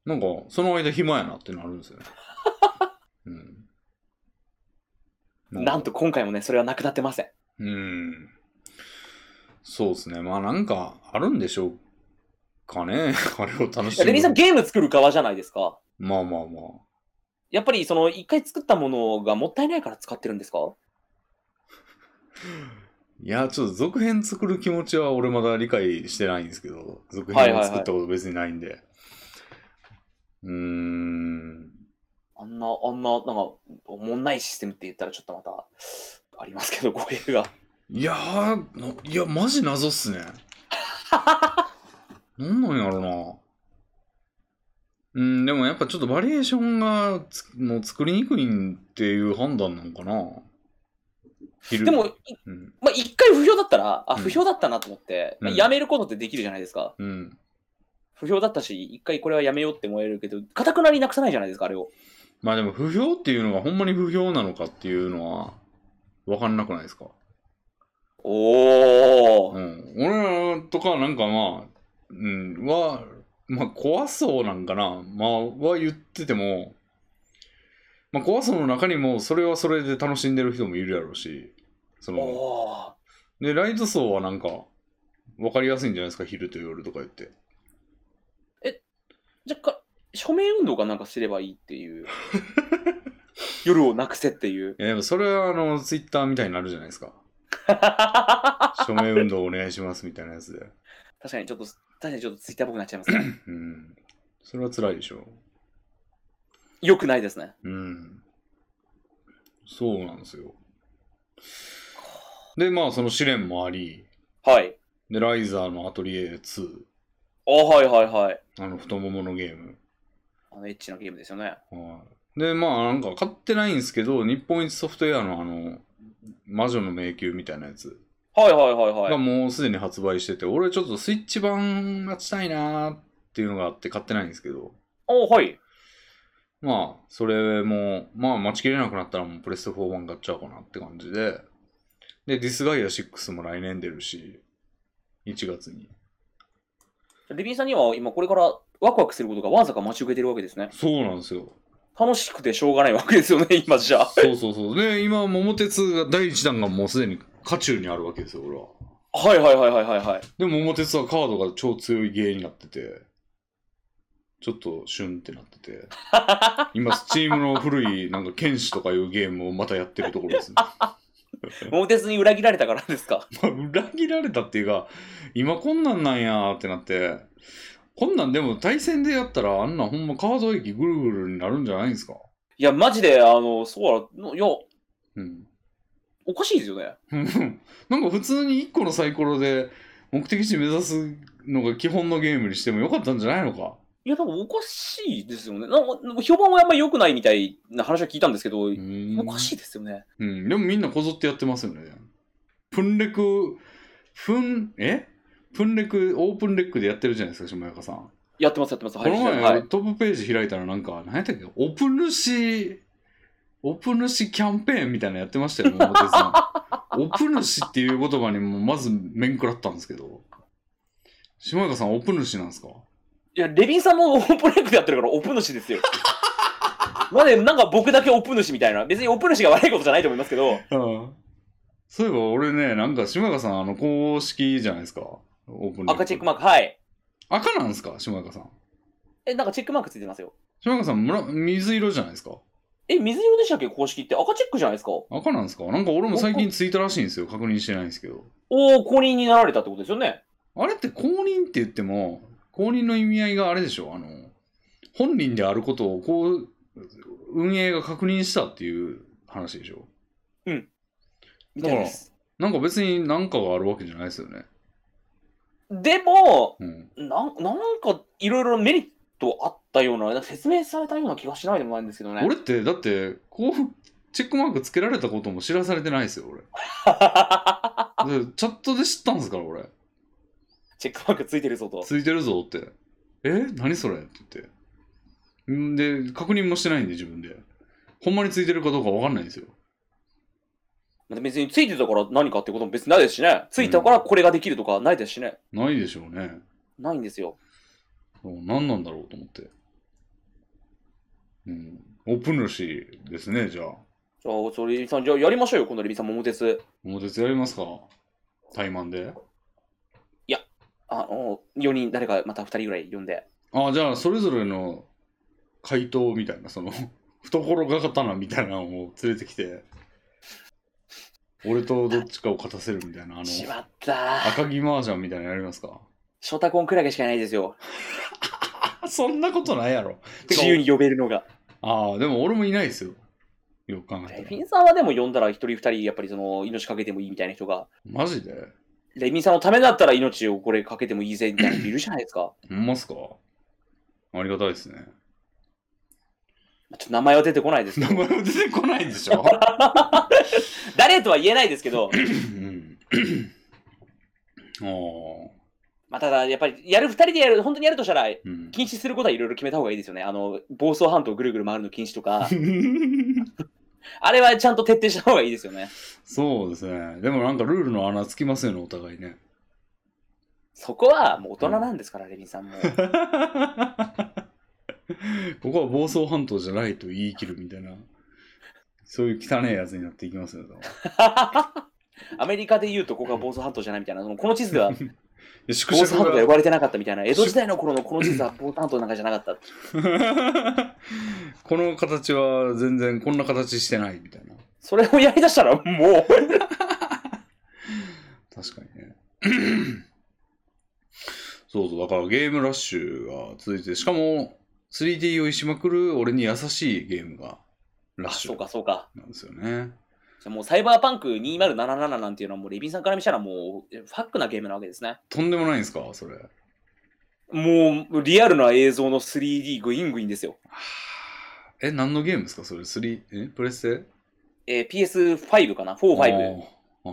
S1: なんか、その間暇やなってなるんで
S2: <laughs>
S1: すよね。うん。
S2: なん
S1: と。
S2: と今回もね、それはなくなってません。
S1: うん。そうですね。まあなんか、あるんでしょうかね。 <laughs> あれを楽
S2: い
S1: し
S2: やレミさん、
S1: む。
S2: ゲーム作る側じゃないですか。
S1: まあまあまあ。
S2: やっぱりその一回作ったものがもったいないから使ってるんですか
S1: いや、ちょっと続編作る気持ちは俺まだ理解してないんですけど、続
S2: はい
S1: 編
S2: はい
S1: を
S2: はい
S1: 作ったこと別にないんで。うーん。
S2: あんな、あんな、なんか、おもんないシステムって言ったらちょっとまた、ありますけど、語 <laughs> 弊が。
S1: いやー、ないや、マジ謎っす
S2: <laughs>
S1: ね。なんなんやろな。うん、でもやっぱちょっとバリエーションがつもう作りにくいんっていう判断なんかな。昼
S2: でも、、
S1: うん、
S2: まあ、一回不評だったら、あ、
S1: うん
S2: 不評だったなと思って、
S1: うん
S2: やめることってできるじゃないですか。
S1: うん。
S2: 不評だったし、一回これはやめようって思えるけど、かたくなになくさないじゃないですか、あれを。
S1: まあでも不評っていうのがほんまに不評なのかっていうのは分かんなくないですか。
S2: お
S1: う
S2: ー。
S1: ん。俺らとかなんかまあ、うん、は、まあ怖そうなんかな、まあは言ってても、まあ怖そうの中にもそれはそれで楽しんでる人もいるやろうし、その、
S2: おー。
S1: で、ライト層はなんか、わかりやすいんじゃないですか、昼と夜とか言って。
S2: じゃあか、署名運動かなんかすればいいって <laughs> いう。夜をなくせっていう。
S1: いや、でもそれはあの、ツイッターみたいになるじゃないですか。署名運動お願いしますみたいなやつで。
S2: 確かにちょっと、確かにちょっとツイッターっぽくなっちゃいますね。 <laughs>
S1: うん。それは辛いでしょ。
S2: よくないですね。
S1: うん。そうなんですよ。で、まあ、その試練もあり、
S2: はい。
S1: で、ライザーのアトリエ2、
S2: あ、はいはいはい。
S1: あの、太もものゲーム。
S2: あの、エッチなゲームですよね。
S1: はいで、まあ、なんか買ってないんですけど、日本一ソフトウェアのあの、魔女の迷宮みたいなやつ
S2: はいはいはいは
S1: が
S2: い。
S1: もうすでに発売してて、俺ちょっとスイッチ版がしたいなーっていうのがあって買ってないんですけど、
S2: おはい。
S1: まあ、それも、まあ、待ちきれなくなったらもうプレステ4版買っちゃおうかなって感じで、で、ディスガイア6も来年出るし、1月に。
S2: レビンさんには今これからワクワクすることがわんさか待ち受けてるわけですね。
S1: そうなんですよ。
S2: 楽しくてしょうがないわけですよね、 <laughs> 今じゃあ。
S1: そうそうそう。で、今、桃鉄が第1弾がもうすでに渦中にあるわけですよ、俺は。
S2: はいはいはいはいはいはい。
S1: でも桃鉄はカードが超強い芸になってて、ちょっとシュンってなってて、今、スチームの古い、なんか、剣士とかいうゲームをまたやってるところですね。
S2: 桃鉄に裏切られたからですか。
S1: まあ裏切られたっていうか、今こんなんなんやーってなって、こんなんでも対戦でやったら、あんなんほんまカード駅ぐるぐるになるんじゃないんですか。
S2: いや、マジで、あの、そうだ、いや、お
S1: うん。 <laughs>
S2: かしいですよね。
S1: うんなんか普通に1個のサイコロで目的地目指すのが基本のゲームにしてもよかったんじゃないのか。
S2: いや、多分おかしいですよね。なんかなんか評判はあんまり良くないみたいな話は聞いたんですけど、
S1: うーん
S2: おかしいですよね。
S1: うん、でもみんなこぞってやってますよね。プンレク、プン、えプンレク、オープンレックでやってるじゃないですか、下中さん。
S2: やってます、やってます。
S1: こ
S2: はい、
S1: の前、
S2: はい。
S1: トップページ開いたらなんか、何やったっけ、オプ主、オプ主キャンペーンみたいなのやってま
S2: <laughs>
S1: したよ、桃鉄さん。オプ主っていう言葉にもまず面食らったんですけど。下中さん、オプ主なんですか
S2: いや、レビンさんもオープンレックでやってるから、オープン主ですよ。 <laughs> まあね、なんか僕だけオープン主みたいな。別にオープン主が悪いことじゃないと思いますけど、
S1: うん。そういえば俺ね、なんか島中さん、あの、公式じゃないですか。オープンレック
S2: 赤チェックマーク、はい。
S1: 赤なんですか島中さん。
S2: え、なんかチェックマークついてますよ。
S1: 島中さん、むら水色じゃないですか。
S2: え、水色でしたっけ公式って赤チェックじゃないですかお
S1: 赤なんですかなんか俺も最近ついたらしいんですよ。確認してないんですけど。
S2: お公認になられたってことですよね。
S1: あれって公認って言っても、公認の意味合いがあれでしょあの、本人であることをこう、運営が確認したっていう話でしょ
S2: みたいです。
S1: なんか別に何かがあるわけじゃないですよね。
S2: でも、
S1: うん。
S2: なんなんかいろいろメリットあったような、なんか説明されたような気がしないでもないんですけどね。
S1: 俺って、だって、こう、チェックマークつけられたことも知らされてないですよ、
S2: <laughs>
S1: 俺。でチャットで知ったんですから、俺。
S2: チェックマークついてるぞと。
S1: ついてるぞって。え何それって言って。んで、確認もしてないんで、自分で。ほんまについてるかどうかわかんないんですよ。
S2: 別についてたから何かってことも別にないですしね。ついたからこれができるとかないですしね。
S1: ないでしょうね。
S2: ないんですよ。
S1: もう何なんだろうと思って。うん。オープン主ですね、じゃあ。
S2: じゃあ、それレビンさん、じゃあやりましょうよ、今度レビンさん、桃鉄。
S1: 桃鉄やりますか対マンで。
S2: あの、4人、誰かまた2人ぐらい呼んで。
S1: あ、じゃあ、それぞれの回答みたいな、その、 <laughs> 懐が刀みたいなのを連れてきて、俺とどっちかを勝たせるみたいな、あの、
S2: しまったー。
S1: 赤木麻雀みたいなのやりますか
S2: ショタコンクラゲしかいないですよ。
S1: あ <laughs> そんなことないやろ。てか
S2: 自由に呼べるのが。
S1: ああ、でも俺もいないですよ。よく考え
S2: レ
S1: た
S2: ビ
S1: ら。
S2: ンさんはでも呼んだら一人二人やっぱりその命かけてもいいみたいな人が、
S1: マジで
S2: レビンさんのためだったら命をこれかけてもいいぜみたいな人いるじゃないですか。ま
S1: ほんますかありがたいですね。
S2: あちょっと名前は出てこないですけ
S1: 名 <laughs>
S2: ど、
S1: 前は出てこないでしょ、
S2: 誰とは言えないですけど、
S1: うん、ああ、
S2: まあただやっぱりやる二人でやる、本当にやるとしたら、
S1: うん。
S2: 禁止することはいろいろ決めた方がいいですよね。あの、房総半島ぐるぐる回るの禁止とか、 <laughs> あれはちゃんと徹底した方がいいですよね。
S1: そうですね。でもなんかルールの穴つきますよね、お互いね。
S2: そこはもう大人なんですから、レビンさんも。
S1: ここは房総半島じゃないと言い切るみたいな、そういう汚いやつになっていきますよ、多分
S2: アメリカで言うとここが房総半島じゃないみたいな、そのこの地図では
S1: で縮
S2: 房総
S1: 尺
S2: 半島が
S1: が
S2: 呼ばれてなかったみたいな、江戸時代の頃のこの地図は房総半島なんかじゃなかった。
S1: <laughs> この形は全然こんな形してないみたいな。
S2: それをやりだしたらもう
S1: 確かにね。 <clears throat> そうそう、だからゲームラッシュが続いて、しかも 3D をいしまくる俺に優しいゲームがラ
S2: あ
S1: ッシ
S2: そう
S1: ュ
S2: かそうか
S1: なんですよね。
S2: じゃあもうサイバーパンク2077なんていうのはもうレビンさんから見たらもうファックなゲームなわけですね
S1: とんでもないんですか、それ。 <sighs>
S2: もうリアルな映像の 3D グイングインですよ、
S1: え、何のゲームですか、それ ?3、えプレステ
S2: えー PS5 かな45
S1: 5。あーあ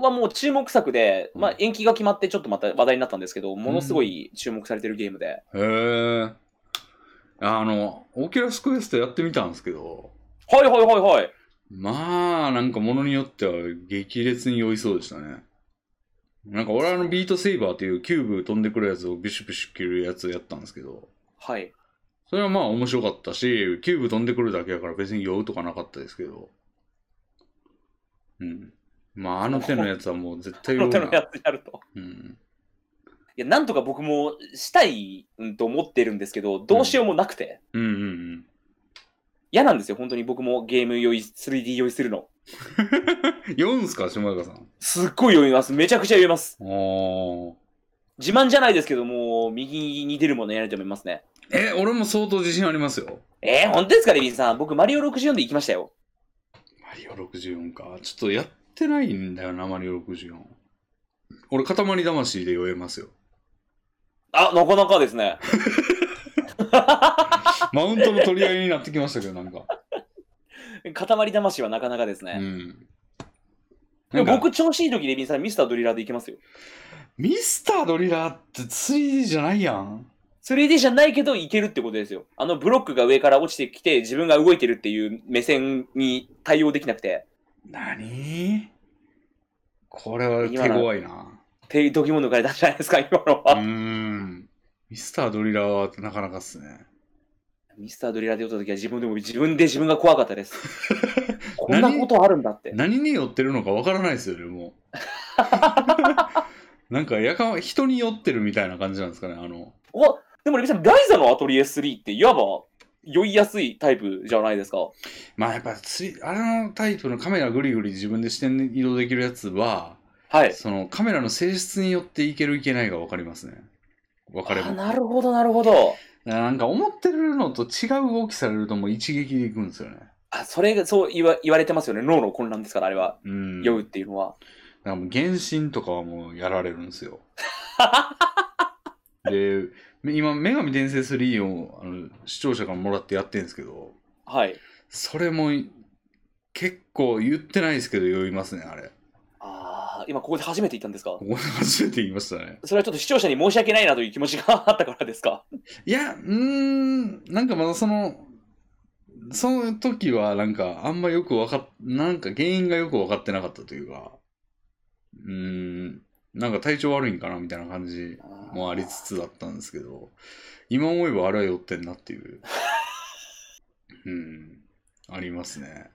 S2: はもう注目作で、ま
S1: う
S2: あ、延期が決まってちょっとまた話題になったんですけどものすごい注目されてるゲームで、
S1: ー。へえ。あの、オキュラスクエストやってみたんですけど、
S2: はいはいはいはい。
S1: まあ、なんか物によっては激烈に酔いそうでしたね。なんか俺はあのビートセイバーっていうキューブ飛んでくるやつをビシュビシュ切るやつやったんですけど、
S2: はい。
S1: それはまあ面白かったし、キューブ飛んでくるだけやから別に酔うとかなかったですけど。うん。まああの手のやつはもう絶対
S2: プ
S1: 酔う
S2: ロ
S1: な
S2: テ。のやつやると。
S1: うん。
S2: いや、なんとか僕もしたいんと思ってるんですけど、どうしようもなくて。
S1: うんうんうん。
S2: 嫌なんですよ、本当に僕もゲーム用意、3D 用意するの。
S1: 酔うん <laughs> すか、下中さん。あ
S2: すっごい読みます。めちゃくちゃ読みます。
S1: あ。
S2: 自慢じゃないですけど、もう右に出るものやると思いますね。
S1: え、俺も相当自信ありますよ。
S2: えー、本当ですか、レビンさん。僕、マリオ64で行きましたよ。
S1: マリオ64か。ちょっとやってないんだよな、マリオ64。俺、塊魂で酔えますよ。
S2: あ、なかなかですね。 <laughs>
S1: マウントの取り合いになってきましたけど、なんか。
S2: <laughs> 塊魂はなかなかです
S1: う
S2: ね。
S1: ん。
S2: で
S1: な
S2: も
S1: んか
S2: 僕、調子いい時、レビンさん、ミスタードリラーで行けますよ。
S1: ミスタードリラーって 3D じゃないやん。
S2: 3D じゃないけど、いけるってことですよ。あのブロックが上から落ちてきて、自分が動いてるっていう目線に対応できなくて、
S1: 何これは手強いな。
S2: 手、どぎも抜かれたんじゃないですか、今の
S1: う
S2: は。
S1: ーん。ミスタードリラーはなかなかっすね。
S2: ミスタードリラーで打った時は、自分でも、自分で自分が怖かったです。 <laughs> こんなことあるんだって。
S1: 何に酔ってるのかわからないですよね、
S2: <laughs>
S1: もう。なんかやかん、人に酔ってるみたいな感じなんですかね、あの。
S2: おでもレビさん、ライザのアトリエ3って、いわば、酔いやすいタイプじゃないですか。
S1: まあやっぱつい、あのタイプのカメラぐりぐり自分で視点移動できるやつは、
S2: はい。
S1: そのカメラの性質によっていけるいけないが分かりますね。分かれば。
S2: あ
S1: だか
S2: なるほど、なるほど。
S1: らなんか思ってるのと違う動きされるともう一撃でいくんですよね。
S2: あ、それが、そう言わ言われてますよね。脳の混乱ですから、あれは。
S1: うん。
S2: 酔うっていうのは。
S1: だからもう原神とかはもうやられるんです
S2: <laughs>
S1: よ。で、今、女神転生3をあの視聴者からもらってやってるんですけど、
S2: はい。
S1: それも結構言ってないですけど酔いますね、あれ。
S2: ああ、今ここで初めて言ったんですか
S1: ここで初めて言いましたね。
S2: それはちょっと視聴者に申し訳ないなという気持ちがあったからですか
S1: いや、うーん、なんかまだその、その時はなんかあんまよくわかっ、なんか原因がよく分かってなかったというか、うーん、なんか体調悪いんかなみたいな感じもありつつだったんですけど、今思えばあれは酔ってんなって
S2: <laughs>
S1: いう、うん、ありますね。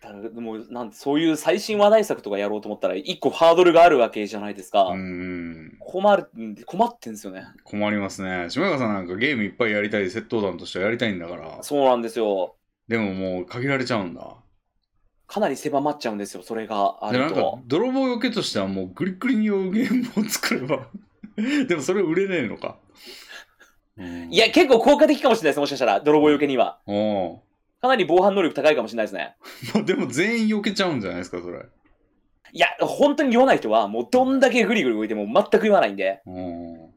S2: だからもうなんそういう最新話題作とかやろうと思ったら一個ハードルがあるわけじゃないですか、
S1: うーん、
S2: 困るんで困ってんですよね
S1: 困りますね。島川さんなんかゲームいっぱいやりたい、窃盗団としてはやりたいんだから、
S2: そうなんですよ
S1: でももう限られちゃうんだ。
S2: かなり狭まっちゃうんですよそれがあ
S1: でな
S2: る
S1: ん
S2: と
S1: か泥棒よけとしてはもうグリグリに酔うゲームを作れば <laughs> でもそれ売れねえのか、うん
S2: いや結構効果的かもしれないですもしかしたら泥棒よけには
S1: おう
S2: かなり防犯能力高いかもしれないですね
S1: まあでも全員よけちゃうんじゃないですかそれ
S2: いや本当に言わない人はもうどんだけグリグリ動いても全く言わないんで
S1: おう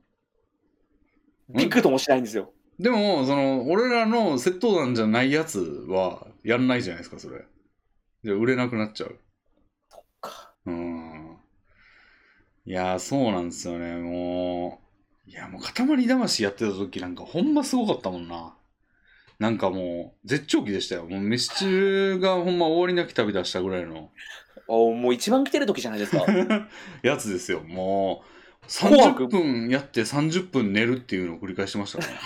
S2: びっくりともしないんですよ
S1: でもその俺らの窃盗団じゃないやつはやんないじゃないですかそれじゃあ売れなくなっちゃううんいやーそうなんですよねもういやもう塊魂やってた時なんかほんますごかったもんななんかもう絶頂期でしたよもう飯中がほんま終わりなき旅出したぐらいの <laughs>
S2: おもう一番来てる時じゃないですか
S1: やつですよもう
S2: 紅白
S1: 30分やって30分寝るっていうのを繰り返してましたからね、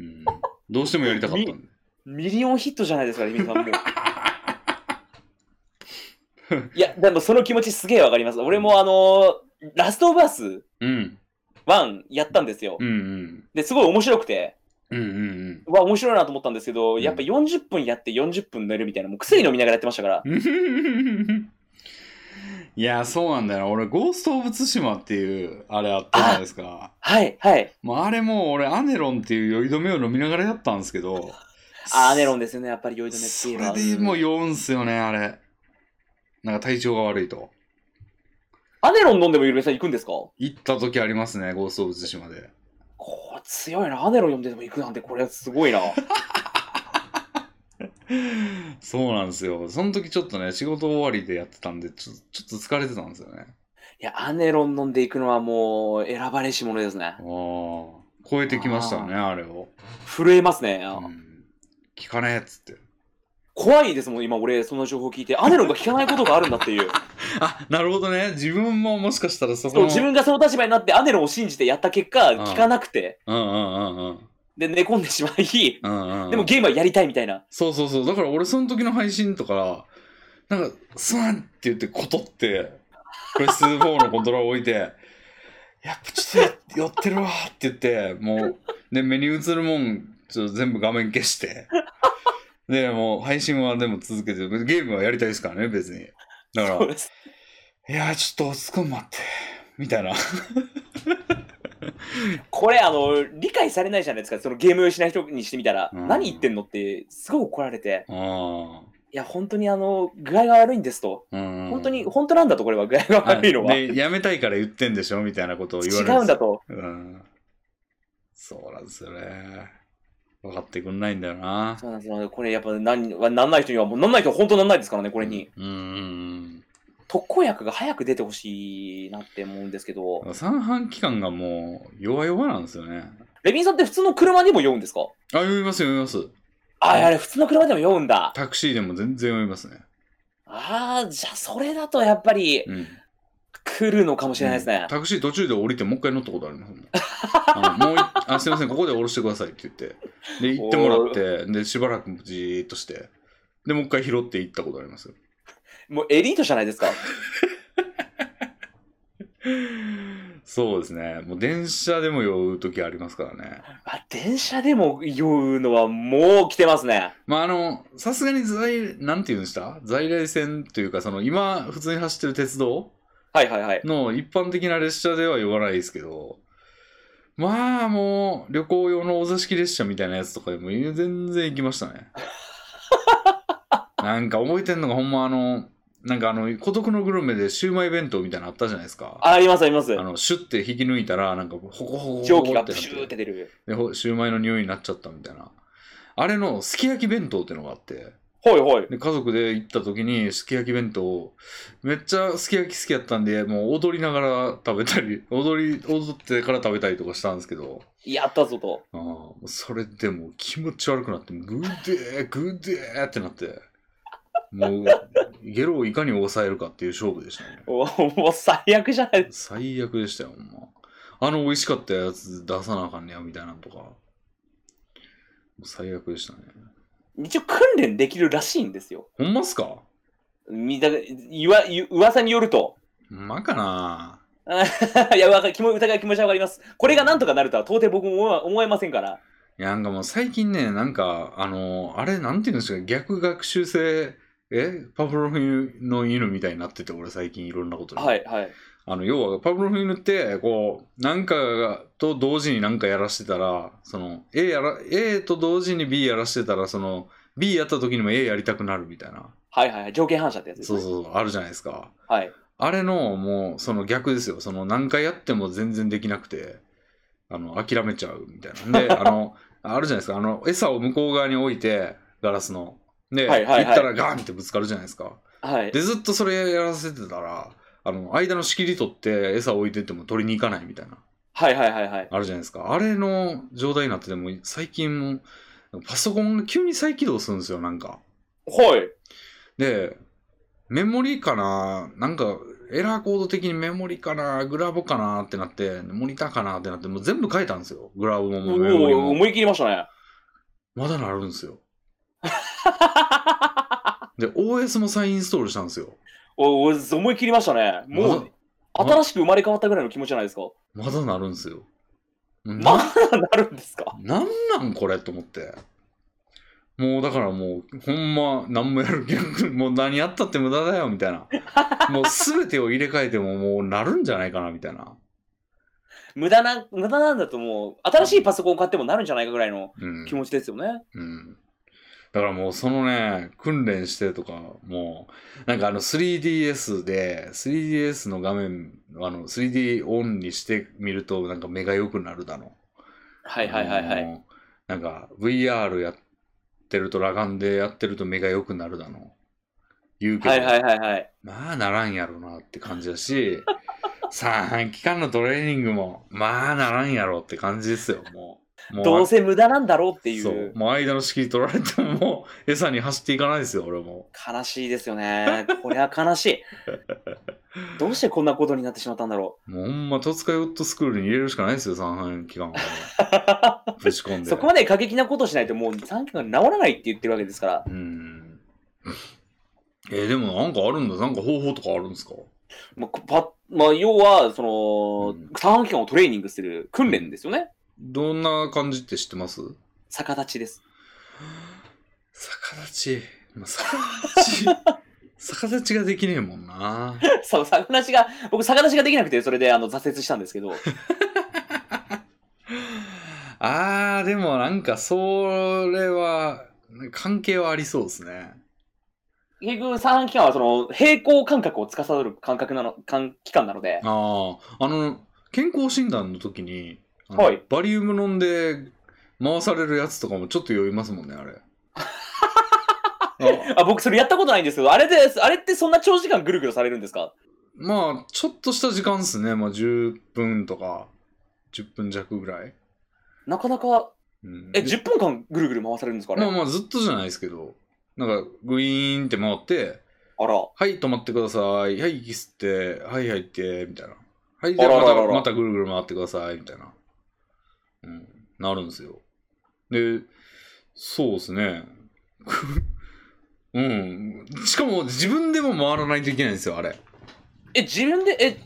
S1: うん、どうしてもやりたかったんで
S2: ミリオンヒットじゃないですかレミさんもう <laughs> いやでもその気持ちすげえわかります俺もあのーラストオブアス
S1: うん
S2: 1やったんですよ、
S1: うんうん
S2: ですごい面白くて
S1: うんうん
S2: うわ面白いなと思ったんですけど、
S1: うん
S2: やっぱ40分やって40分寝るみたいなもう薬飲みながらやってましたから
S1: うんいやそうなんだよな俺「ゴースト・オブ・ツシマ」っていうあれあったじゃないですか
S2: はいはい
S1: もうあれもう俺アネロンっていう酔い止めを飲みながらやったんですけど
S2: あーアネロンですよねやっぱり酔い止めっていうの
S1: そ
S2: は
S1: れでもう酔うんすよねあれなんか体調が悪いと
S2: アネロン飲んでもゆるめさん行くんですか
S1: 行った時ありますねゴースト・オブ・ツシマで
S2: こう強いなアネロン飲んでも行くなんてこれはすごいな
S1: そうなんですよその時ちょっとね仕事終わりでやってたんでちょちょっと疲れてたんですよね
S2: いやアネロン飲んでいくのはもう選ばれし者ですね
S1: ああこ超えてきましたね、あれを。
S2: 震えますね。
S1: うん聞かねえっつって。
S2: 怖いですもん、今俺、その情報聞いて、アネロンが聞かないことがあるんだっ
S1: <laughs>
S2: ていう。
S1: あ、なるほどね。自分ももしかしたらそこ
S2: そう
S1: の。
S2: 自分がその立場になって、アネロンを信じてやった結果、
S1: ん
S2: 聞かなくて、
S1: うんうんうんうん
S2: で、寝込んでしまい、
S1: うんうん。
S2: でもゲームはやりたいみたいな。
S1: そうそうそう。だから俺その時の配信とか、なんか、スワンって言ってことって、プレステ4のコントローラー置いて、 <laughs> やっぱちょっとや寄ってるわーって言って、もう、で、目に映るもん、ちょっと全部画面消して、で、もう配信はでも続けて、ゲームはやりたいですからね、別に。だから
S2: そ、うです
S1: いやーちょっと落ち着くん待って、みたいな。
S2: これ、あの、理解されないじゃないですか、そのゲームをしない人にしてみたら、
S1: うん
S2: 何言ってんのって、すごい怒られて、
S1: あ
S2: いや、本当にあの、具合が悪いんですと。
S1: ー
S2: 本当に、本当なんだと、これは、具合が悪いのは。
S1: で、やめたいから言ってんでしょみたいなことを言わ
S2: 違
S1: れる
S2: うんだと。
S1: うんそうなんですよね。分かってくんないんだよな。
S2: そうなんですよ。これやっぱなん、なんない人には、もうなんない人は本当なんないですからね、これに。
S1: うんうん
S2: 特効薬が早く出てほしいなって思うんですけど
S1: う、ん。三半期間がもう弱々なんですよね。
S2: レビンさんって普通の車にも酔うんですか
S1: あ、読みます読みます。
S2: あ、あれ、普通の車でも酔うんだ。
S1: タクシーでも全然読みますね。
S2: ああ、じゃあそれだとやっぱり
S1: うん。
S2: 来るのかもしれないですね。
S1: タクシー途中で降りてもう一回乗ったことありますもん。 <laughs> あのもういあすいません、ここで降ろしてくださいって言って。で、行ってもらって、で、しばらくじーっとして。で、もう一回拾って行ったことありますよ。
S2: もうエリートじゃないですか。
S1: <laughs> そうですね。もう電車でも酔う時ありますからね。
S2: あ電車でも酔うのはもう来てますね。
S1: まああの、さすがに在、なんて言うんでした在来線というか、その今普通に走ってる鉄道
S2: はいはいはい。
S1: の一般的な列車では呼ばないですけど、まあもう旅行用のお座敷列車みたいなやつとかでも全然行きました
S2: <laughs>
S1: ね。なんか覚えてんのがほんまあの、なんかあの、孤独のグルメでシウマイ弁当みたいなのあったじゃないですか。
S2: あありますあります
S1: あ。の、シュッて引き抜いたら、なんかホコホコホコ
S2: 蒸気が
S1: ってな
S2: プ
S1: っ
S2: シューって出る。
S1: でほシューマイの匂いになっちゃったみたいなあれのすき焼き弁当ってのがあって
S2: ほいほい。
S1: で家族で行った時にすき焼き弁当をめっちゃすき焼き好きやったんでもう踊りながら食べたり <laughs> 踊り踊ってから食べたりとかしたんですけど
S2: やったぞと。
S1: あーもうそれでもう気持ち悪くなってグデーグデーってなってもうゲロをいかに抑えるかっていう勝負でしたね
S2: おもう最悪じゃない
S1: 最悪でしたよほんまあの美味しかったやつ出さなあかんねやみたいなのとかもう最悪でしたね
S2: 一応訓練できるらしいんですよ。
S1: ほんますか
S2: みだ言わ言噂によると。 <laughs>
S1: ほんまかない
S2: や、わか気も疑い気持ちはわかります。これがなんとかなるとは到底僕も思わ思えませんから。
S1: いやなんかもう最近ねなんかあのあれなんていうんですか逆学習性えパブロフの犬みたいになってて俺最近いろんなことに
S2: はいはい。
S1: あの要はパブロフ犬ってこうなんかがと同時に何かやらしてたらその A, やら A と同時に B やらしてたらその B やった時にも A やりたくなるみたいな
S2: はいはいはい。条件反射ってやつです、
S1: そ
S2: ね。
S1: うそうそうあるじゃないですか
S2: はい。
S1: あれのもうその逆ですよその何回やっても全然できなくてあの諦めちゃうみたいな
S2: <laughs>
S1: であのあるじゃないですかあの餌を向こう側に置いてガラスので、
S2: はいはいはい
S1: 行ったらガーンってぶつかるじゃないですか
S2: はい。
S1: でずっとそれやらせてたらあの間の仕切り取って餌置いてても取りに行かないみたいな
S2: はいはいはいはい。
S1: あるじゃないですかあれの状態になってても最近もパソコンが急に再起動するんですよなんか
S2: はい。
S1: でメモリかななんかエラーコード的にメモリかなグラボかなってなってモニターかなってなってもう全部書いたんですよグラボ
S2: お
S1: もメモリ
S2: お
S1: も
S2: 思い切りましたね。
S1: まだなるんです
S2: <laughs>
S1: よで OS も再インストールしたんですよ
S2: おお思い切りましたね。もう、新しく生まれ変わったぐらいの気持ちじゃないですか。
S1: まだなるんですよ
S2: まだなるんですか
S1: なんなんこれと思って。もうだからもう、ほんま、何もやる気なく、もう何やったって無駄だよ、みたいな。もう全てを入れ替えてももうなるんじゃないかな、みたいな。
S2: 無駄な、無駄なんだともう、新しいパソコンを買ってもなるんじゃないかぐらいの <laughs>
S1: うん
S2: 気。持ちですよね。
S1: うん。だからもうそのね、訓練してとか、もう、なんかあの 3DS で、3DS の画面、あの 3D オンにしてみると、なんか目が良くなるだの。
S2: はいはいはいは
S1: あ
S2: い。
S1: のなんか VR やってると裸眼でやってると目が良くなるだの言うけど、
S2: はいはいはいはい。
S1: まあならんやろなって感じだし <laughs> 3期間のトレーニングも、まあならんやろって感じですよ、もう。も
S2: どうせ無駄なんだろうってい
S1: そうう。もう間の仕切り取られても、も <laughs> う餌に走っていかないですよ、俺も。
S2: 悲しいですよね。これは悲
S1: <laughs>
S2: しい。どうしてこんなことになってしまったんだろ
S1: もうほんま、戸塚ヨットスクールに入れるしかないですよ、三半期
S2: <laughs>
S1: 間は。ぶち込んで。
S2: う。そこまで過激なことしないともう3期が治らないって言ってるわけですから。
S1: うん。えーでもなんかあるんだ、なんか方法とかあるんですか
S2: まあ、こパまあ、要は、その、
S1: うん
S2: 三半期間をトレーニングする訓練ですよね。
S1: どんな感じって知ってます
S2: 逆立ちです。
S1: 逆立ち。まあ逆立ち。 <laughs> 逆立ちができねえもんな。
S2: <laughs> そう、逆立ちが、僕、逆立ちができなくて、それで、あの、挫折したんですけ
S1: <laughs>
S2: ど、
S1: あー、でもなんか、それは、関係はありそうですね。
S2: 結局、三半期間は、その、平行感覚を司る感覚なの、感期間なので、
S1: ああ、あの、健康診断の時に、あの
S2: はい
S1: バリウム飲んで回されるやつとかもちょっと酔いますもんね、あ
S2: <laughs>
S1: れ。あ
S2: あ、僕、それやったことないんですけど、あれです、あれってそんな長時間ぐるぐるされるんですか
S1: まあ、ちょっとした時間っすね。まあ、10分とか、10分弱ぐらい。
S2: なかなか、
S1: うん、
S2: え、10分間ぐるぐる回されるんですかね、
S1: まあまあ、ずっとじゃないですけど、なんか、グイーンって回って、
S2: あら、
S1: はい、止まってください。はい、息吸って、はい、入って、みたいな。はい、で
S2: あら
S1: ま
S2: らら
S1: た
S2: ら
S1: またぐるぐる回ってください、みたいな。うん、なるんですよ。で、そうですね。 <laughs> うん。しかも、自分でも回らないといけないんですよ、あれ。
S2: え、自分で、え、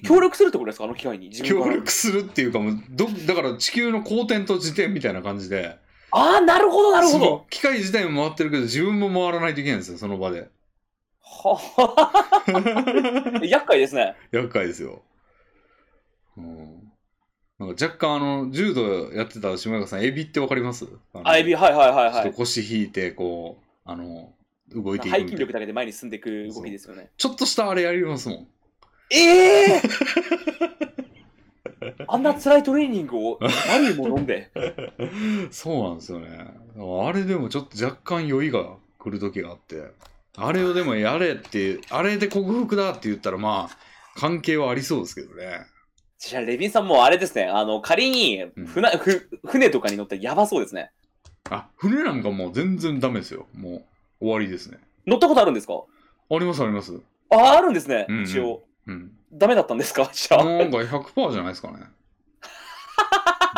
S2: 協力するってことですかあの機会に。自分
S1: 協
S2: から
S1: 力するっていうかもうどだから地球の公転と自転みたいな感じで
S2: ああ、なるほど、なるほ
S1: そ
S2: ど。
S1: の機械自体も回ってるけど自分も回らないといけないんですよその場で
S2: は
S1: <laughs>
S2: 厄介ですね。
S1: 厄介ですよ、うん、なんか若干あの柔道やってた島岡さんエビってわかりますあの
S2: あ、エビ、はいはいはい
S1: ちょっ
S2: は
S1: と
S2: い。
S1: 腰引いてこうあの動いていく
S2: 背
S1: み
S2: 筋
S1: たい
S2: 力
S1: な
S2: だけで前に進んでいく動きですよね。
S1: ちょっとしたあれやりますもん <laughs>
S2: ええ <laughs> あんな辛いトレーニングを何人も飲んで。
S1: そうなんですよね。あれでもちょっと若干酔いが来る時があって、あれをでもやれって、あれで克服だって言ったらまあ、関係はありそうですけどね。
S2: じゃあ、レビンさんもあれですね、あの、仮に
S1: うん
S2: 船、ふ船とかに乗ったらやばそうですね。
S1: あ、船なんかもう全然ダメですよ。もう終わりですね。
S2: 乗ったことあるんですか
S1: ありますあります。
S2: あ、あるんですね
S1: うんう、ん
S2: 一応。
S1: うん。
S2: ダメだったんですか <laughs> じゃあ。
S1: なんか100%じゃないですか
S2: <laughs>
S1: ね。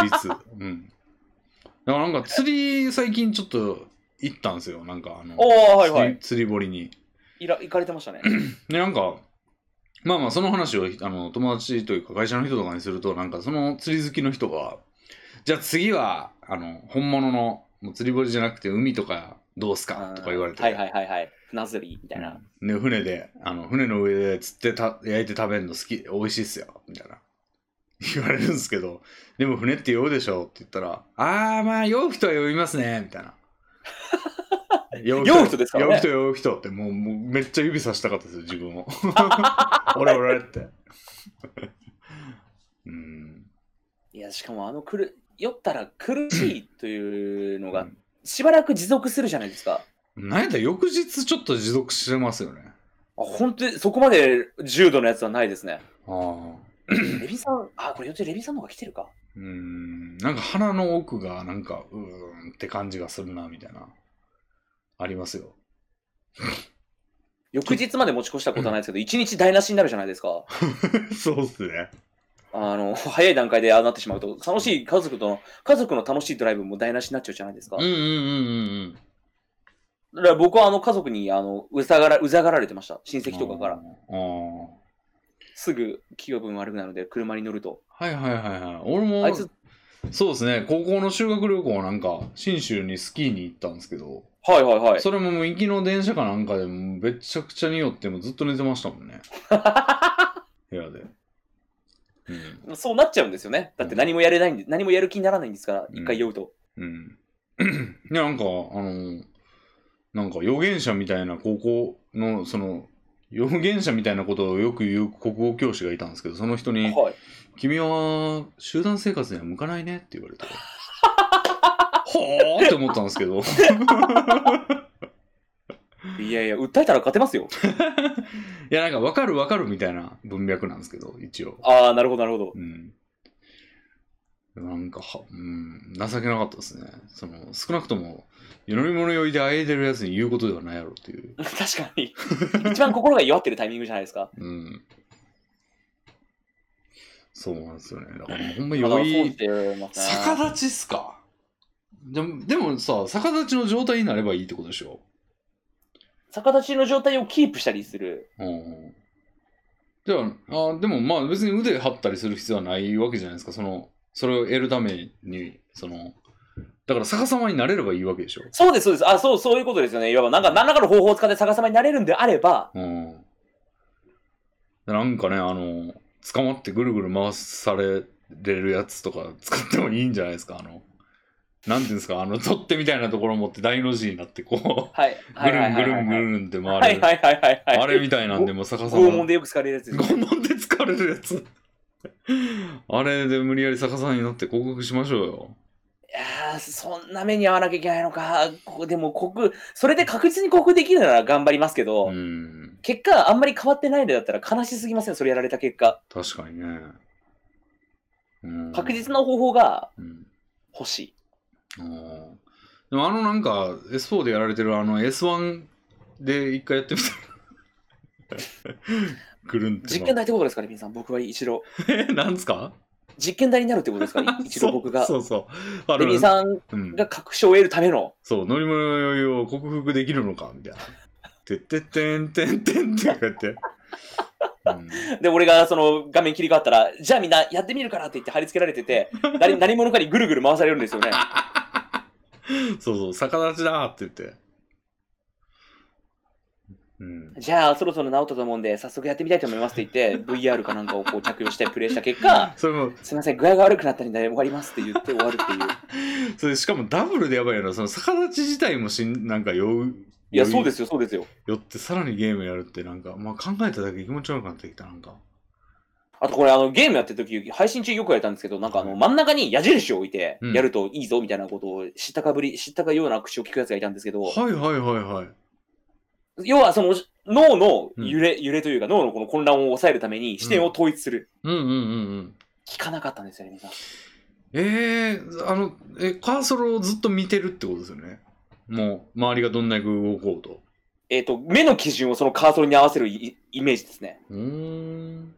S1: 率。うん。だからなんか釣り最近ちょっと行ったんですよ。なんかあの、
S2: おー、はいは
S1: 釣。り
S2: い
S1: 釣り堀に。
S2: いら、行かれてましたね。
S1: で、なんか、まあまあ、その話をあの友達というか会社の人とかにすると、なんかその釣り好きの人が、じゃあ次は、あの、本物の、もう釣り堀じゃなくて海とかどうすかとか言われて、
S2: はいはいはいはい。船釣りみたいな。
S1: うんで、船で、あの、船の上で釣ってた焼いて食べるの好き、美味しいっすよ、みたいな。 <laughs> 言われるんですけど、でも船って酔うでしょって言ったら、あーまあ酔う人は酔いますね、みたい
S2: <laughs>
S1: な。酔
S2: 酔う人ですからね
S1: 酔う人酔う人ってもうもうめっちゃ指さしたかったですよ、自分を。 <laughs> 俺俺って。 <laughs> うん。
S2: いや、しかもあのくる、酔ったら苦しいというの
S1: う
S2: が
S1: ん、
S2: しばらく持続するじゃないですか。
S1: なんやったら翌日ちょっと持続してますよね。
S2: あ本当にそこまで重度のやつはないですね。
S1: ああ。
S2: レビンさん、あ、これ、よってレビンさんの方が来てるか。
S1: うーんなんか鼻の奥がなんかうーんって感じがするなみたいなありますよ
S2: 翌日まで持ち越したことはないですけど、一日台無しになるじゃないですか。
S1: <laughs> そうっすね
S2: あの、早い段階でああなってしまうと、楽しい家族との、家族の楽しいドライブも台無しになっちゃうじゃないですか。
S1: うん
S2: だ
S1: うんう
S2: か
S1: んうん
S2: ら僕はあの家族に、あの、うざがら、うざがられてました。親
S1: うん
S2: 戚とかか
S1: あ
S2: ら。
S1: ー
S2: すぐ気分悪くなるので、車に乗ると。
S1: はいはいはいはい俺も
S2: あいつ、
S1: そうですね高校の修学旅行なんか信州にスキーに行ったんですけど
S2: はいはいはい。
S1: それももう行きの電車かなんかでもうめちゃくちゃに酔ってもうずっと寝てましたもん
S2: <laughs>
S1: ね部屋でうん
S2: そうなっちゃうんですよね。だって何もやれないんで、何もやる気にならないんですから、
S1: うん
S2: 一回酔うと。
S1: うん。で、なんか、あの、なんか預言者みたいな高校の、その、預言者みたいなことをよく言う国語教師がいたんですけど、その人に、
S2: はい。
S1: 君は集団生活には向かないねって言われて。ほーって思ったんですけど。
S2: いいやいや、訴えたら勝てますよ。
S1: いや、なんか分かる分かるみたいな文脈なんですけど、一応。
S2: ああ、なるほど、なるほど。
S1: うん。なんかは、うん、情けなかったですね。その、少なくとも、飲み物酔いであえいでるやつに言うことではないやろっていう。
S2: 確かに。一番心が弱ってるタイミングじゃないですか。
S1: うん。そうなんですよね。だからもうほんま
S2: だから
S1: 酔
S2: そう
S1: い
S2: し。てますね
S1: 逆立ちっすかでもでもさ逆立ちの状態になればいいってことでしょ
S2: 逆立ちの状態をキープしたりする。
S1: うんではあでもまあ別に腕張ったりする必要はないわけじゃないですかそのそれを得るためにそのだから逆さまになれればいいわけでしょ
S2: そうです、そうです。あ、そう、そういうことですよね。いわば、なんか、何らかの方法を使って逆さまになれるんであれば、
S1: うんでなんかねあの捕まってぐるぐる回されるやつとか使ってもいいんじゃないですかあのなんていうんですかあの取っ手みたいなところを持って大の字になってこう
S2: はい。
S1: ぐ
S2: はいは
S1: る
S2: い
S1: ん
S2: は
S1: ぐ
S2: い
S1: るんぐ
S2: はい
S1: るんって回る、
S2: はいはいはいはいはい。
S1: あれみたいなんでもう逆さま
S2: 拷問でよく使われるやつです。
S1: 拷問で疲れるやつあれで無理やり逆さになって広告しましょうよ
S2: いやーそんな目に遭わなきゃいけないのか。こでも、克服、それで確実に克服できるなら頑張りますけど、
S1: うん
S2: 結果、あんまり変わってないのだったら悲しすぎません、それやられた結果。
S1: 確かにね、うん、
S2: 確実な方法が
S1: うん
S2: 欲しい。
S1: あーでもあのなんか S4 でやられてるあの S1 で一回やってみたら <laughs> くるんって
S2: 実験台ってことですかね、皆さん。僕は一度。
S1: 験なんですか
S2: 実験台になるってことで
S1: <laughs>
S2: すかね、一度僕が。
S1: そうそうそうあ
S2: レミさん
S1: うん
S2: が確証を得るための。
S1: そう、乗り物の余裕を克服できるのかみたいな。てってってんてんてんってこうやって。うん、
S2: で、俺がその画面切り替わったら、じゃあみんなやってみるからって言って貼り付けられ
S1: <laughs>
S2: てて、誰何者かにぐるぐる回されるんですよね。
S1: そうそう、逆立ちだーって言って。うん、
S2: じゃあそろそろ治ったと思うんで、早速やってみたいと思いますって言って、VR かなんかをこう着用してプレイした結果、
S1: それも
S2: すいません、具合が悪くなったんで終わりますって言って終わるっていう。
S1: それしかもダブルでやばいよなその逆立ち自体もしんなんか酔う
S2: いや、そうですすよ、そうですよ。
S1: 酔ってさらにゲームやるってなんか、まあ、考えただけで気持ち悪くなってきたなんか
S2: あとこれあのゲームやってる時配信中よくやれたんですけど、なんかあの真ん中に矢印を置いて
S1: うん
S2: やるといいぞみたいなことを知ったかぶり、知ったかような口を聞くやつがいたんですけど、
S1: はいはいはいはい
S2: 要はその脳の揺れ、揺れというか脳のこの混乱を抑えるために視点を統一する。
S1: うんうんうんうん
S2: 聞かなかったんですよね、皆さん。
S1: えー、あのえカーソルをずっと見てるってことですよねもう周りがどんなに動こうと
S2: えっ、と、目の基準をそのカーソルに合わせるイイメージですね。
S1: うーん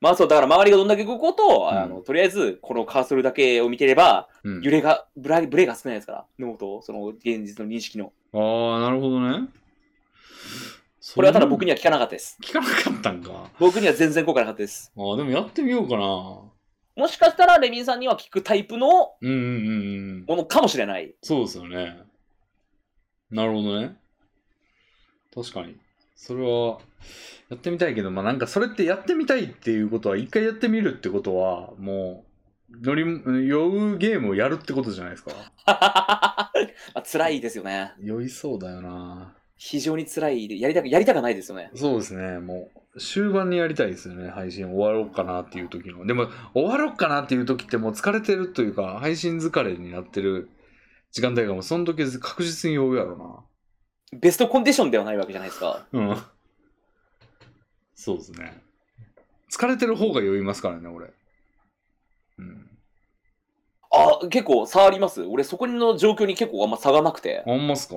S2: まあそう、だから周りがどんだけ動こうと、
S1: うん
S2: あのとりあえずこのカーソルだけを見てれば、
S1: うん
S2: 揺れが、ブラブレが少ないですから、脳とその現実の認識の。
S1: ああなるほどねそ
S2: これはただ僕に
S1: は
S2: は聞かなかったです。
S1: 聞かなかったんか
S2: 僕には全然効果なかったです。
S1: あーでもやってみようかな
S2: もしかしたらレミンさんには聞くタイプの
S1: うんうんうんうん
S2: ものかもしれない。 <laughs>
S1: そうですよねなるほどね確かにそれはやってみたいけどまあなんかそれってやってみたいっていうことは一回やってみるってことはもう乗り酔うゲームをやるってことじゃないですか
S2: まあ、辛いですよね。
S1: 酔いそうだよな
S2: 非常に辛い。やりたく、やりたくないですよね。
S1: そうですね、もう終盤にやりたいですよね、配信終わろうかなっていう時の。でも、終わろうかなっていう時ってもう疲れてるというか、配信疲れになってる時間帯がもうその時は確実に酔うやろ
S2: ベストコンディションではないわけじゃないですか。
S1: な。うん。そうですね。疲れてる方が酔いますからね、俺。うん。
S2: あ、結構差あります。俺そこの状況に結構あんま差がなくて。
S1: あんますか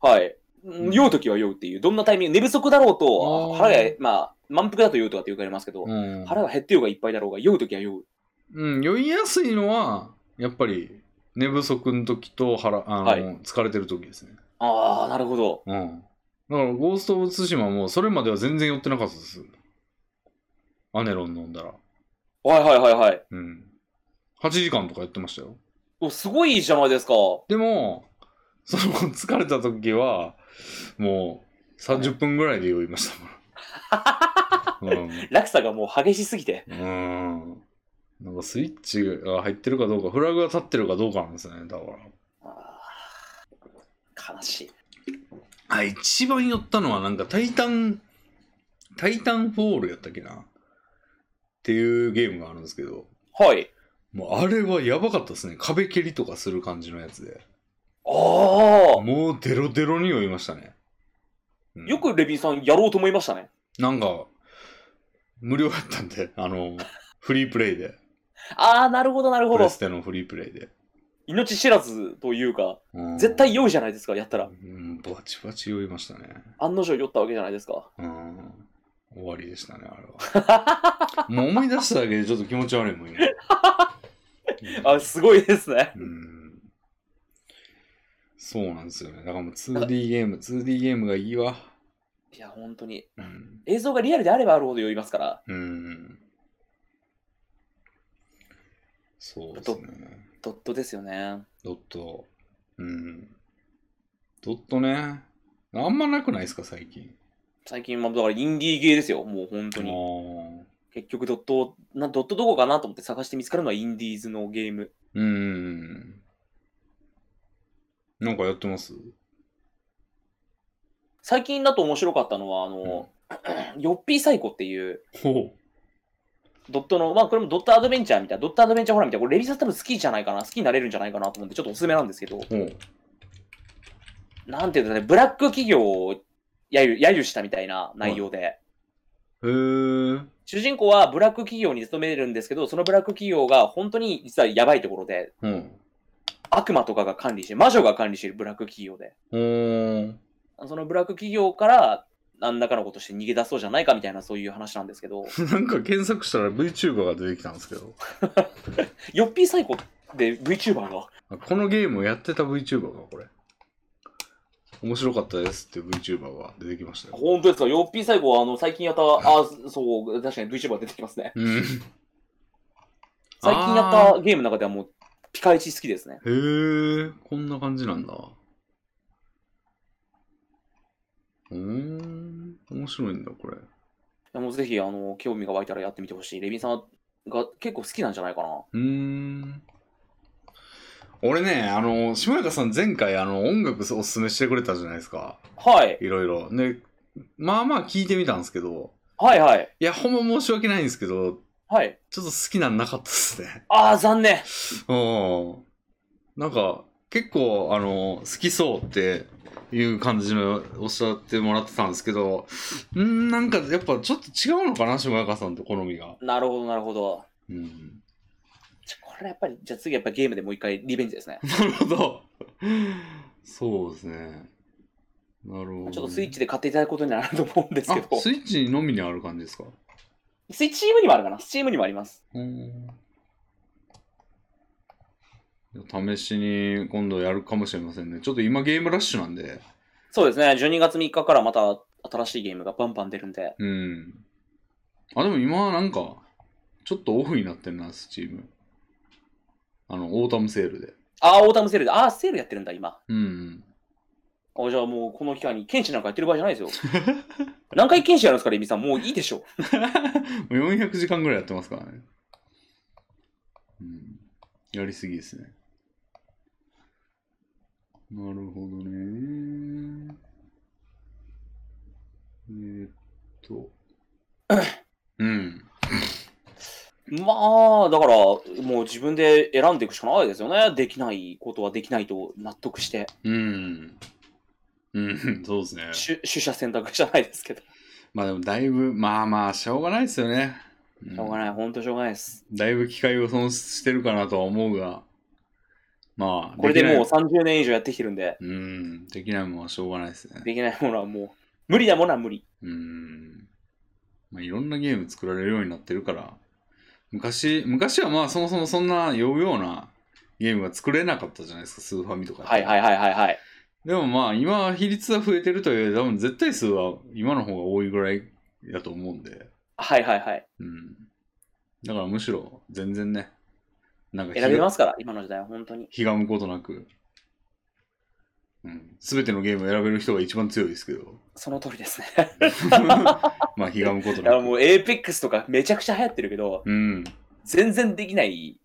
S2: はい。
S1: ん
S2: 酔うときは酔うっていう。どんなタイミング、寝不足だろうと、
S1: あー
S2: 腹が、まあ、満腹だと酔うとかってよく言われますけど、
S1: うん。
S2: 腹が減ってようがいっぱいだろうが、酔うときは酔う。
S1: うん、酔いやすいのは、やっぱり寝不足の時と腹、あの、
S2: はい
S1: 疲れてる時ですね。
S2: ああ、なるほど。
S1: うん。だから、ゴースト・オブ・ツシマも、それまでは全然酔ってなかったです。アネロン飲んだら。
S2: はいはいはいはい。
S1: うん。8時間とかやってましたよ。
S2: おすごいじゃないですか。
S1: でも、その疲れた時は、もう30分ぐらいで酔いましたもん。
S2: 落差がもう激しすぎて。
S1: うん。うん。なんかスイッチが入ってるかどうか、フラグが立ってるかどうかなんですね、だから。
S2: あー悲しい。
S1: あ、一番寄ったのはなんかタイタン、タイタンフォールやったっけなっていうゲームがあるんですけど、
S2: はい。
S1: もうあれはやばかったですね。壁蹴りとかする感じのやつで。
S2: ああ。
S1: もうデロデロに酔いましたね。うん
S2: よくレビンさんやろうと思いましたね。
S1: なんか、無料やったんで、 <laughs> あの、フリープレイで、
S2: ああ、なるほど、なるほ
S1: プレ
S2: ど。
S1: ステのフリープレイで。
S2: 命知らずというか、
S1: うん
S2: 絶対酔うじゃないですか、やったら
S1: う。ん、バチバチ酔いましたね。
S2: 案の定酔ったわけじゃないですか。
S1: うん。終わりでしたね、あれ
S2: <laughs>
S1: は。もう思い出しただけでちょっと気持ち悪いもん、今。
S2: あ、すごいですね。
S1: うん。そうなんですよね。だからもう 2D ゲーム、2D ゲームがいいわ。
S2: いや、本当に。
S1: うん。
S2: 映像がリアルであればあるほど酔いますから、
S1: うん。そうですね。
S2: ドットですよね。
S1: ドット。うん。ドットね。あんまなくないですか、最近。
S2: 最近は、だからインディーゲーですよ、もう本当に。
S1: ああ。
S2: 結局ドット、なドットどこかなと思って探して見つかるのはインディーズのゲーム。
S1: うん。なんかやってます
S2: 最近だと面白かったのは、あの、ヨッピーサイコっていう、
S1: ほ
S2: ドットの、まあこれもドットアドベンチャーみたいな、ドットアドベンチャーホラーみたいな、これレビさん多分好きじゃないかな、好きになれるんじゃないかなと思って、ちょっとおすすめなんですけど、
S1: う。ほう。
S2: なんていうんだろうね、ブラック企業を揶揄揶揄したみたいな内容で、
S1: へえ。
S2: 主人公はブラック企業に勤めるんですけど、そのブラック企業が本当に実はやばいところで、
S1: うん。
S2: 悪魔とかが管理して、魔女が管理しているブラック企業で、
S1: ほー。 <laughs>
S2: そのブラック企業から何らかのことして逃げ出そうじゃないかみたいなそういう話なんですけ <laughs> ど、
S1: なんか検索したら VTuber が出てきたんですけど、
S2: ヨッピーサイコで VTuber が、
S1: あこのゲームをやってた VTuber がこれ。面白かったですっていう VTuber が出てきましたよ。
S2: 本当ですか、ヨッピーサイコはあの最近やった、あ、そう、確かに VTuber 出てきますね。
S1: うん。
S2: 最近やったゲームの中ではもうピカイチ好きですね。
S1: へえ、こんな感じなんだ。うーん、面白いんだ、これ。う
S2: もうぜひあの興味が湧いたらやってみてほしい。レビンさんが結構好きなんじゃないかな。
S1: ーん。俺ね、あの、下中さん前回、あの、音楽おすすめしてくれたじゃないですか。
S2: はい、
S1: いろいろ。で、まあまあ聞いてみたんですけど、
S2: はい、はい、
S1: いや、ほんま申し訳ないんですけど、
S2: はい。
S1: ちょっと好きなんなかったですね。
S2: ああ、残念。
S1: うん。なんか、結構、あの、好きそうっていう感じのおっしゃってもらってたんですけど、うん、なんかやっぱちょっと違うのかな、下中さんと好みが。
S2: なるほど、なるほど。
S1: うん。
S2: じゃこれやっぱり、じゃあ次やっぱゲームでもう一回リベンジですね。
S1: なるほど。そうですね。なるほど、
S2: ちょっとスイッチで買っていただくことになると思うんですけど、
S1: あ、スイッチのみにある感じですか
S2: スイッチームにもあるかなスチームにもあります。
S1: うん。試しに今度やるかもしれませんね。ちょっと今ゲームラッシュなんで。
S2: そうですね、12月3日からまた新しいゲームがバンバン出るんで、
S1: うん。あ、でも今はなんか、ちょっとオフになってるな、スチーム。あの、オータムセールで。
S2: ああ、オータムセールで、ああ、セールやってるんだ、今。
S1: うん。
S2: あじゃあもうこの期間に剣士なんかやってる場合じゃないですよ。
S1: <laughs>
S2: 何回剣士やるんですか、レミさん。もういいでしょう。
S1: もう400時間ぐらいやってますからね。うん。やりすぎですね。なるほどね。えーっと。うん。
S2: まあ、だから、もう自分で選んでいくしかないですよね。できないことはできないと納得して、
S1: うん。うん、そうですね。
S2: 取取捨選択じゃないですけど。し
S1: まあでもだいぶ、まあまあ、しょうがないですよね。うん
S2: ょうがない、ほんとしょうがないです。
S1: だいぶ機会を損失してるかなとは思うが、まあ、
S2: これでもう
S1: き
S2: 30年以上やってきてるんで、
S1: ないうん、できないもんはしょうがないですね。
S2: できないものはもう、無理なものは無理。
S1: うん。まあ、いろんなゲーム作られるようになってるから、昔、昔はまあ、そもそもそんな酔うようなゲームが作れなかったじゃないですか、スーファミとか。。
S2: はいはいいはいはいはい。
S1: でもまあ、今は比率は増えてるというより、多分絶対数は今の方が多いぐらいだと思うんで、
S2: はいはいはい。
S1: うん。だからむしろ、全然ね、なんか
S2: 選べますから、今の時代は本当に。
S1: ひがむことなく、うん、全てのゲームを選べる人が一番強いですけ
S2: <laughs>
S1: ど、 <laughs>
S2: その通りですね。
S1: まあ、ひがむこと
S2: だから
S1: な
S2: も
S1: く。
S2: う、エーペックスとかめちゃくちゃ流行ってるけど、
S1: うん、
S2: 全然できない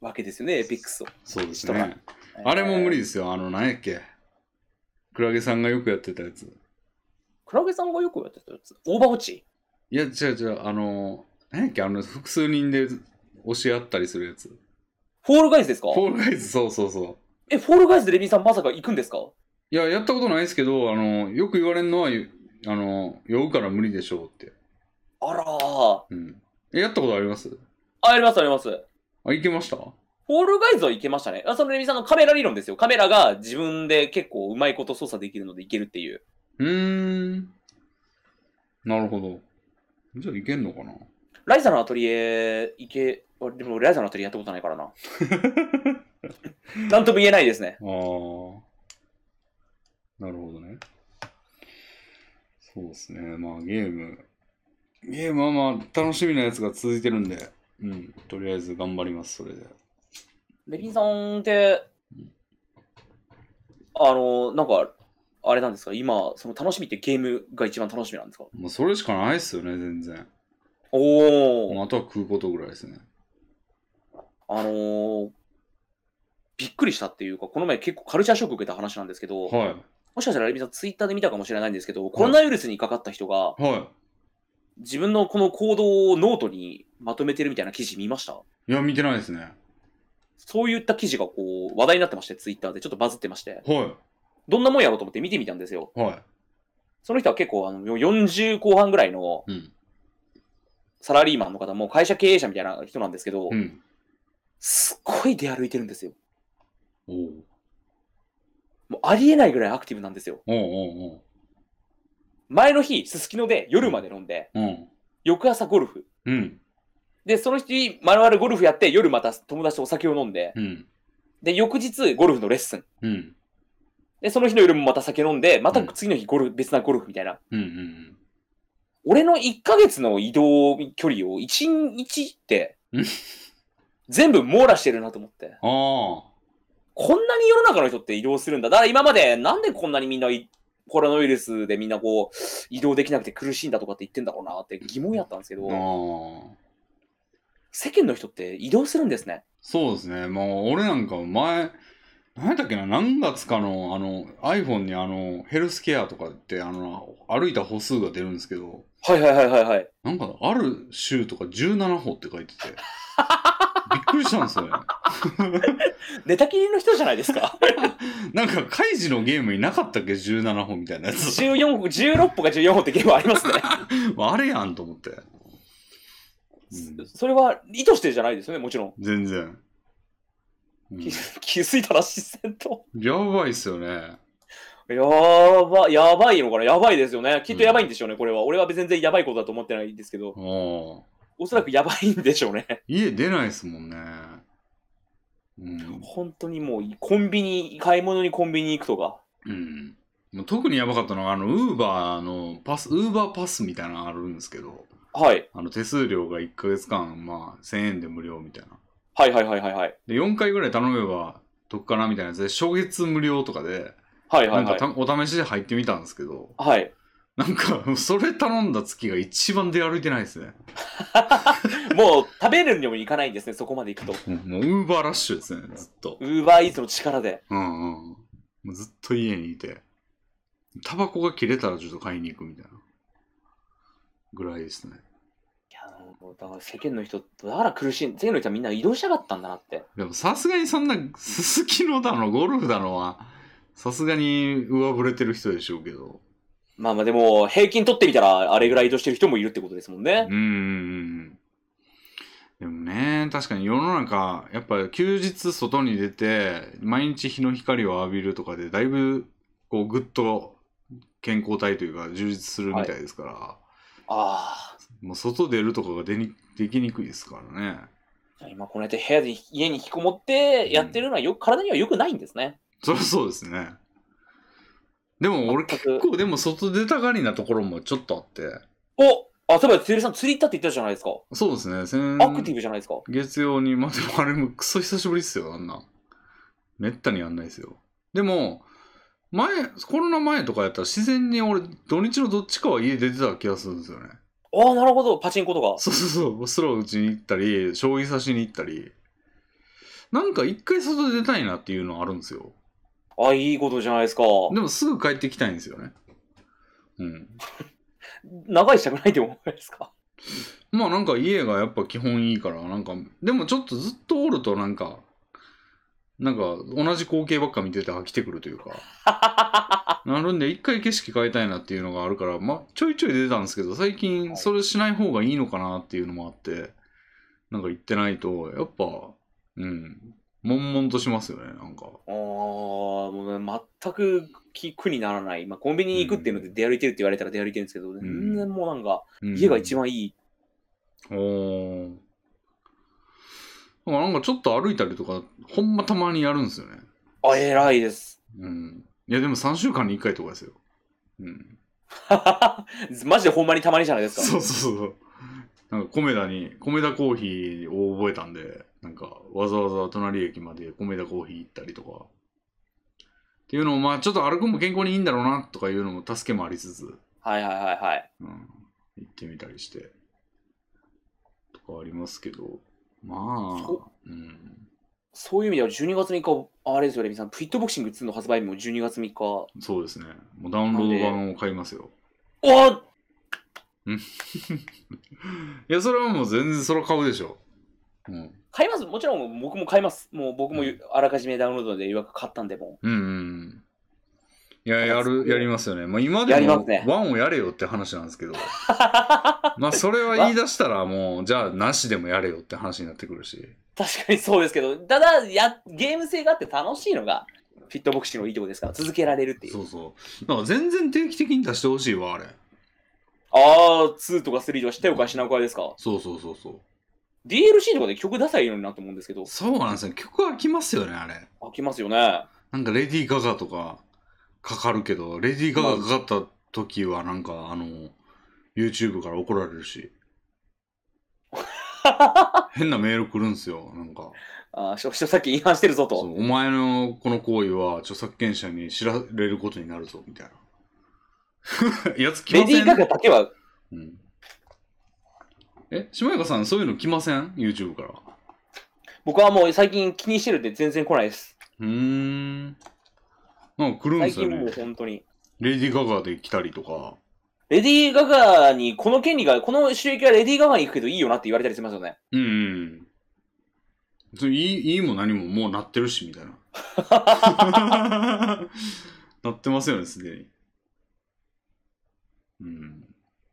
S2: わけですよね、エーペックスを。
S1: そうです
S2: 人が
S1: ね。あれも無理ですよ。あの、なんやっけ。クラゲさんがよくやってたやつ。
S2: クラゲさんがよくやってたやつ。オーバーウォッチ
S1: いや、違う違う、あの、なんやっけ、あの、複数人で押し合ったりするやつ。
S2: フォールガイズですか
S1: フォールガイズ、そうそうそう。
S2: え、フォールガイズでレビンさんまさか行くんですか
S1: いや、やったことないですけど、あの、よく言われるのは、あの、酔うから無理でしょうって。
S2: あらー。
S1: うん。え、やったことあります
S2: あ、ありますあります。
S1: あ、いけましたあ
S2: フォールガイズはいけましたね。あそのレミさんのカメラ理論ですよ。カメラが自分で結構うまいこと操作できるのでいけるっていう。
S1: うーん。なるほど。じゃあいけんのかな
S2: ライザのアトリエいけ、あでもライザのアトリエやったことないからな。なんとも言えないですね。
S1: あーなるほどね。そうですね。まあゲーム、ゲームはまあ楽しみなやつが続いてるんで、うん、とりあえず頑張ります、それで。
S2: レビンさんって、あの、なんか、あれなんですか今、その楽しみってゲームが一番楽しみなんですか
S1: もうそれしかないっすよね、全然。
S2: おお、
S1: あとは食うことぐらいですね。
S2: あのーびっくりしたっていうか、この前結構カルチャーショック受けた話なんですけど、
S1: は
S2: もしかしたらレビンさんツイッターで見たかもしれないんですけど、コロナウイルスにかかった人が、
S1: い。は
S2: 自分のこの行動をノートにまとめてるみたいな記事見ました
S1: い。いや、見てないですね。
S2: そういった記事がこう話題になってまして、ツイッターでちょっとバズってまして、
S1: は
S2: どんなもんやろうと思って見てみたんですよ。
S1: い。は
S2: その人は結構あの40後半ぐらいの
S1: い。うん。
S2: サラリーマンの方、もう会社経営者みたいな人なんですけど、
S1: うん。
S2: すっごい出歩いてるんですよ。
S1: おう
S2: もうありえないぐらいアクティブなんですよ。
S1: おうおう
S2: 前の日、すすきので夜まで飲んで、
S1: おう。うん。
S2: 翌朝ゴルフ。
S1: うん。
S2: で、その日、丸々ゴルフやって、夜また友達とお酒を飲んで、
S1: うん。
S2: で、翌日、ゴルフのレッスン。
S1: うん。
S2: で、その日の夜もまた酒飲んで、また
S1: うん
S2: 次の日ゴルフ、別なゴルフみたいな。
S1: うん。うん。
S2: 俺の1ヶ月の移動距離を1日って
S1: うん、
S2: 全部網羅してるなと思って。
S1: ああ。
S2: こんなに世の中の人って移動するんだ。だから今までなんでこんなにみんないコロナウイルスでみんなこう、移動できなくて苦しいんだとかって言ってんだろうなって疑問やったんですけど、
S1: ああ。
S2: 世間の人って移動するんですね。
S1: そうですね。もう俺なんか前、何やったっけな、何月かのあの iPhone にあのヘルスケアとかってあの歩いた歩数が出るんですけど、
S2: はいはいはいはいはい。
S1: なんかある週とか17歩って書いて <laughs> て、びっくりしたんですよね。
S2: 寝たきりの人じゃないです <laughs> か。
S1: なんか、カイジのゲームになかったっけ ?17 歩みたいなやつ。 <laughs>
S2: 14歩、16歩か14歩ってゲームありますね。
S1: あれやんと思って。うん
S2: それは意図してじゃないですよね、もちろん。 <laughs>
S1: 全然。うん
S2: 気気づいたら視線と。
S1: やばいっすよね。
S2: やば、やばいのかなやばいですよね。きっとやばいんでしょうね、これは。俺は全然やばいことだと思ってないんですけど、
S1: ああ。
S2: おそらくやばいんでしょうね。
S1: 家出ないっすもんね。うん。
S2: 本当にもう、コンビニ、買い物にコンビニ行くとか。
S1: うん、もう特にやばかったのが、あの、ウーバーのパス、ウーバーパスみたいなのあるんですけど、
S2: はい。
S1: あの、手数料が1ヶ月間、まあ、1000円で無料みたいな。
S2: はいはいはいはいはい。
S1: で、4回ぐらい頼めば、得かなみたいなやつで、初月無料とかで、
S2: はいは
S1: ないんか
S2: はい。
S1: たお試しで入ってみたんですけど、
S2: はい。
S1: なんか、それ頼んだ月が一番出歩いてないですね。
S2: もう、食べるにも行かないんですね、そこまで行くと。
S1: うんもう、ウーバーラッシュですね、ずっと。
S2: ウーバーイーツの力で。
S1: うんうん。もうずっと家にいて、タバコが切れたらちょっと買いに行くみたいな。ぐらいですね。
S2: いや、もうだから世間の人、だから苦しい。世間の人はみんな移動したかったんだなって。
S1: でもさすがにそんな、すすきのだの、ゴルフだのは、さすがに上振れてる人でしょうけど。
S2: まあまあでも、平均取ってみたら、あれぐらい移動してる人もいるってことですもん
S1: う
S2: ね
S1: ん。うんうん。でもね、確かに世の中、やっぱ休日外に出て、毎日日の光を浴びるとかで、だいぶ、こう、ぐっと健康体というか、充実するみたいですから、
S2: あ
S1: もう外出るとかが出にできにくいですからね。 <laughs>
S2: あ。今こうやって部屋で家に引きこもってやってるのはよ、体には良くないんですね。
S1: そりゃそうですね。でも俺
S2: 全
S1: 結
S2: く
S1: 構、でも外出たがりなところもちょっとあって、
S2: おあ、そういえば、つりさん釣り行ったって言ったじゃないですか。
S1: そうですね。先
S2: アクティブじゃないですか。
S1: 月曜に、まあ、でもあれもクソ久しぶりっすよ、あんなん。めったにやんないですよ。でも、前、コロナ前とかやったら自然に俺、土日のどっちかは家出てた気がするんですよね。
S2: ああ、なるほど。パチンコとか。
S1: そうそうそう、スロー打ちに行ったり、将棋指しに行ったり。なんか一回外出たいなっていうのあるんですよ。
S2: ああ、いいことじゃないですか。
S1: でもすぐ帰ってきたいんですよね。うん。
S2: 長いしたくないって思いですか。
S1: まあなんか家がやっぱ基本いいから、なんか、でもちょっとずっとおるとなんか、なんか同じ光景ばっか見てて飽きてくるというか、
S2: <laughs> な。
S1: なるんで、一回景色変えたいなっていうのがあるから、まあ、ちょいちょい出たんですけど、最近それしない方がいいのかなっていうのもあって、なんか行ってないと、やっぱ、うん、悶々としますよね、なんか。
S2: ああ、もうね全く気苦にならない。まあ、コンビニに行くっていうので出歩いてるって言われたら出歩いてるんですけど、全然もうなんか、
S1: うん
S2: 家が一番いい。
S1: おーだからなんかちょっと歩いたりとか、ほんまたまにやるんですよね。
S2: あ、偉いです。
S1: うん。いや、でも3週間に1回とかですよ。うん。
S2: マジでほんまにたまにじゃないですか。
S1: そうそうそう。なんか、米田に、米田コーヒーを覚えたんで、なんか、わざわざ隣駅まで米田コーヒー行ったりとか。っていうのを、まあ、ちょっと歩くのも健康にいいんだろうな、とかいうのも助けもありつつ、
S2: はいはいはいはい。
S1: うん、行ってみたりして、とかありますけど、まあ
S2: そ、
S1: うん。
S2: そういう意味では12月3日、あれですよ、レミさん、フィットボクシング2の発売日も12月3日。お
S1: そうですね。もうダウンロード版を買いますよ。
S2: ー
S1: いや、それはもう全然それは買うでしょ。うん。
S2: 買いますもちろん僕も買います。もう僕も
S1: うん
S2: あらかじめダウンロードで予約買ったんで、も
S1: うんうんうん。いや、やる、やりますよね。まあ今で
S2: やりま
S1: も
S2: すね
S1: ワンをやれよって話なんです
S2: <laughs>
S1: けど。 <laughs> まあそれは言い出したらもう、じゃあなしでもやれよって話になってくるし。
S2: う。確かにそうですけど、ただや、ゲーム性があって楽しいのが、フィットボクシングのいいとこですから、続けられるっていう。
S1: そうそう。だから全然定期的に出してほしいわ、あれ。
S2: あー、2とか3とかしておかしなおかですか。
S1: そうそうそうそう。
S2: DLC とかで曲出せばいいのになと思うんですけど、
S1: そうなんですよ。曲はきますよね、あれ。
S2: 飽きますよね。
S1: なんかレディー・ガガとかかかるけど、レディー・ガガかかった時はなんか、あの、YouTube から怒られる
S2: <laughs>
S1: し。変なメール来るんすよ、なんか。
S2: あー、しょ著作権違反してるぞ
S1: そ
S2: と。
S1: うお前のこの行為は著作権者に知られることになるぞみたいな。 <laughs> やつ来
S2: レ
S1: ま
S2: ディ
S1: せ
S2: ー・
S1: ん
S2: ガガだけは、
S1: うん、え、島岡さん、そういうの来ません ?YouTube から。
S2: 僕はもう最近気にしてるんで全然来ないです。
S1: うーん。なんか来るん
S2: 最
S1: すよ
S2: 近もう
S1: ね。
S2: 本当に。
S1: レディー・ガガで来たりとか。
S2: レディー・ガガに、この権利が、この収益はレディー・ガガに行くけどいいよなって言われたりしますよね。
S1: うん、うん。それいいいいも何ももうなってるしみたいな。なってますよね、すでに。うん。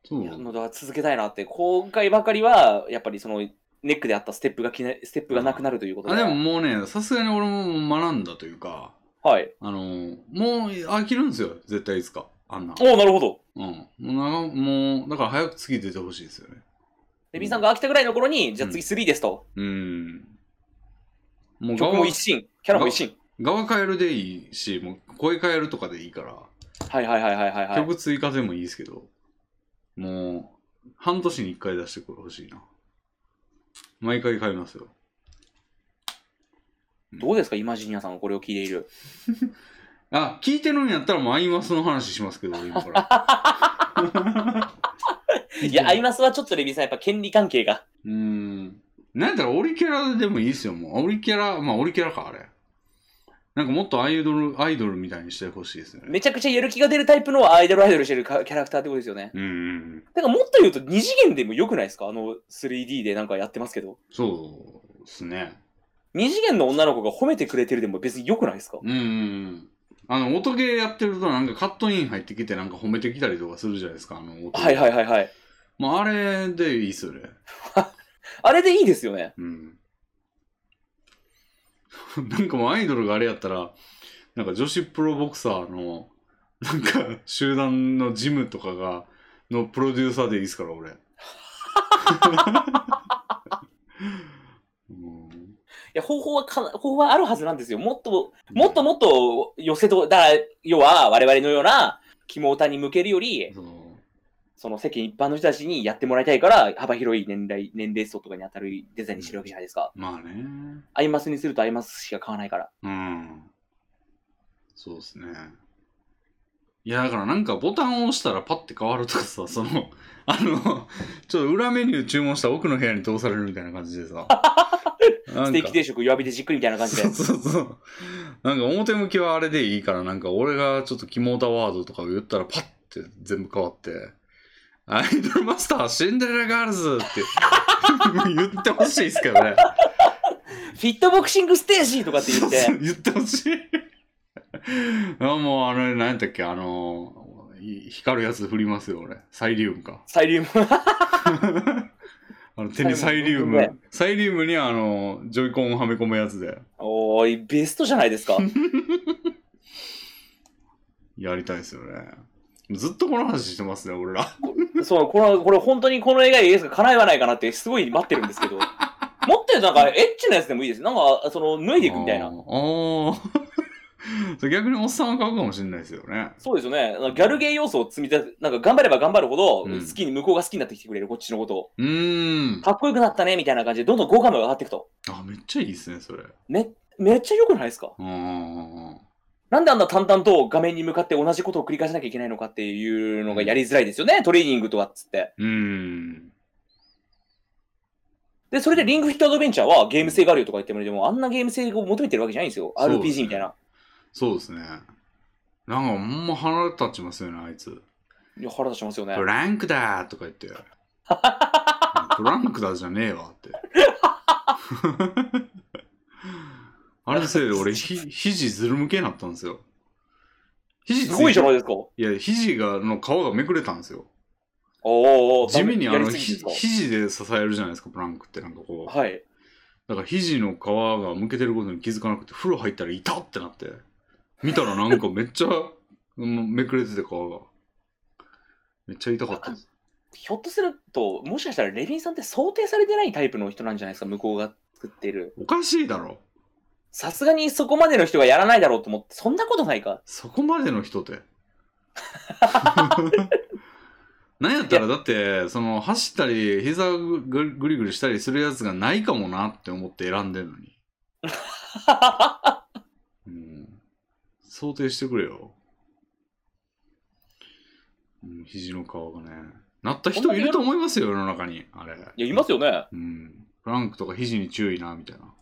S1: そう。
S2: いやのだから続けたいなって、今回ばかりは、やっぱりそのネックであったステップがきなステップがなくなるということで。
S1: あでももうねさすがに俺も学んだというか
S2: はい。
S1: あのーもう飽きるんですよ絶対いつかあんな
S2: おお、なるほど。
S1: うんもうなもうだから早く次出てほしいですよね
S2: レビンさんが飽きたぐらいの頃に、じゃあ次3ですと。
S1: うんもう
S2: 曲
S1: 側
S2: も一新、キャラも一新。
S1: 側変えるでいいしもう声変えるとかでいいから、
S2: はいはいはいはいはいはい。
S1: 曲追加でもいいですけどもう半年に1回出してほしいな毎回買いますよ
S2: どうですか、イマジニアさんがこれを聞い
S1: <laughs>
S2: ている。
S1: あ聞いてるんやったらもうアイマスの話しますけ
S2: <laughs>
S1: ど今から
S2: いや、アイマスはちょっとレビンさん、やっぱ権利関係が。
S1: うーん。なんやったらオリキャラでもいいですよ、もう。オリキャラ、まあオリキャラか、あれ。なんかもっとアイドル、アイドルみたいにしてほしいですよね。
S2: めちゃくちゃやる気が出るタイプのアイドルアイドルしてるかキャラクターってことですよね。
S1: うんうんうん。
S2: だからもっと言うと、二次元でも良くないですかあの 3D でなんかやってますけど。
S1: そうですね。
S2: 二次元の女の子が褒めてくれてるでも別に良くないですか
S1: うんうんうん。あの、音ゲーやってるとなんかカットイン入ってきてなんか褒めてきたりとかするじゃないですか、あの音ゲー
S2: はいはいはいはい。
S1: まああれでいいっすよね。
S2: あれでいいですよね。
S1: うん。 <laughs> なんかもうアイドルがあれやったら、なんか女子プロボクサーの、なんか集団のジムとかが、のプロデューサーでいいですから、
S2: <laughs>
S1: 俺。うん
S2: いや、方法はかな、方法はあるはずなんですよ。もっと、もっともっと寄せと、だから、要は我々のような、肝歌に向けるより、
S1: そう
S2: その世間一般の人たちにやってもらいたいから、幅広い年代、年齢層とかに当たるデザインにしてるわけじゃないですか。
S1: まあね。
S2: アイマスにするとアイマスしか買わないから。
S1: うん。そうですね。いや、だからなんかボタンを押したらパッて変わるとかさ、その、あの、ちょっと裏メニュー注文した奥の部屋に通されるみたいな感
S2: <laughs>
S1: じでさ。なんか
S2: ステーキ定食弱火でじっくりみたいな感じで。
S1: そうそうそう。なんか表向きはあれでいいから、なんか俺がちょっとキモータワードとかを言ったらパッて全部変わって、アイドルマスターシンデレラガールズって <laughs> 言ってほしいですけどね。
S2: フィットボクシングステージとかって言っ
S1: そ
S2: て
S1: うそ、う言ってほしい。あもうあれ何やったっけあのい光るやつ振りますよ俺サイリウムか
S2: サイリウム。
S1: あの手にサイリウ
S2: サイリウ
S1: ムサイリウムにあのジョイコンをはめ込むやつで
S2: <laughs> おーい、ベストじゃないで
S1: <laughs>
S2: すか。
S1: やりたいですよねずっとこの話してますね俺ら
S2: そう、これ、これ本当にこの映画いいですか叶えはないかなってすごい待ってるんですけど。持ってるなんかエッチなやつでもいいです。なんか、その、脱いでいくみたい
S1: あー
S2: な。
S1: <laughs> あーそれ逆におっさんは買うかもしれないですよね
S2: そうですよね。なんかギャルゲー要素を積み立て、なんか頑張れば頑張るほど、
S1: うん
S2: 好きに、向こうが好きになってきてくれる、こっちのことを。
S1: うーん
S2: かっこよくなったね、みたいな感じで、どんどん好感度が上がっていくと。
S1: あめっちゃいいですねそれ
S2: め、めっちゃ良くないですか
S1: うん
S2: なんであんな淡々と画面に向かって同じことを繰り返しなきゃいけないのかっていうのがやりづらいですよね、トレーニングとかっつって。
S1: うん
S2: で、それでリングフィットアドベンチャーはゲーム性があるよとか言っても、でもあんなゲーム性を求めてるわけじゃないんですよ。
S1: そうですね
S2: RPG みたいな。
S1: そうですねなんかほんま腹立ちますよねあいつ
S2: いや、腹立ちますよね
S1: ト。ランクだーとか言っ
S2: <laughs>
S1: て。トランクだじゃねえわって。 <laughs> あれのせいで俺ひ、肘ずるむけになったんですよ。肘
S2: すごいじゃない
S1: い
S2: ですか。お
S1: いや、肘が、の皮がめくれたんですよ。
S2: おお
S1: 地味にあの、
S2: やりす
S1: ひ
S2: ぎです
S1: 肘で支えるじゃないですか、プランクってなんかこ
S2: か
S1: う。
S2: はい。
S1: だから肘の皮がむけてることに気づかなくて、風呂入ったら痛ってなって。見たらなんかめっちゃ、 <laughs> うんめくれてて皮が。めっちゃ痛かったです。
S2: ひょっとすると、もしかしたらレビンさんって想定されてないタイプの人なんじゃないですか、向こうが作ってる。
S1: おかしいだろ。
S2: さすがにそこまでの人がやらないだろうと思って、そんなことないか。
S1: そこまでの人っ
S2: <laughs>
S1: て。なんやったらだってその走ったり膝ぐぐりぐりしたりするやつがないかもなって思って選んでるの
S2: <laughs>
S1: に、うん、想定してくれよ、うん、肘の皮がねなった人いると思いますよ世の中にあれ
S2: いや、いますよね。
S1: うん、フランクとか肘に注意なみたいな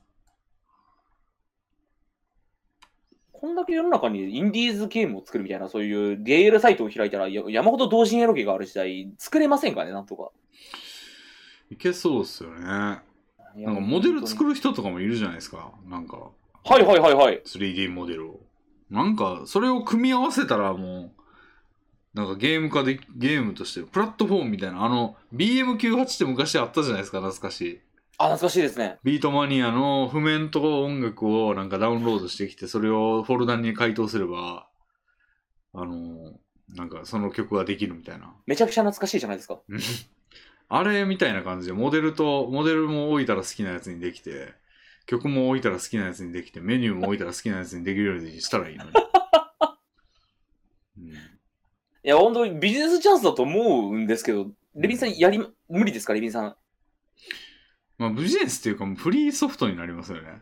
S2: こんだけ世の中にインディーズゲームを作るみたいな、そういう DL サイトを開いたらや山ほど同人エロゲがある時代、作れませんかね、なんとか。
S1: いけそうっすよねなん
S2: な
S1: かモデル作
S2: る
S1: る人とかもいるじゃないですかなんか
S2: はいはいはいはい。
S1: 3D モデルをなんかそれを組み合わせたらもうなんかゲーム化でゲームとしてプラットフォームみたいなあの BM98 って昔あったじゃないですか懐かしい
S2: あ、懐かしいですね。
S1: ビートマニアの譜面と音楽をなんかダウンロードしてきてそれをフォルダに回答すればあのなんかその曲ができるみたいな
S2: めちゃくちゃ懐かしいじゃないですか。
S1: あれみたいな感じでモデルとモデルも置いたら好きなやつにできて曲も置いたら好きなやつにできてメニューも置いたら好きなやつにできるようにしたらい <laughs> いのに、うん
S2: いや、本当にビジネスチャンスだと思うんですけど、レビンさん、やり、無理ですか、レビンさん。
S1: まあビジネスっていうかもうフリーソフトになりますよね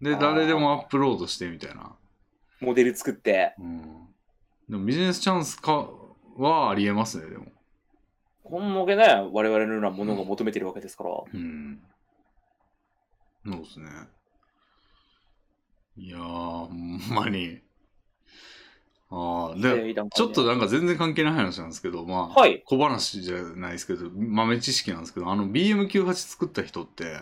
S1: で
S2: あー
S1: 誰でもアップロードしてみたいな、
S2: モデル作って。
S1: うん、でもビジネスチャンスかはありえますねでも
S2: こんだけね、我々のようなものが求めてるわけですから。
S1: うん。そうですね。いやー、ほんまに。ああ、で、
S2: いい段階
S1: ちょっと、なんか全然関係ない話なんですけど、まあ、
S2: はい。
S1: 小話じゃないですけど、豆知識なんですけど、あの BM98 作った人って、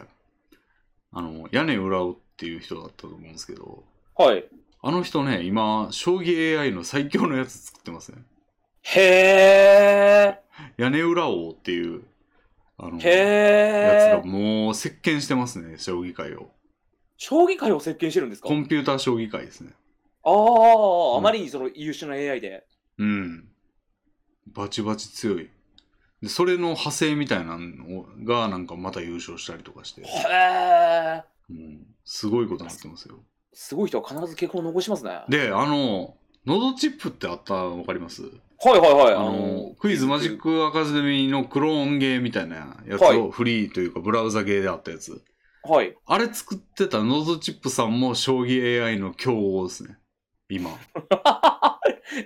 S1: あの、屋根裏をっていう人だったと思うんですけど、
S2: はい。
S1: あの人ね、今、将棋 AI の最強のやつ作ってますね。
S2: へー。
S1: 屋根裏王っていう、あの、やつ
S2: へ
S1: が
S2: ー。
S1: もう席巻してますね、将棋界を。
S2: 将棋界を席巻してるんですか
S1: コンピューター将棋界ですね。
S2: あ
S1: うん
S2: あ、あまりにその優秀な AI で。
S1: うん。バチバチ強い。で、それの派生みたいなのが、なんかまた優勝したりとかして、
S2: へー。
S1: うん、すごいことになってますよ。
S2: すごい人は必ず結婚を残しますね。はい
S1: で、あの、喉チップってあったのわかります
S2: はいはい。
S1: あの、クイズマジッ。クアカデミーのクローンゲーみたいなやつ
S2: は
S1: を
S2: い
S1: フリーというかブラウザゲーであったやつ。
S2: はい。
S1: あれ作ってた喉チップさんも将棋 AI の強豪ですね。今。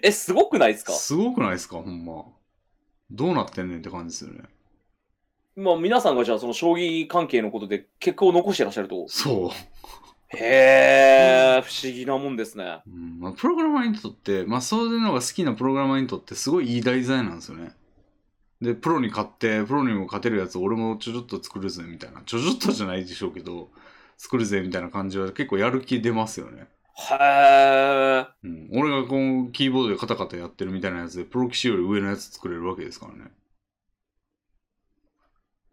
S2: え、すごくないですか
S1: すごくないですかほんま。どうなってんねんって感じですよね。
S2: まあ皆さんがじゃあその将棋関係のことで結果を残してらっしゃると。
S1: そう。
S2: へー、不思議なもんですね。
S1: うんまあ、プログラマーにとって、まあ、そういうのが好きなプログラマーにとってすごいいい題材なんですよね。で、プロに勝って、プロにも勝てるやつ俺もちょちょっと作るぜみたいな、ちょちょっとじゃないでしょうけど、作るぜみたいな感じは結構やる気出ますよね。
S2: へえ。
S1: うん、俺がこのキーボードでカタカタやってるみたいなやつで、プロ棋士より上のやつ作れるわけですからね。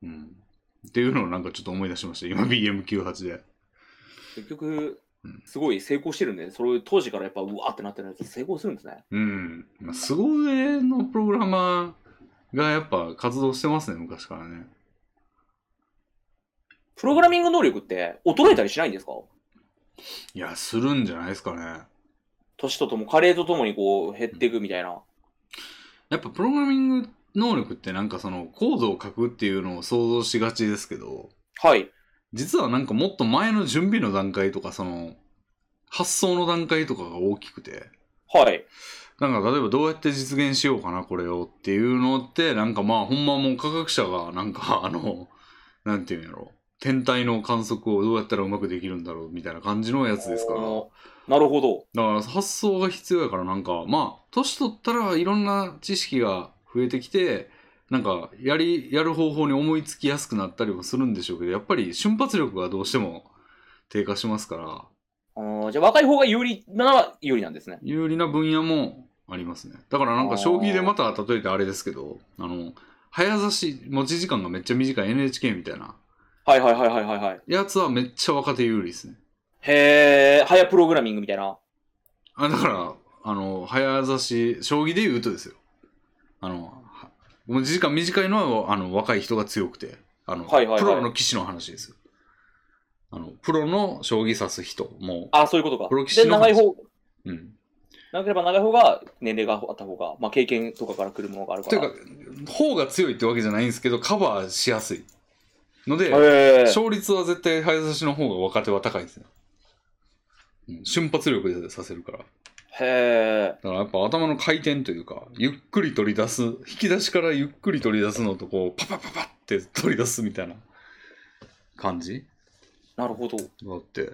S1: うん。っていうのをなんかちょっと思い出しました。今 BM98 で。
S2: 結局
S1: うん、
S2: すごい成功してるんで、それ当時からやっぱうわってなってるやつ成功するんですね。
S1: うん。まあ、凄腕のプログラマーがやっぱ活動してますね、昔からね。
S2: プログラミング能力って衰えたりしないんですか
S1: いや、するんじゃないですかね。
S2: 年ととも、加齢とともにこう減っていくみたいな。
S1: やっぱプログラミング能力ってなんかそのコードを書くっていうのを想像しがちですけど、
S2: はい。
S1: 実はなんかもっと前の準備の段階とか、その発想の段階とかが大きくて、
S2: はい。
S1: なんか例えばどうやって実現しようかな、これをっていうのって、なんかまあほんまもう科学者がなんか <laughs> あの、なんていうんやろ、天体の観測をどうやったらうまくできるんだろうみたいな感じのやつですから、
S2: おなるほど。
S1: だから発想が必要やからなんかまあ年取ったらいろんな知識が増えてきてなんかやりやる方法に思いつきやすくなったりもするんでしょうけどやっぱり瞬発力がどうしても低下しますから
S2: あーじゃあ若い方が有利なのは有利なんですね。
S1: 有利な分野もありますねだからなんか将棋でまた例えてあれですけどあの早指し持ち時間がめっちゃ短い NHK みたいな
S2: はいはいはいはいはいはい。
S1: やつはめっちゃ若手有利ですね
S2: へえ、早プログラミングみたいな。
S1: あだからあの早指し将棋で言うとですよあのはもう時間短いのはあの若い人が強くてあの、
S2: はいはいはい
S1: プロの棋士の話ですよあのプロの将棋指す人も
S2: あ、そういうことか。
S1: プロ棋士
S2: で、
S1: の
S2: 長い方、
S1: う、うん、
S2: 長ければ長い方が年齢があった方が、まあ経験とかから来るものがあるか
S1: という
S2: ら。
S1: か方が強いってわけじゃないんですけどカバーしやすいので
S2: へー
S1: 勝率は絶対早指しの方が若手は高いですね、うん、瞬発力でさせるから
S2: へ
S1: だからやっぱ頭の回転というか、ゆっくり取り出す、引き出しからゆっくり取り出すのと、こう、パパパパって取り出すみたいな感じ
S2: ーなるほど。
S1: だって。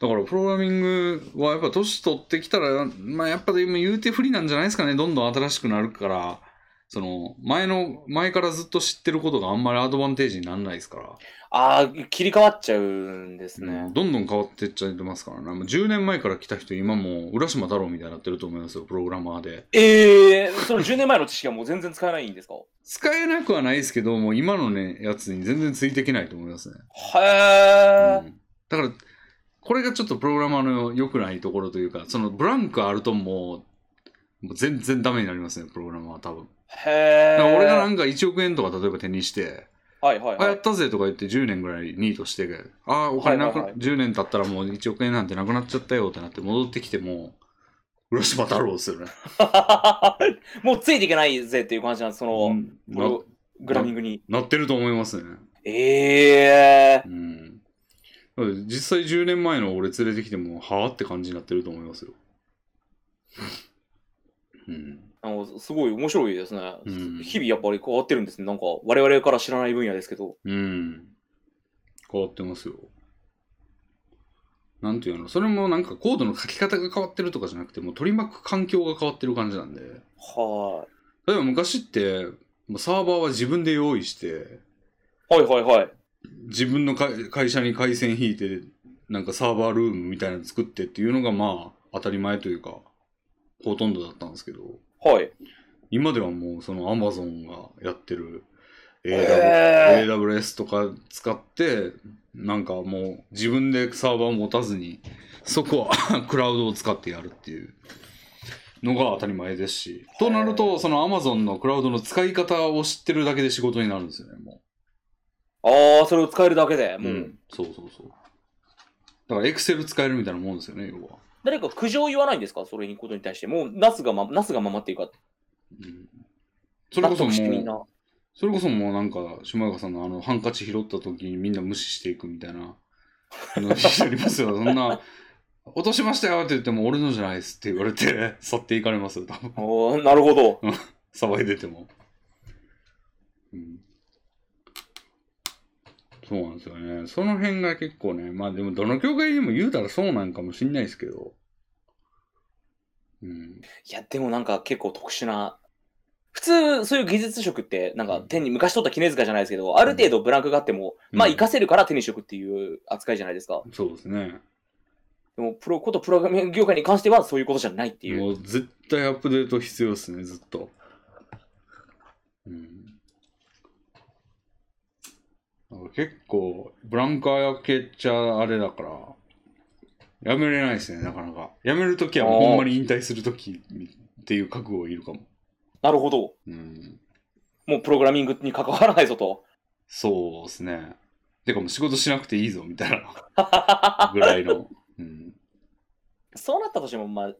S1: だから、プログラミングはやっぱ年取ってきたら、まあやっぱでも言うて不利なんじゃないですかね。どんどん新しくなるから、その、前の、前からずっと知ってることがあんまりアドバンテージにならないですから。
S2: ああ、切り替わっちゃうんですね。
S1: うんどんどん変わってっちゃってますからね。もう10年前から来た人、今もう浦島太郎みたいになってると思いますよ、プログラマーで。
S2: ええその10年前の知識はもう全然使えないんですか
S1: 使えなくはないですけど、もう今のね、やつに全然ついていけないと思いますね。
S2: へ
S1: う
S2: え、
S1: んだから、これがちょっとプログラマーの良くないところというか、そのブランクあるともう、もう全然ダメになりますね、プログラマーは多分。
S2: へ
S1: だ
S2: え。
S1: から俺がなんか1億円とか例えば手にして、
S2: はいはい
S1: あ、
S2: は
S1: や
S2: い。
S1: ったぜとか言って10年ぐらいニートして、ああ、お金なく、
S2: はいはいはい
S1: 10年経ったらもう1億円なんてなくなっちゃったよってなって戻ってきても、浦島太郎ですよね。
S2: <laughs> もうついていけないぜっていう感じなんです、その、
S1: うん
S2: プログラミングに。
S1: ななってると思いますね。
S2: ええ
S1: うん。だから実際10年前の俺連れてきても、はあって感じになってると思いますよ。うん。
S2: あのすごい面白いですね、
S1: うん
S2: 日々やっぱり変わってるんですね。なんか我々から知らない分野ですけど。
S1: うん。変わってますよ。なんていうのそれもなんかコードの書き方が変わってるとかじゃなくて、もう取り巻く環境が変わってる感じなんで。
S2: は
S1: 例えば昔って、もうサーバーは自分で用意して、
S2: い。はいはいはい。
S1: 自分のか会社に回線引いてなんかサーバールームみたいなの作ってっていうのがまあ当たり前というかほとんどだったんですけど
S2: はい。
S1: 今ではもうその Amazon がやってる AW、
S2: へ
S1: AWS とか使ってなんかもう自分でサーバーを持たずにそこはクラウドを使ってやるっていうのが当たり前ですしとなるとその Amazon のクラウドの使い方を知ってるだけで仕事になるんですよねもう
S2: ああ、それを使えるだけでもう、
S1: ん、そうそうそうだからエクセル使えるみたいなもんですよね要は、
S2: 誰か苦情言わないんですかそれにことに対して。もう、なすがま、なすがままっていうか、
S1: うん、それこそ
S2: 納得してみん
S1: もう
S2: な。
S1: それこそもうなんか島岡さんのあのハンカチ拾った時にみんな無視していくみたいなのになりますよそんな「落としましたよ」って言っても「俺のじゃないです」って言われて去っていかれますよ多分
S2: おーなるほど。
S1: 騒いでても、うん、そうなんですよねその辺が結構ねまあでもどの業界でも言うたらそうなんかもしんないですけどうん
S2: いや、でもなんか結構特殊な。普通、そういう技術職って、なんか手に、昔取った絹塚じゃないですけど、ある程度ブランクがあっても、
S1: うん
S2: まあ、活かせるから手に職っていう扱いじゃないですか。
S1: そうですね
S2: ででもプロことプログラミング業界に関してはそういうことじゃないっていう。
S1: もう絶対アップデート必要ですね、ずっと。うん。なんか結構、ブランカー開けちゃあれだから、やめれないですね、なかなか。やめるときはもう
S2: あー
S1: ほんまに引退するときっていう覚悟いるかも。
S2: なるほど。
S1: うん。
S2: もうプログラミングに関わらないぞと。
S1: そうですね。てかもう仕事しなくていいぞ、みたい
S2: <laughs>
S1: な。ぐらいの。うん。
S2: そうなったとしても、まあ、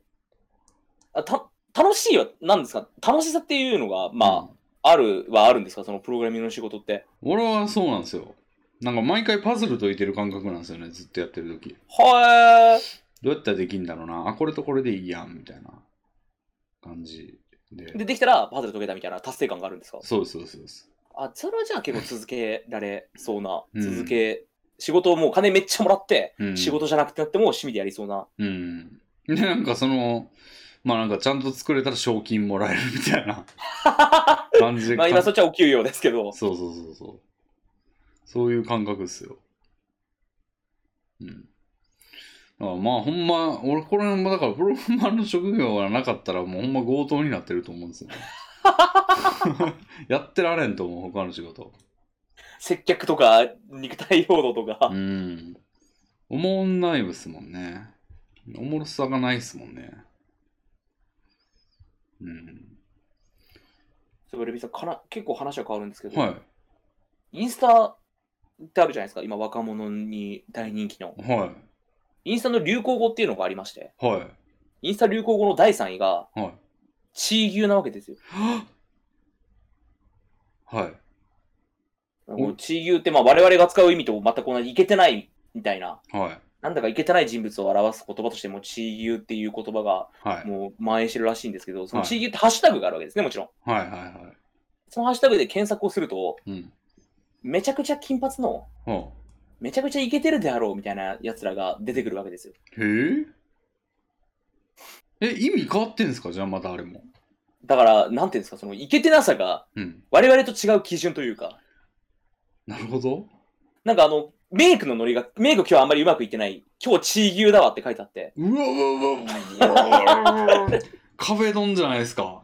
S2: あた楽しいは何ですか楽しさっていうのが、まあ、あるはあるんですかそのプログラミングの仕事って。
S1: 俺はそうなんですよ。なんか毎回パズル解いてる感覚なんですよね、ずっとやってるとき。
S2: はえ。
S1: どうやったらできんだろうな。あ、これとこれでいいやん、みたいな感じで。
S2: で、できたらパズル解けたみたいな達成感があるんですか
S1: そうですそうですそうです。
S2: あ、それはじゃあ結構続けられそうな、
S1: うん
S2: 続け、仕事をもう金めっちゃもらって、
S1: うん
S2: 仕事じゃなくてなっても趣味でやりそうな。
S1: うん。で、なんかその、まあなんかちゃんと作れたら賞金もらえるみたい
S2: <laughs>
S1: な感じで。
S2: まあ今そ
S1: そ
S2: っちはお給料ですけど。
S1: うそうそうそう。そういう感覚ですよ。うん。だからまあほんま、俺これもだからプログラマーの職業がなかったらもうほんま強盗になってると思うん
S2: <laughs>
S1: ですよね。やってられんと思う、他の仕事。
S2: 接客とか、肉体労働とか
S1: う。ん。おもんないですもんね。おもろさがないですもんね。うん。
S2: そういえばレビさんかな、結構話は変わるんですけど、
S1: は
S2: インスタってあるじゃないですか、今若者に大人気の。
S1: い。は
S2: インスタの流行語っていうのがありまして、
S1: い。は
S2: インスタ流行語の第3位が、
S1: い。はい。
S2: 地位牛なわけですよ。
S1: はい。
S2: こう地位牛って、まあ我々が使う意味と全く同じ、いけてないみたいな、
S1: はい。
S2: なんだかいけてない人物を表す言葉としても、地位牛っていう言葉が
S1: はい。
S2: もう蔓延してるらしいんですけど、その
S1: はい
S2: 地位牛ってハッシュタグがあるわけですね、もちろん。
S1: はい。はい。は
S2: そのハッシュタグで検索をすると、
S1: い。うん。
S2: めちゃくちゃ金髪の、
S1: は
S2: めちゃくちゃイケてるであろうみたいな奴らが出てくるわけですよ。
S1: あ。へええ、意味変わってんすかじゃあまたあれも。
S2: だから、なんていうんですか、そのイケてなさが
S1: うん。
S2: 我々と違う基準というか、
S1: なるほど。
S2: なんかあの、メイクのノリが、メイク今日あんまりうまくいってない、今日地位牛だわって書いてあって、
S1: うわ
S2: <laughs>
S1: うわうわうわうわ。壁ドンじゃないですか。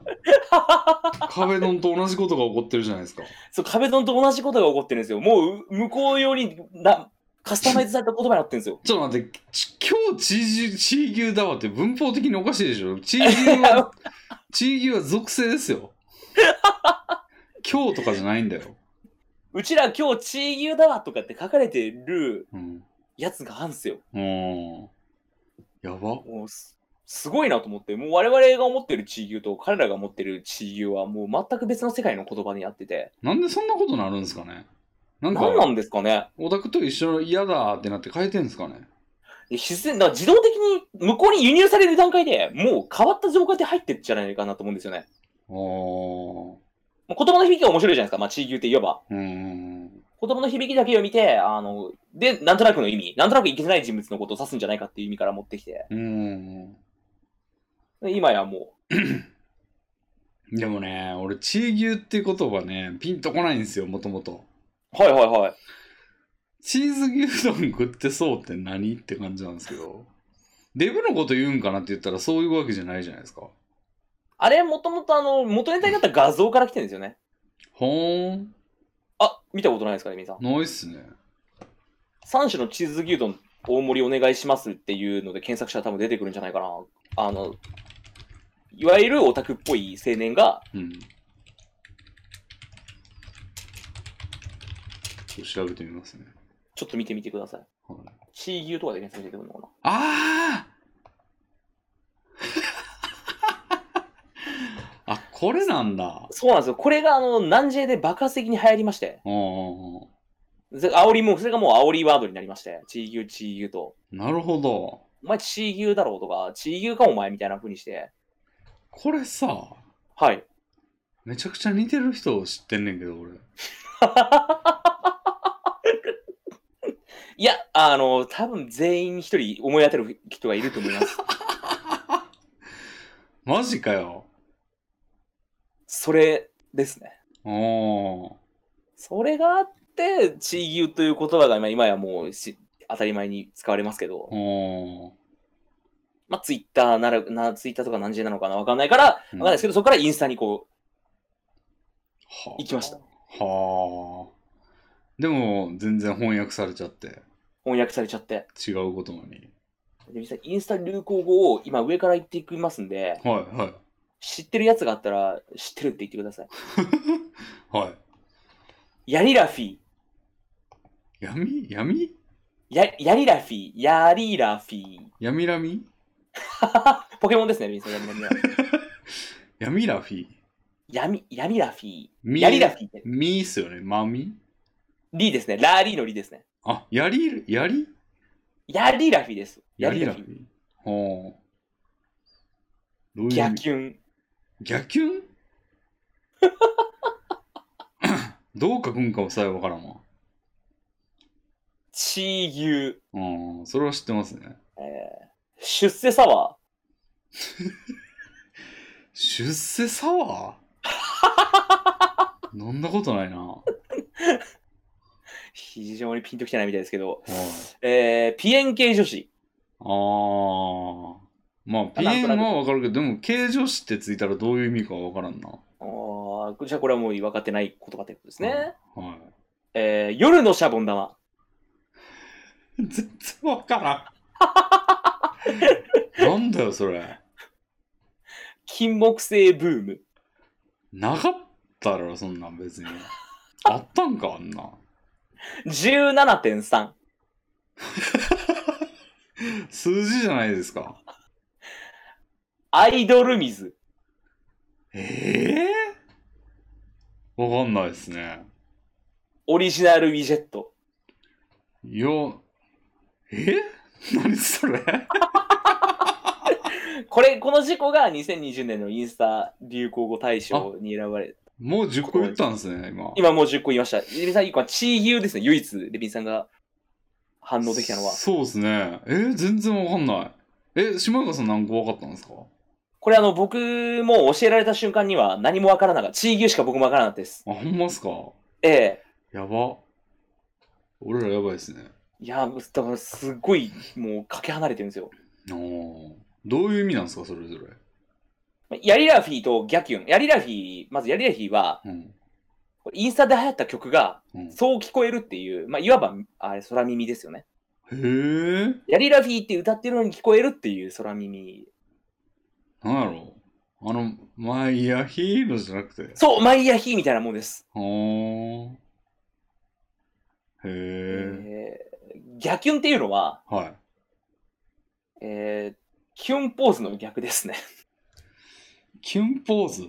S1: 壁ドンと同じことが起こってるじゃないですか。。
S2: そう、壁ドンと同じことが起こってるんですよ。もう、う向こう用にな、カスタマイズされた言葉になってるんですよ
S1: ちょっと待って、ち今日チー牛、チー牛だわって文法的におかしいでしょチー牛は、チー牛は属性です
S2: <laughs>
S1: よ。今日とかじゃないんだよ。
S2: うちら今日地位牛だわとかって書かれてる
S1: うん。
S2: やつがあるんですよ。
S1: うん。やば。
S2: もうす、すごいなと思って、もう我々が思ってる地位牛と彼らが持ってる地位牛はもう全く別の世界の言葉になってて、
S1: なんでそんなことなるんですかねなんか、
S2: 何なんですかね
S1: オタクと一緒の嫌だってなって変えてんですかね
S2: 自然、だから自動的に向こうに輸入される段階でもう変わった情報で入ってっちゃないかなと思うんですよね。
S1: あー。
S2: まあ言葉の響きが面白いじゃないですか、まあ、地域牛って言えば。
S1: うん。
S2: 言葉の響きだけを見て、あの、で、なんとなくの意味、なんとなくいけてない人物のことを指すんじゃないかっていう意味から持ってきて、
S1: うん。
S2: で今やも
S1: でもね、俺、チー牛っていう言葉ね、ピンとこないんですよ、もともと。
S2: う、はいはいはい。
S1: チーズ牛丼食ってそうって何って感じなんですけどデブのこと言うんかなって言ったらそういうわけじゃないじゃないですか
S2: あれ、もともとあの、元ネタになった画像から来てるんですよね。
S1: ほーん
S2: あ、見たことないですか、エミさん。
S1: ないっすね
S2: 3種のチーズ牛丼大盛りお願いしますっていうので検索したら多分出てくるんじゃないかな。あの、いわゆるオタクっぽい青年が、
S1: うんちょっと調べてみますね、
S2: ちょっと見てみてください。
S1: はい、
S2: チー牛とかで検索出てくるのかな。
S1: あー <laughs> あこれなんだ
S2: そうなんですよ。これがあの、南ジェで爆発的に流行りまして、
S1: うんうんうん
S2: ぜ煽りも、それがもう煽りワードになりまして、チー牛、チー牛と。
S1: なるほど
S2: お前、地位牛だろうとか、地位牛かお前みたいな風にして、
S1: これさ
S2: はい。
S1: めちゃくちゃ似てる人を知ってんねんけど俺
S2: いや、あの、多分全員一人思い当たる人がいると思います。
S1: マジかよ
S2: それですね。
S1: おー
S2: それがあって、地位牛という言葉が今今やもうし当たり前に使われますけど、
S1: おー
S2: まあ、ツイッターなら、な、ツイッターとか何時なのかなわかんないから、わかんないですけど、そこからインスタにこ
S1: は
S2: う、行きました。
S1: あはあでも全然翻訳されちゃって
S2: 翻訳されちゃって。
S1: 違うことなのに
S2: で実際、インスタ流行語を今上から言っていきますんで、
S1: はいはい
S2: 知ってるやつがあったら、知ってるって言ってください。
S1: はい
S2: ヤリラフィー。
S1: 闇闇
S2: や、ヤリラフィー。ヤリラフィー。
S1: 闇ラミ
S2: ポケモンですね、皆さん。ヤミラフィ
S1: 闇ラフィ
S2: ー。ヤミ、ヤミラフィー。
S1: ミ
S2: ヤリラフィーって。
S1: ミーっすよねマミ
S2: リーですね。ラーリーのリーですね。
S1: あやりやり
S2: ヤリラフィーです。
S1: やりラ
S2: ヤ
S1: フ
S2: リ
S1: ィほうどういう意
S2: 逆
S1: 味
S2: キュン。
S1: 逆 <laughs> キュンどう書くんかもさえわからんわ
S2: チーユ
S1: うんそれは知ってますね
S2: ー。えー出世サワー。
S1: 出世サワ
S2: <laughs>
S1: ー飲んだことないなは
S2: 非常にピンときてないみたいですけど、
S1: い
S2: えー、ピエン系女子。
S1: あーまあ
S2: あなんと
S1: PM
S2: なく
S1: はわかるけどでも形助詞ってついたらどういう意味かわからんな
S2: あーじゃあこれはもう分かってない言葉ということですね。
S1: はい
S2: えー、夜のシャボン玉。
S1: 全然わからん。なんだよ、それ。
S2: 金木犀ブーム。
S1: なかったろ、そんなん別に。あったんか、あんな。
S2: 17.3。
S1: 数字じゃないですか。
S2: アイドル水。
S1: ええわかんないですね。
S2: オリジナルウィジェット。
S1: いや、え何それ
S2: これ、この事故が2020年のインスタ流行語大賞に選ばれ、
S1: もう10個言ったんですね、今。
S2: 今もう10個言いました。レビンさん、1個はチーユーですね。唯一、レビンさんが反応できたのは。
S1: そうですね。え全然わかんない。え、島岡さん何個わかったんですか
S2: これあの、僕も教えられた瞬間には何もわからなかった。チーユーしか僕もわからなかったです。
S1: あ、ほんまっすか
S2: ええ
S1: やば。俺らやばいですね。
S2: いや、だからすごい、もうかけ離れてるんですよ。
S1: おーどういう意味なんですかそれぞれ、
S2: ヤリラフィーとギャキュン。ヤリラフィー、まずヤリラフィーは、
S1: うん
S2: インスタで流行った曲が、
S1: うん、
S2: そう聞こえるっていう、まあ、いわば、あれ、空耳ですよね。
S1: へえ
S2: ヤリラフィーって歌ってるのに聞こえるっていう空耳。
S1: んやろうあのマイヤヒーローじゃなくて
S2: そう、マイヤヒーみたいなもんです。
S1: ほーへえ
S2: えー、ギャキュンっていうのは、
S1: はい
S2: えー、キュンポーズの逆ですね。
S1: キュンポー
S2: <laughs>
S1: ズ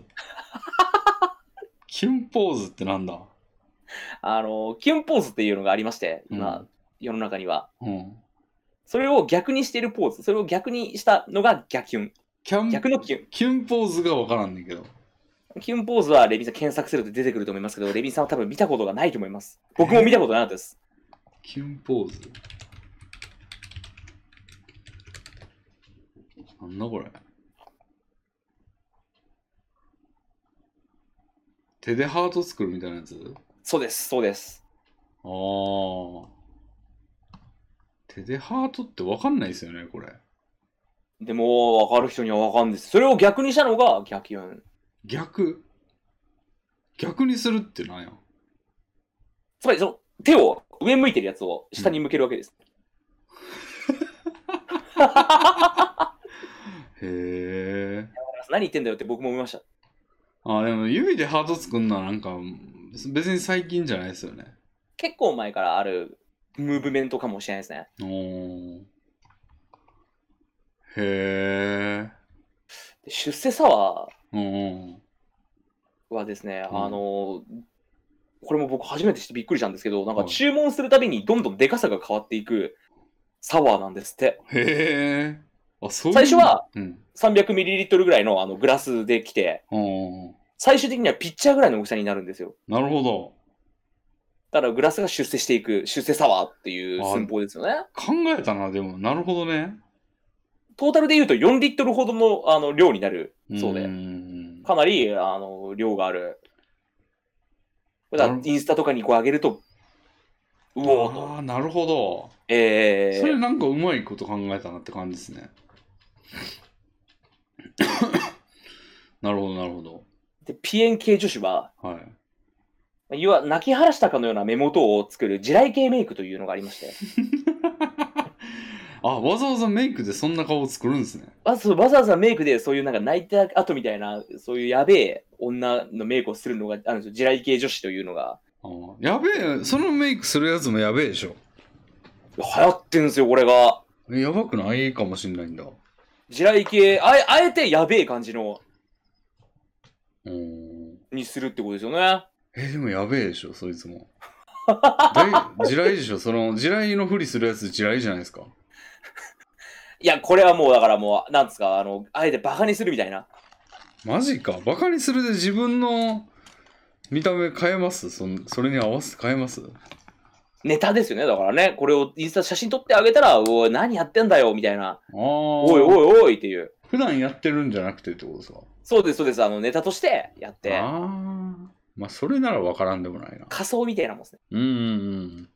S1: キュンポーズってなんだ
S2: あの、キュンポーズっていうのがありまして、今、
S1: うん
S2: 世の中には。
S1: うん
S2: それを逆にしてるポーズ、それを逆にしたのがギャキュン。
S1: キャン
S2: 逆のキュン。
S1: キュンポーズがわからんねんけど
S2: キュンポーズはレビンさん検索すると出てくると思いますけど、レビンさんは多分見たことがないと思います。僕も見たことなかったです。
S1: キュンポーズなんだこれ手でハート作るみたいなやつ
S2: そうです、そうです。
S1: ああ手でハートって分かんないですよねこれ
S2: でも、わかる人にはわかるんです。それを逆にしたのが逆ユン。
S1: 逆逆にするってなんや
S2: つまり、その手を上向いてるやつを下に向けるわけです。
S1: へえ
S2: 何言ってんだよって僕も思いました。
S1: あでも指でハート作るのはなんか別に最近じゃないですよね
S2: 結構前からあるムーブメントかもしれないですね。
S1: おーへえ。
S2: で出世サワ
S1: うん。
S2: ーはですね、
S1: うん
S2: あの、これも僕初めて知ってびっくりしたんですけど、なんか注文するたびにどんどんでかさが変わっていくサワーなんですって。
S1: へえ。あ、そういう
S2: 最初は、
S1: うん。
S2: 300ml ぐらいのあのグラスで来て、
S1: うん。
S2: 最終的にはピッチャーぐらいの大きさになるんですよ。
S1: なるほど。
S2: だからグラスが出世していく、出世サワーっていう寸法ですよね。
S1: 考えたな、でも、なるほどね。
S2: トータルで言うと4リットルほどのあの量になるそうで、
S1: ん
S2: かなりあの量がある。だ
S1: な
S2: か
S1: る
S2: らインスタとかにこう上げると、うおーと。
S1: ああ、なるほど。
S2: え
S1: それ
S2: ー、
S1: なんかうまいこと考えたなって感じですね。 <coughs> なるほど、なるほど。
S2: で、ピエン系女子は、
S1: はい。
S2: いわ泣き晴らしたかのような目元を作る地雷系メイクというのがありまして、
S1: あ、わざわざメイクでそんな顔を作るんですね。
S2: わざわざわざメイクでそういうなんか泣いた後みたいな、そういうやべえ女のメイクをするのが、あるんですよ地雷系女子というのが、
S1: あーやべえ、そのメイクするやつもやべえでしょ。
S2: 流行ってんすよ、これが。
S1: えやばくないかもしんないんだ。う
S2: 地雷系、あえあえてやべえ感じの
S1: ーん。
S2: にするってことですよね。
S1: え、でもやべえでしょ、そいつ
S2: <laughs>
S1: も。大地雷でしょ、その地雷のふりするやつ地雷じゃないですか。
S2: いや、これはもうだからもう、なんですか、あの、あえてバカにするみたいな。
S1: マジか。バカにするで自分の見た目変えますそんそれに合わせて変えます
S2: ネタですよね、だからね。これをインスタ写真撮ってあげたら、おい、何やってんだよ、みたいな。
S1: ああ。
S2: おいおいおいっていう。
S1: 普段やってるんじゃなくてってことですか
S2: そうです、そうです。あの、ネタとしてやって
S1: あ。あ。まあ、それならわからんでもないな。
S2: 仮装みたいなもんですね。
S1: うんうん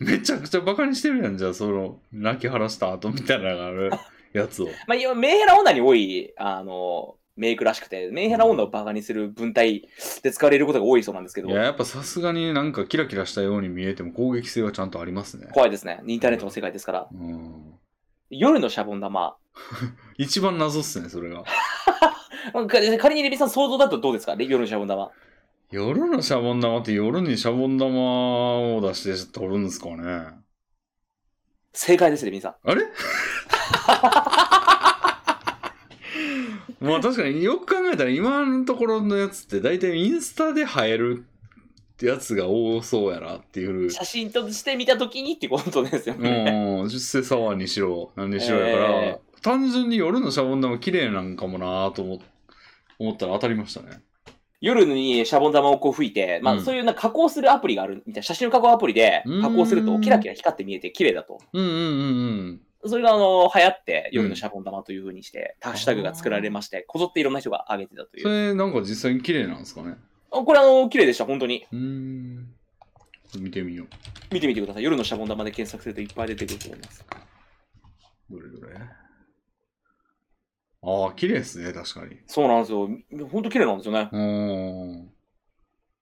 S1: うん。めちゃくちゃバカにしてるやん、じゃあ、その、泣き晴らした後みたいなのがあるやつを。
S2: まあ、今、メンヘラ女に多い、あの、メイクらしくて、メンヘラ女をバカにする文体で使われることが多いそうなんですけど
S1: い、や、やっぱさすがになんかキラキラしたように見えても攻撃性はちゃんとありますね。
S2: 怖いですね。インターネットの世界ですから。
S1: うん。
S2: 夜のシャボン玉。
S1: 一番謎っすね、それが。
S2: か仮にレビさん想像だとどうですか夜のシャボン玉。
S1: 夜のシャボン玉って夜にシャボン玉を出して撮るんですかね。
S2: 正解です、レビさん。
S1: <laughs> まあ確かによく考えたら今のところのやつって大体インスタで映えるやつが多そうやなっていう。
S2: 写真として見たときにってことですよね。
S1: うん、出世サワーにしろ、なんにしろやから、
S2: え
S1: 単純に夜のシャボン玉綺麗なんかもなと思思ったら当たりましたね。
S2: 夜にシャボン玉をこう吹いて、ま
S1: う
S2: あ、
S1: ん
S2: そういうなんか加工するアプリがあるみたいな、写真の加工アプリで
S1: うーん
S2: 加工するとキラキラ光って見えて綺麗だと。
S1: うんうんうんうん。
S2: それがあの流行って夜のシャボン玉というふうにして、ハッシュタグが作られまして、こぞっていろんな人が上げてたとい。
S1: そうれなんか実際に綺麗なんですかね。
S2: あこれあの、綺麗でした、本当に。
S1: うーん。見てみよう。
S2: 見てみてください。夜のシャボン玉で検索するといっぱい出てくると思います。
S1: どれどれ。ああ、綺麗ですね、確かに。
S2: そうなんですよ。本当綺麗なんですよね。
S1: うーん。
S2: だか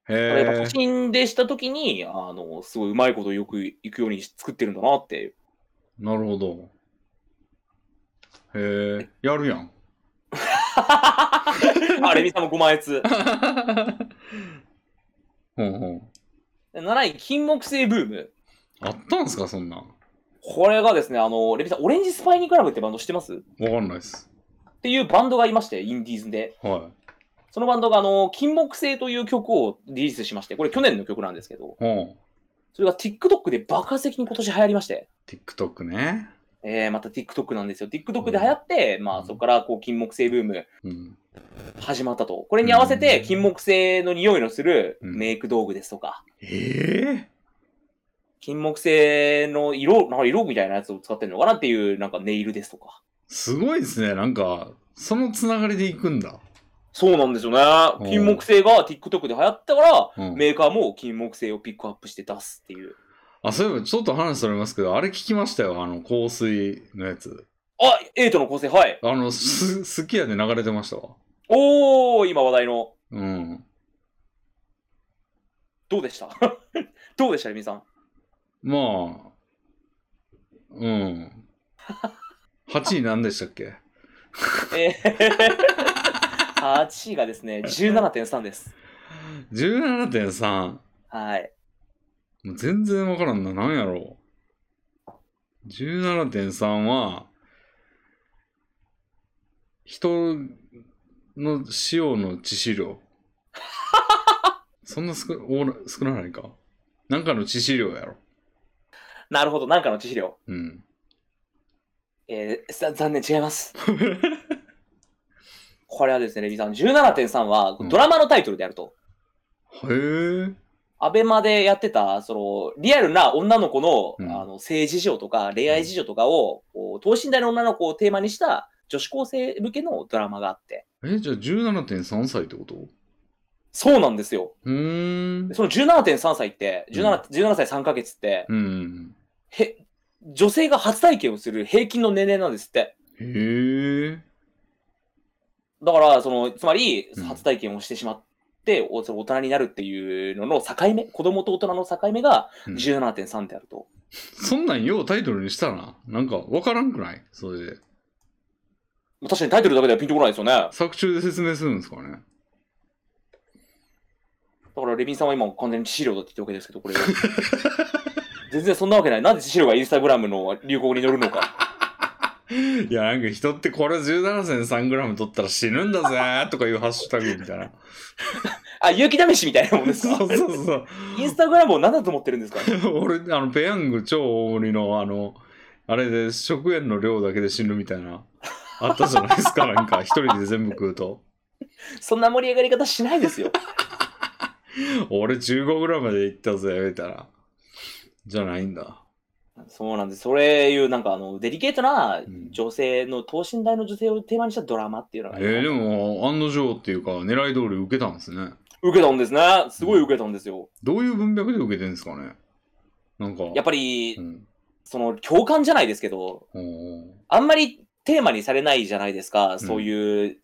S2: らやっ
S1: へ
S2: ぱ
S1: え
S2: 写。真でしたときに、あの、すごいうまいことよくいくように作ってるんだなっていう。
S1: なるほど。へえ、やるや
S2: <laughs>
S1: ん。
S2: あ、レミさんも5万円つ。 <laughs>
S1: ほんほん。
S2: 7位、金木犀ブーム。
S1: あったんすか、そんなん。わ
S2: これがですね、あの、レビさん、オレンジスパイニークラブってバンド知ってますっ
S1: かんないっす。
S2: ていうバンドがいまして、インディーズで。
S1: は
S2: そのバンドが、あの、金木星という曲をリリースしまして、これ去年の曲なんですけど、
S1: い。ほん。
S2: それが TikTok で爆発的に今年流行りまして、
S1: TikTok ね。
S2: えー、また TikTok なんですよ。TikTok で流行って、まあ、そこから、こう、金木星ブーム
S1: うん。
S2: 始まったと。これに合わせて
S1: う、ん
S2: 金木星の匂いのする
S1: うん
S2: メイク道具ですとか、
S1: ええ
S2: 金木星の色、なんか色みたいなやつを使ってるのかなっていう、なんかネイルですとか。
S1: すごいですね。なんか、そのつながりでいくんだ。
S2: そうなんですよ
S1: うん
S2: ね。金木星が TikTok で流行ったから、
S1: うん、
S2: メーカーも金木星をピックアップして出すっていう。
S1: あ、そういえば、ちょっと話それますけど、あれ聞きましたよ。あの、香水のやつ。
S2: あ、エイトの構成、はい。
S1: あの、す、好きやで流れてましたわ。
S2: おー、今話題の。
S1: うん。
S2: どうでした <laughs> どうでした、レミさん。
S1: まあ、 <laughs> うん。8位何でしたっけ
S2: えー、8位が <laughs> ですね、17.3です。
S1: ?17.3。
S2: はい。
S1: もう全然わからんな。何やろう。17.3は、人の使用の致死量。そんな少おら少ないか。なんかの致死量やろ。
S2: なるほど、なんかの知識量。
S1: うん。
S2: えー、さ残念、違います。これはですね、レミさん、17.3は
S1: うん
S2: ドラマのタイトルであると。
S1: へえ。
S2: アベマでやってた、その、リアルな女の子の,、
S1: うん
S2: あの性事情とか恋愛事情とかを、こう等身大の女の子をテーマにした女子高生向けのドラマがあって。
S1: え、じゃあ17.3歳ってことう
S2: そうなんですよ。
S1: ーん。
S2: その17.3歳って、
S1: うん
S2: 17, 17歳3ヶ月って、
S1: うん。
S2: へ、女性が初体験をする平均の年齢なんですって。
S1: へえ。
S2: だから、その、つまり
S1: うん、
S2: 初体験をしてしまって、おその大人になるっていうのの境目、子供と大人の境目が
S1: うん
S2: 17.3であると。
S1: そんなんようタイトルにしたな。なんかわからんくないそれで。
S2: 確かにタイトルだけではピンとこないですよね。だか
S1: 作中で説明するんですかね。
S2: ら、レビンさんは今完全に致死量だって言ったわけですけ
S1: <laughs>
S2: ど、これを。全然そんなわけない。なぜ致死量がインスタグラムの流行に乗るのか。
S1: いや、なんか人ってこれ 17.3g 取ったら死ぬんだぜーとかいうハッシュタグみたいな。
S2: あ、勇気試しみたいなもんです
S1: そ
S2: か
S1: うそうそう。
S2: インスタグラムを何だと思ってるんですか
S1: 俺あのペヤング超大盛りのあのあれで食塩の量だけで死ぬみたいなあったじゃないですかなんか一人で全部食うと
S2: そんな盛り上がり方しないですよ。
S1: 俺 15g までいったぜみたいなじゃないんだ
S2: そうなんです。それいう、なんか、あの、デリケートな
S1: うん
S2: 女性の、等身大の女性をテーマにしたドラマっていうの
S1: え
S2: が、
S1: ー、でも案の定っていうか狙い通り受けたんですね
S2: 受けたんですね。すごい受けたんですよ。
S1: どういう文脈で受けてるんですかねなんか
S2: やっぱ
S1: う
S2: り、
S1: ん
S2: その、共感じゃないですけど、
S1: おー
S2: あんまりテーマにされないじゃないですか。そういう、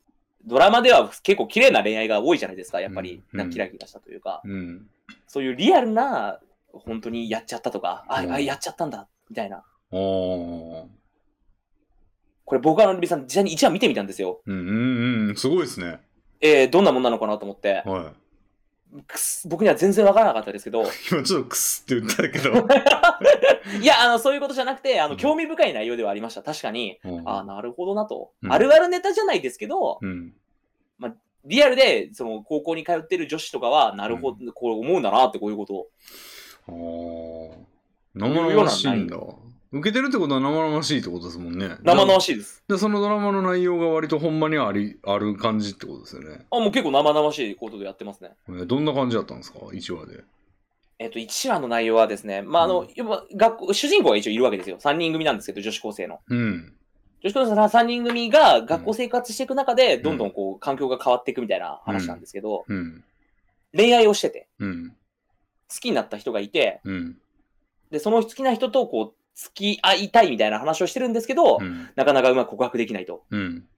S2: ドラマでは結構綺麗な恋愛が多いじゃないですか。やっぱり、
S1: うん
S2: なんかキラキラしたというか、
S1: うん
S2: そういうリアルな、本当にやっちゃったとか、あ、
S1: うん
S2: あやっちゃったんだ、みたいな。
S1: あー
S2: これ僕はあのルビーさん、実際に一話見てみたんですよ。
S1: うんうんうんすごいですね
S2: えー、どんなもんなのかなと思って。
S1: は
S2: くっす僕には全然わからなかったです
S1: <laughs>
S2: けど、
S1: い今ちょっとクスって言ったけ <laughs> ど、
S2: いや、あの、そういうことじゃなくて、あ
S1: う
S2: の、
S1: ん
S2: 興味深い内容ではありました。確かに、
S1: うん
S2: ああ、なるほどなと
S1: う。ん
S2: あるあるネタじゃないですけど、
S1: うん
S2: リアルで、その、高校に通ってる女子とかは、なるほど、こう思うんだなって、こういうことを。
S1: ああ。生々しいんだ。受けてるってことは生々しいってことですもんね。
S2: 生々
S1: し
S2: しいです。
S1: で、そのドラマの内容が割とほんまにあり、ある感じってことですよね。
S2: あ、もう結構生々しいことでやってますね。
S1: えーどんな感じだったんですか ?1 話で。
S2: えっと、一話の内容はですね、まあ、あ
S1: う
S2: の、やっぱ学校、主人公が一応いるわけですよ。3人組なんですけど、女子高生の。
S1: うん。
S2: 女子高生の3人組が学校生活していく中で、どんどんこう、環境が変わっていくみたいな話なんですけど、
S1: うん。
S2: 恋愛をしてて、
S1: うん。
S2: 好きになった人がいて、
S1: うん。
S2: で、その好きな人とこう、付き合いたいみたいな話をしてるんですけど、
S1: うん。
S2: なかなかうまく告白できないと。
S1: うん。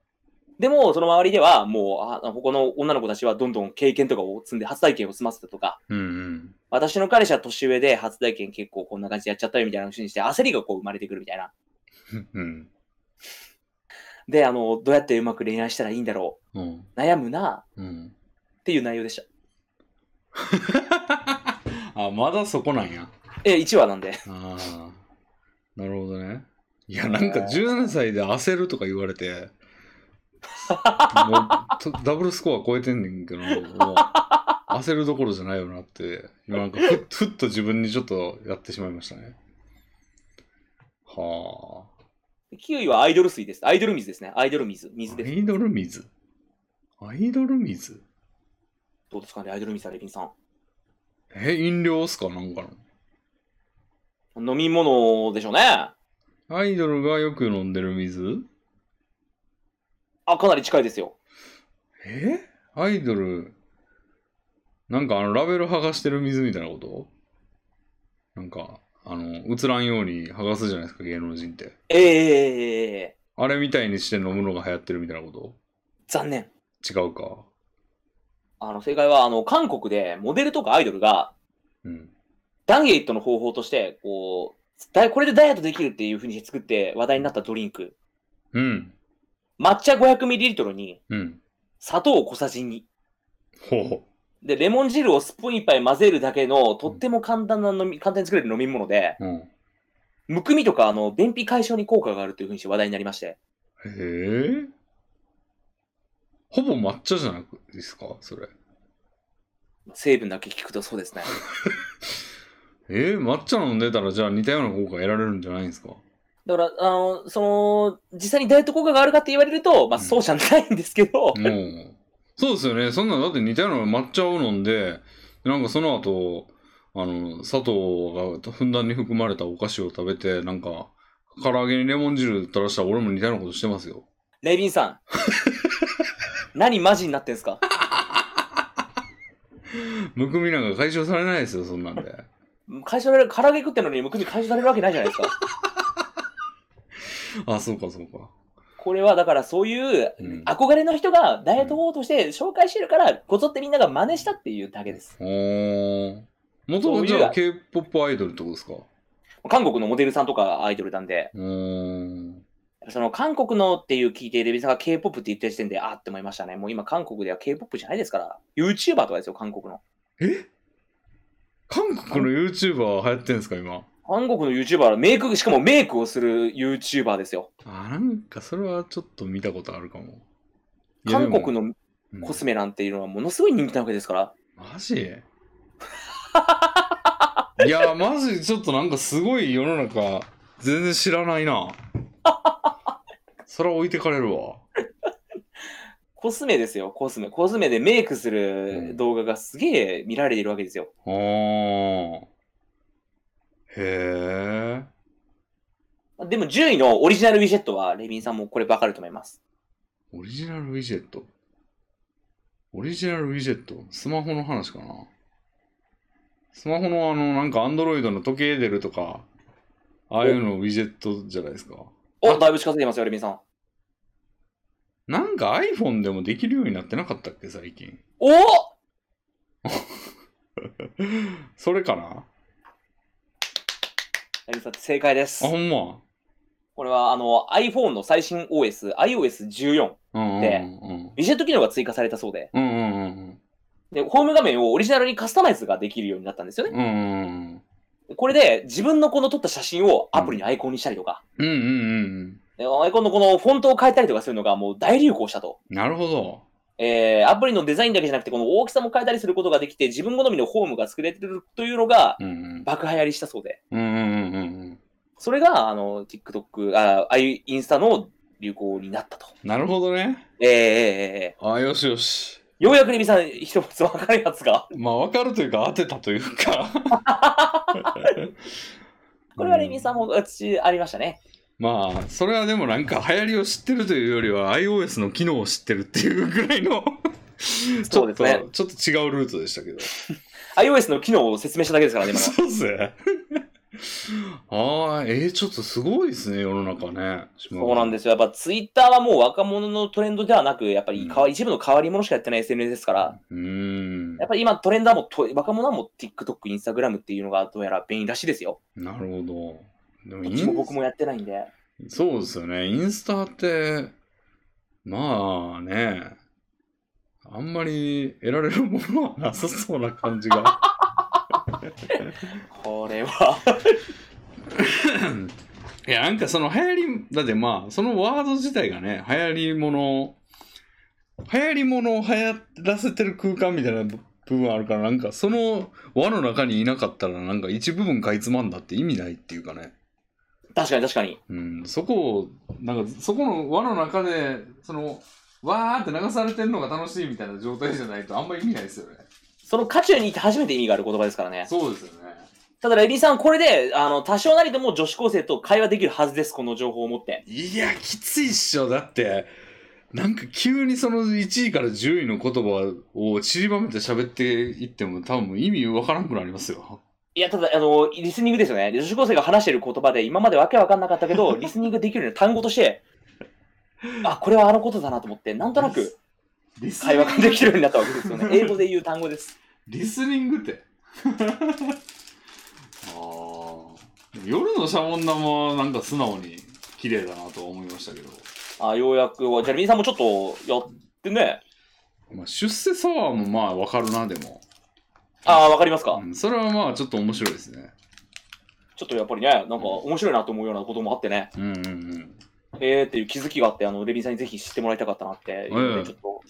S2: でも、その周りでは、もう、あ、他の女の子たちはどんどん経験とかを積んで、初体験を済ませたとか、
S1: うん。うん。
S2: 私の彼氏は年上で、初体験結構こんな感じでやっちゃったよみたいな話にして、焦りがこう生まれてくるみたいな。
S1: うん。
S2: で、あの、どうやってうまく恋愛したらいいんだろ
S1: うん。
S2: う。悩むな、
S1: うん。
S2: っていう内容でした。
S1: あ、まだそこなんや。
S2: え、1話なんで。
S1: ああ。なるほどね。いや、なんか17歳で焦るとか言われて、もうと <laughs> ダブルスコア超えてんねんけど、もう焦るどころじゃないよなって、今なんか
S2: <laughs>
S1: ふふっと自分にちょっとやってしまいましたね。はあ。
S2: 9位はアイドル水です。アイドル水ですね。アイドル水。水
S1: ア
S2: です。
S1: イドル水。アイドル水
S2: どうですかね、アイドル水はレビンさん。
S1: え、飲料っすかなんかの。
S2: 飲み物でしょうね。
S1: アイドルがよく飲んでる水
S2: あ、かなり近いですよ。
S1: えアイドルなんかあのラベル剥がしてる水みたいなことなんかあの映らんように剥がすじゃないですか芸能人って
S2: ええ
S1: あれみたいにして飲むのが流行ってるみたいなこ
S2: 残念。
S1: と違うか
S2: あの、正解は、あの、韓国でモデルとかアイドルが、
S1: うん
S2: ダイエットの方法として、こう、だいこれでダイエットできるっていう風に作って話題になったドリンク。
S1: うん
S2: 抹茶 500ml に
S1: うん
S2: 砂糖を小さじ2。
S1: ほう
S2: で、レモン汁をスプーン一杯混ぜるだけの、とっても簡単な飲み、簡単に作れる飲み物で、
S1: うん
S2: むくみとか、あの、便秘解消に効果があるという風にして話題になりまして。
S1: へえほぼ抹茶じゃなくですかそれ
S2: 成分だけ聞くとそうですね。
S1: えー、抹茶飲んでたらじゃあ似たような効果得られるんじゃないんですか
S2: だから、あの、その、実際にダイエット効果があるかって言われると、まあ、
S1: うん
S2: そうじゃないんですけど、
S1: もう、そうですよね。そんなんだって似たような抹茶を飲んで、なんかその後、あの、砂糖がふんだんに含まれたお菓子を食べて、なんか、唐揚げにレモン汁垂らしたら俺も似たようなことしてますよ。
S2: レイビ
S1: <laughs>
S2: ンさん。何マジになってんすか
S1: むくみなんか解消されないですよ、そんなんで。
S2: 解消される、唐揚げ食ってんのにむくみ解消されるわけないじゃないですか。
S1: あ、そうか、そうか。
S2: これはだからそういう
S1: うん
S2: 憧れの人がダイエット法として紹介してるから、こぞってみんなが真似したっていうだけです。
S1: おー。もともとじゃあ K-POP アイドルってことですか
S2: 韓国のモデルさんとかアイドルなんで、
S1: うーん。
S2: その韓国のっていう聞いて、デビさんが K-POP って言った時点で、あーって思いましたね。もう今韓国では K-POP じゃないですから、YouTuber とかですよ、韓国の。
S1: え韓国の YouTuber 流行ってんですか今。
S2: 韓国の YouTuber はメイク、しかもメイクをする YouTuber ですよ。
S1: あ、なんかそれはちょっと見たことあるかも。いや
S2: 韓国の
S1: でも
S2: コスメなんていうのはものすごい人気なわけですから。
S1: うんマジいや、マジちょっとなんかすごい世の中、全然知らないな。それは置いてかれるわ。
S2: コスメですよ、コスメ。コスメでメイクする動画がすげえ見られているわけですよ。
S1: あー。へー。
S2: でも10位のオリジナルウィジェットは、レビンさんもこれわかると思います。
S1: オリジナルウィジェット。オリジナルウィジェットスマホの話かなスマホのあの、なんかアンドロイドの時計出るとか、ああいうのウィジェットじゃないですか。
S2: お、だいぶ近づいてますよ、レビンさん。
S1: なんか iPhone でもできるようになってなかったっけ、最近。
S2: おー
S1: <laughs> それかな
S2: レビンさん、正解です
S1: あ、。ほんま。
S2: これは、あの、iPhone の最新 OS、iOS14。ウ
S1: うんうん
S2: で
S1: うん
S2: ィジェット機能が追加されたそうで、
S1: うん。うんうんうん
S2: で、ホーム画面をオリジナルにカスタマイズができるようになったんですよね。
S1: うん。うんうん
S2: これで、自分のこの撮った写真をアプリにアイコンにしたりとか、
S1: うんうんうん
S2: でアイコンのこのフォントを変えたりとかするのがもう大流行したと。
S1: うん。なるほど。
S2: えー、アプリのデザインだけじゃなくて、この大きさも変えたりすることができて、自分好みのホームが作れてるというのが、
S1: うん
S2: 爆流行りしたそうで。
S1: うん。うんうんうんうん。
S2: それが、あの、TikTok、あああいうインスタの流行になったと。
S1: なるほどね。
S2: えー、えーえ
S1: あ、よしよし。
S2: ーようやくレビさん、一つ分かるやつが。
S1: まあ、わかるというか、当てたというか。
S2: <laughs> これはレビさんも、私、ありましたね。
S1: まあ、それはでもなんか、流行りを知ってるというよりは、iOS の機能を知ってるっていうぐらいの、 <laughs> ち
S2: そう
S1: ょ
S2: で
S1: っ
S2: す
S1: と、
S2: ね
S1: ちょっと違うルートでしたけど。
S2: iOS の機能を説明しただけですからね、今のは
S1: そうっすね。ああ、えー、ちょっとすごいですね、世の中ね。。
S2: そうなんですすよ。やっぱ Twitter はもう若者のトレンドではなく、やっぱり変わ、一部の変わり者しかやってない SNS ですから、
S1: うーん
S2: や。っぱり今トレンドはもうと、若者はもう TikTok、Instagram っていうのがどうやら便利らしいですよ。
S1: なるほど。でも
S2: ど
S1: イ
S2: っ
S1: ン
S2: ちも僕もやってないんで。
S1: そうですよね。インスタって、まあね、あんまり得られるものはなさそうな感じが。
S2: これは。
S1: いや、なんかその流行り、だってまあ、そのワード自体がね、流行りもの、流行りものを流行らせてる空間みたいな部分あるから、なんかその輪の中にいなかったら、なんか一部分かいつまんだって意味ないっていうかね。
S2: 確かに確かに。
S1: うん、そこを、なんかそこの輪の中で、その、わーって流されてるのが楽しいみたいな状態じゃないとあんま意味ないですよね。
S2: その渦中にいて初めて意味がある言葉ですからね。
S1: そうですよね。
S2: ただ、レディさん、これで、あの、多少なりでも女子高生と会話できるはずです、この情報を持って。
S1: いや、きついっしょ。だって、なんか急にその1位から10位の言葉を散りばめて喋っていっても多分意味わからんくなります <laughs> よ。
S2: いや、ただ、あの、リスニングですよね。女子高生が話してる言葉で、今までわけわかんなかったけど、リスニングできるような単語として、あ、これはあのことだなと思って、なんとなく
S1: リス
S2: 会話ができるようになったわけですよね。英語で言う単語です。
S1: リスニングって。 <laughs> あー夜のシャボン玉はなんか素直に綺麗だなとは思いましたけど。
S2: あ、ようやく、じゃあ、レディさんもちょっとやってね。
S1: まあ、出世サワーもまあわかるな、でも。
S2: あ、わかりますか、
S1: うん、それはまあちょっと面白いですね。
S2: ちょっとやっぱりね、なんか面白いなと思うようなこともあってね。
S1: うんうんうん。
S2: えーっていう気づきがあって、あのレビンさんにぜひ知ってもらいたかったなって、いうのでちょっと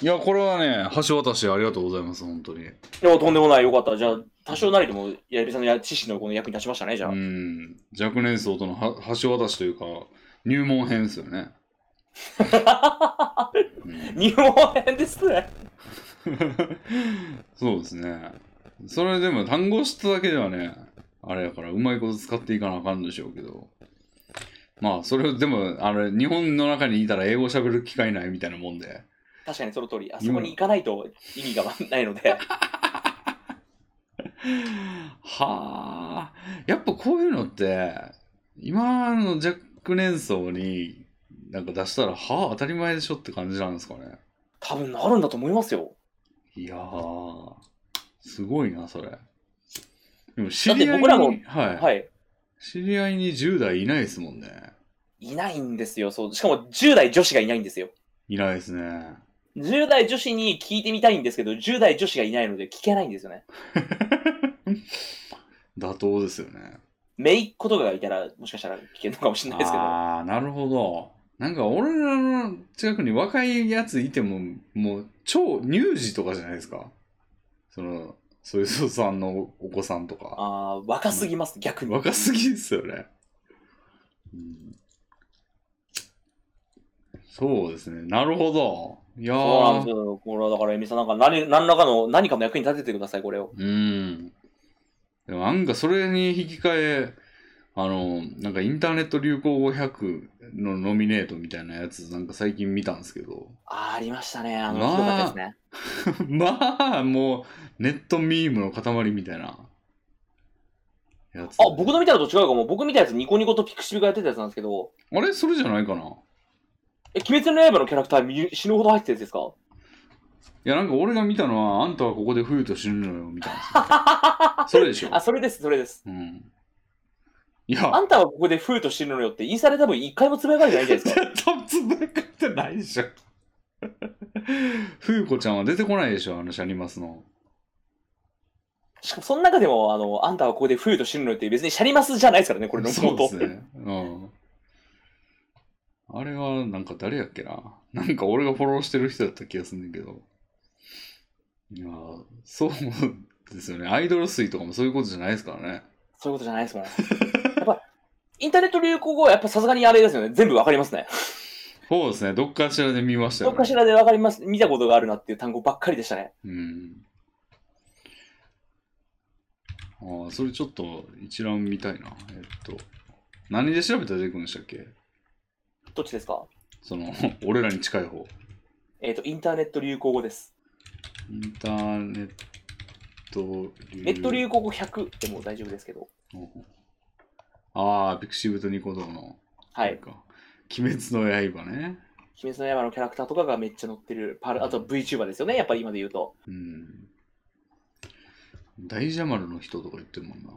S1: いや、これはね、橋渡しありがとうございます、本当に。
S2: いや、とんでもない、よかった。じゃあ、多少なりでも、レビンさんのや知識のこの役に立ちましたね、じゃあ。
S1: うん、若年層とのは <laughs> 橋渡しというか入門編ですよね。うん
S2: 日本編ですね。
S1: そうですね。それでも単語知っただけではね、あれやからうまいこと使っていかなあかんでしょうけど。まあそれでもあれ日本の中にいたら英語喋る機会ないみたいなもんで。
S2: 確かにその通り、あそこに行かないと意味がないので、
S1: はあ。やっぱこういうのって今の若年層になんか出したら、はあ、当たり前でしょって感じなんですかね。
S2: <laughs> 多分なるんだと思いますよ。
S1: いやー、すごいな、それ。でも知
S2: だって
S1: り合いに、
S2: 僕らも
S1: はい、
S2: はい。
S1: 知り合いに10代いないですもんね。
S2: いないんですよ。そう。しかも10代女子がいないんですよ。
S1: いないですね。
S2: 10代女子に聞いてみたいんですけど、10代女子がいないので聞けないんですよね。
S1: 妥当ですよね。
S2: めいっ子とかがいたら、もしかしたら聞けるのかもしれないですけど。
S1: ああ、なるほど。なんか俺らの近くに若いやついても、もう超乳児とかじゃないですか。その、そういう人さんのお子さんとか。
S2: ああー、若すぎます、逆に。
S1: 若すぎですよね。うんそうですね。なるほど。いや
S2: そうなん
S1: ー
S2: ですよ。これはだから、エミさん、なんか何、何らかの、何かの役に立ててください、これを。
S1: うん。でもなんかそれに引き換え、あの、なんかインターネット流行語100のノミネートみたいなやつ、なんか最近見たんですけど、 <laughs>
S2: あーありましたね。あの、
S1: まあ
S2: ひどかったですね。
S1: まあ、もうネットミームの塊みたいなやつ。
S2: あ、僕の見たのと違うかも。僕見たやつ、ニコニコとピクシブがやってたやつなんですけど、
S1: あれそれじゃないかな
S2: え、鬼滅の刃のキャラクターみ死ぬほど入ってたやつですか
S1: いや、なんか俺が見たのは、あんたはここで冬と死ぬのよ、みたいな。それでしょ
S2: <laughs> あ、。それです、それです。
S1: うん。いや、
S2: あんたはここで冬と死ぬのよって、インスタで多分一回もつぶやかれてないんじゃないですか。
S1: 絶対つぶやかってないでしょ。冬子ちゃんは出てこないでしょ、あのシャニマスの。
S2: しかも、その中でも、あの、あんたはここで冬と死ぬのよって、別にシャリマスじゃないですからね、これの
S1: そう
S2: 元
S1: ですね。うん。あれは、なんか誰やっけな。なんか俺がフォローしてる人だった気がするんだけど。いやー、そうですよね。アイドル水とかもそういうことじゃないですからね。
S2: そういうことじゃないですもん。やっぱ、インターネット流行語はやっぱさすがにあれですよね。全部わかりますね。
S1: そうですね。どっかしらで見ましたよ
S2: ど
S1: ね。
S2: っかしらでわかります。見たことがあるなっていう単語ばっかりでしたね。
S1: うん。ああ、それちょっと一覧見たいな。えっと、何で調べたら出てくるんでしたっけ
S2: どっちですか
S1: その、 <laughs> 俺らに近い方。
S2: えっ、と、インターネット流行語です。
S1: インターネット流
S2: ネット流行語100でも大丈夫ですけど。
S1: ああ、ピクシブとニコ動の。
S2: は
S1: あれ
S2: い。
S1: か鬼滅の刃ね。
S2: 鬼滅の刃のキャラクターとかがめっちゃ載ってる。パルあと VTuber ですよね。やっぱり今で言うと。
S1: うん。大蛇丸の人とか言ってるもんな。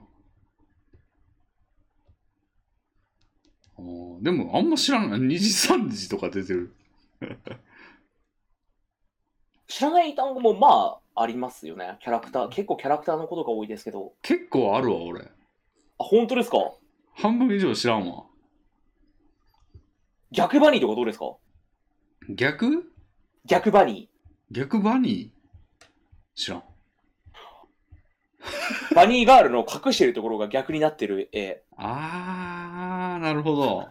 S1: あーでもあんま知らない。2時3時とか出てる。
S2: 知らない単語もまあ、ありますよね。キャラクター。結構キャラクターのことが多いですけど。
S1: 結構あるわ、俺。
S2: あ、本当ですか
S1: 半分以上知らんわ。
S2: 逆バニーとかどうですか
S1: 逆
S2: 逆バニ
S1: 逆バニー知らん。
S2: ー。バニーガールの隠してるところが逆になってる絵。
S1: あー、なるほど。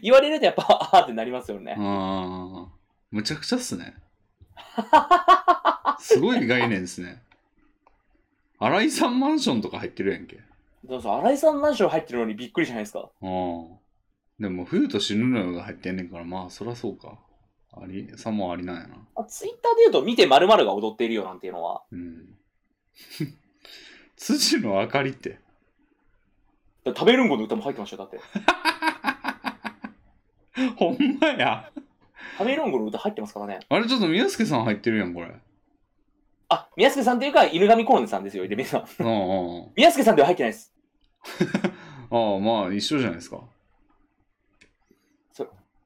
S2: 言われるとやっぱ、 <laughs> あーってなりますよね。
S1: あー、むちゃくちゃっすね。すごい概念ですね。新井さんマンションとか入ってるやんけ。
S2: そうそう、新井さんマンション入ってるのにびっくりじゃないですか。
S1: うん。でも、冬と死ぬのよが入ってんねんから、まあ、そらそうか。あり、さもありなんやな。
S2: あツイッターで言うと、見て〇〇が踊っているよなんていうのは、
S1: うん。 <laughs> 辻の明かりって。
S2: だ食べるんごの歌も入ってましたよ、だって。
S1: ほんまや。
S2: 食べるんごの歌入ってますからね。
S1: あれ、ちょっと宮助さん入ってるやん、これ。
S2: あ、宮助さんというか、犬神コロネさんですよ、イレミさん。
S1: うんうんうん。
S2: 宮助さんでは入ってないです。
S1: ああ、まあ、一緒じゃないですか。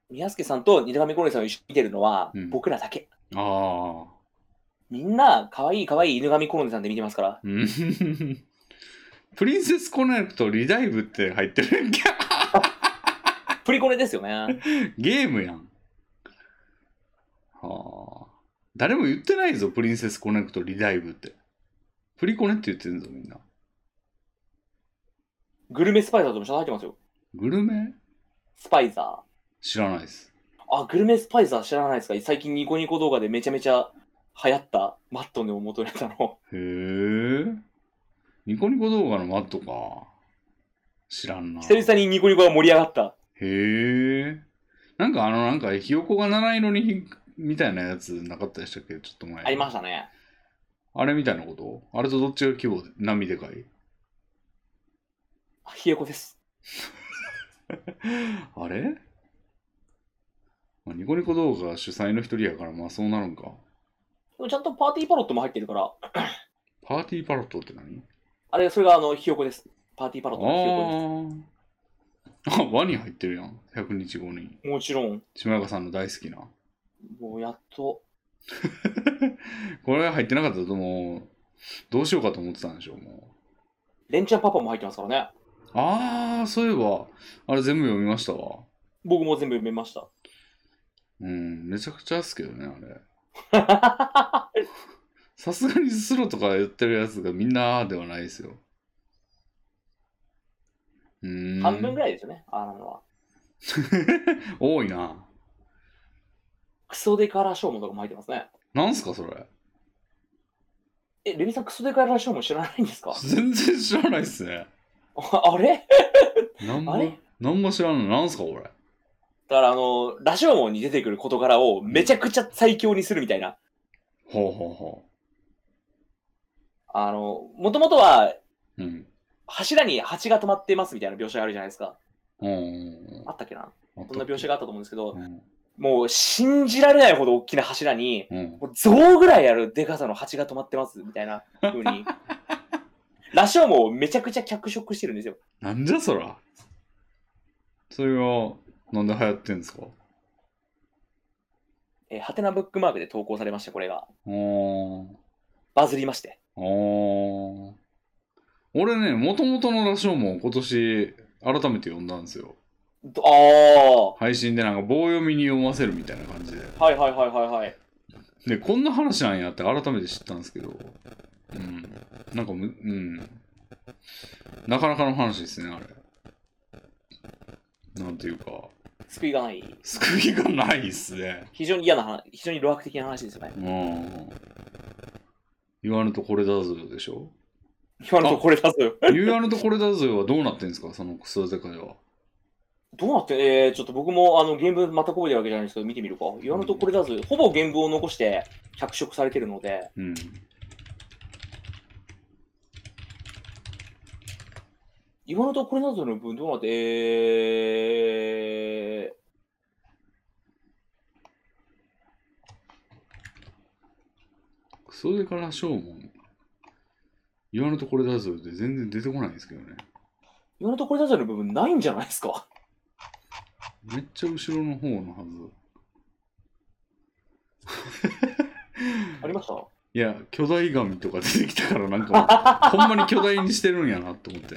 S2: 宮助さんと犬神コロネさんを一緒に見てるのは、
S1: うん
S2: 僕らだけ。
S1: ああ。
S2: みんな、可愛い可愛い犬神コロネさんで見てま
S1: <laughs>
S2: すから。
S1: うんプリンセスコネクトリダイブって入ってるやんけ。
S2: プリコネですよね。
S1: ゲームやん。はあ。誰も言ってないぞ、プリンセスコネクトリダイブって。プリコネって言ってんぞ、みんな。
S2: グルメスパイザーとも下入ってますよ。
S1: グルメ
S2: スパイザ
S1: 知らないです。
S2: ー。あ、グルメスパイザー知らないですか最近ニコニコ動画でめちゃめちゃ流行ったマットの元ネタの。
S1: へえ。ニコニコ動画のマットか。知らんな。
S2: 久々にニコニコが盛り上がった。
S1: へえ。なんかあの、なんかひよこが七色にひみたいなやつなかったでしたっけちょっと前。
S2: ありましたね。
S1: あれみたいなことあれとどっちが規模で、波でかい
S2: ひよこです。
S1: あれまあニコニコ動画が主催の一人やから、まあそうなるんか。
S2: でもちゃんとパーティーパロットも入ってるから、
S1: パーティーパロットって何
S2: あれ、それがあの、ひよこです。パーティーパロットのひよこで
S1: ああ。あ、ワニ入ってるやん。100日後に。
S2: す。もちろん、
S1: 島岡さんの大好きな。
S2: もうやっと、
S1: これが入ってなかったともう、どうしようかと思ってたんでしょう、も
S2: レンちゃんパパも入ってますからね。
S1: う。ああ、そういえば、あれ全部読みましたわ。
S2: 僕も全部読めました。
S1: うん、めちゃくちゃっすけどね、あれ。
S2: <laughs>
S1: さすがにスロとか言ってるやつがみんなではないですよ。うーん。
S2: 半分ぐらいですよね、あのは。
S1: <laughs> 多いな。
S2: クソデカラショーモとかも入ってますね。
S1: なんすか、それ。
S2: え、レミさん、クソデカラショーモ知らないんですか <laughs>
S1: 全然知らないっすね。
S2: ああれ
S1: なん
S2: あ
S1: も
S2: れ、
S1: なんも知らんの。なんすか、これ。
S2: だからあの、ラジオモンに出てくる事柄をめちゃくちゃ最強にするみたいな。
S1: ほうほうほ
S2: あの、もともとは
S1: う。うん。
S2: 柱に蜂が止まってますみたいな描写があるじゃないですか。
S1: うんうん
S2: あったっけな
S1: うん。
S2: そんな描写があったと思うんですけど、
S1: うん。
S2: もう信じられないほど大きな柱に、
S1: うん。
S2: もう象ぐらいあるでかさの蜂が止まってますみたいな風に。ラショーモンをめちゃくちゃ脚色してるんですよ。
S1: なんじゃそら。それが、なんで流行ってんですか
S2: えーハテナブックマークで投稿されました、これが。
S1: あー。
S2: バズりまして。
S1: あー。俺ね、もともとのラジオも今年、改めて読んだんですよ。
S2: どあ
S1: 配信でなんか棒読みに読ませるみたいな感じで。
S2: あ。はいはいはいはいはい。
S1: で、こんな話なんやって改めて知ったんですけど。うん。なんかむ、うん。なかなかの話ですね、あれ。なんていうか、
S2: 救いがない。
S1: 救いがないっすね。
S2: 非常に嫌な話、非常に露悪的な話ですよね。
S1: うん。言わぬとこれだぞでしょ
S2: 今のとこれだぞ。
S1: 言わぬとこれだぞはどうなってんすかそのクソデカでは。
S2: どうなって、えー、ちょっと僕もあの原文全く覚えてるわけじゃないんですけど、見てみるか。言わぬとこれだぞ。ほぼ原文を残して脚色されてるので、
S1: うん。
S2: 言わぬとこれだぞの文どうなって、え
S1: クソデカラショーモン。言わぬとこれだぞって全然出てこないんですけどね。
S2: ー、言わぬとこれだぞの部分ないんじゃないですか。
S1: めっちゃ後ろの方のはず。
S2: ありました
S1: いや、巨大神とか出てきたからなんかもう、ほんまに巨大にしてるんやなと思って。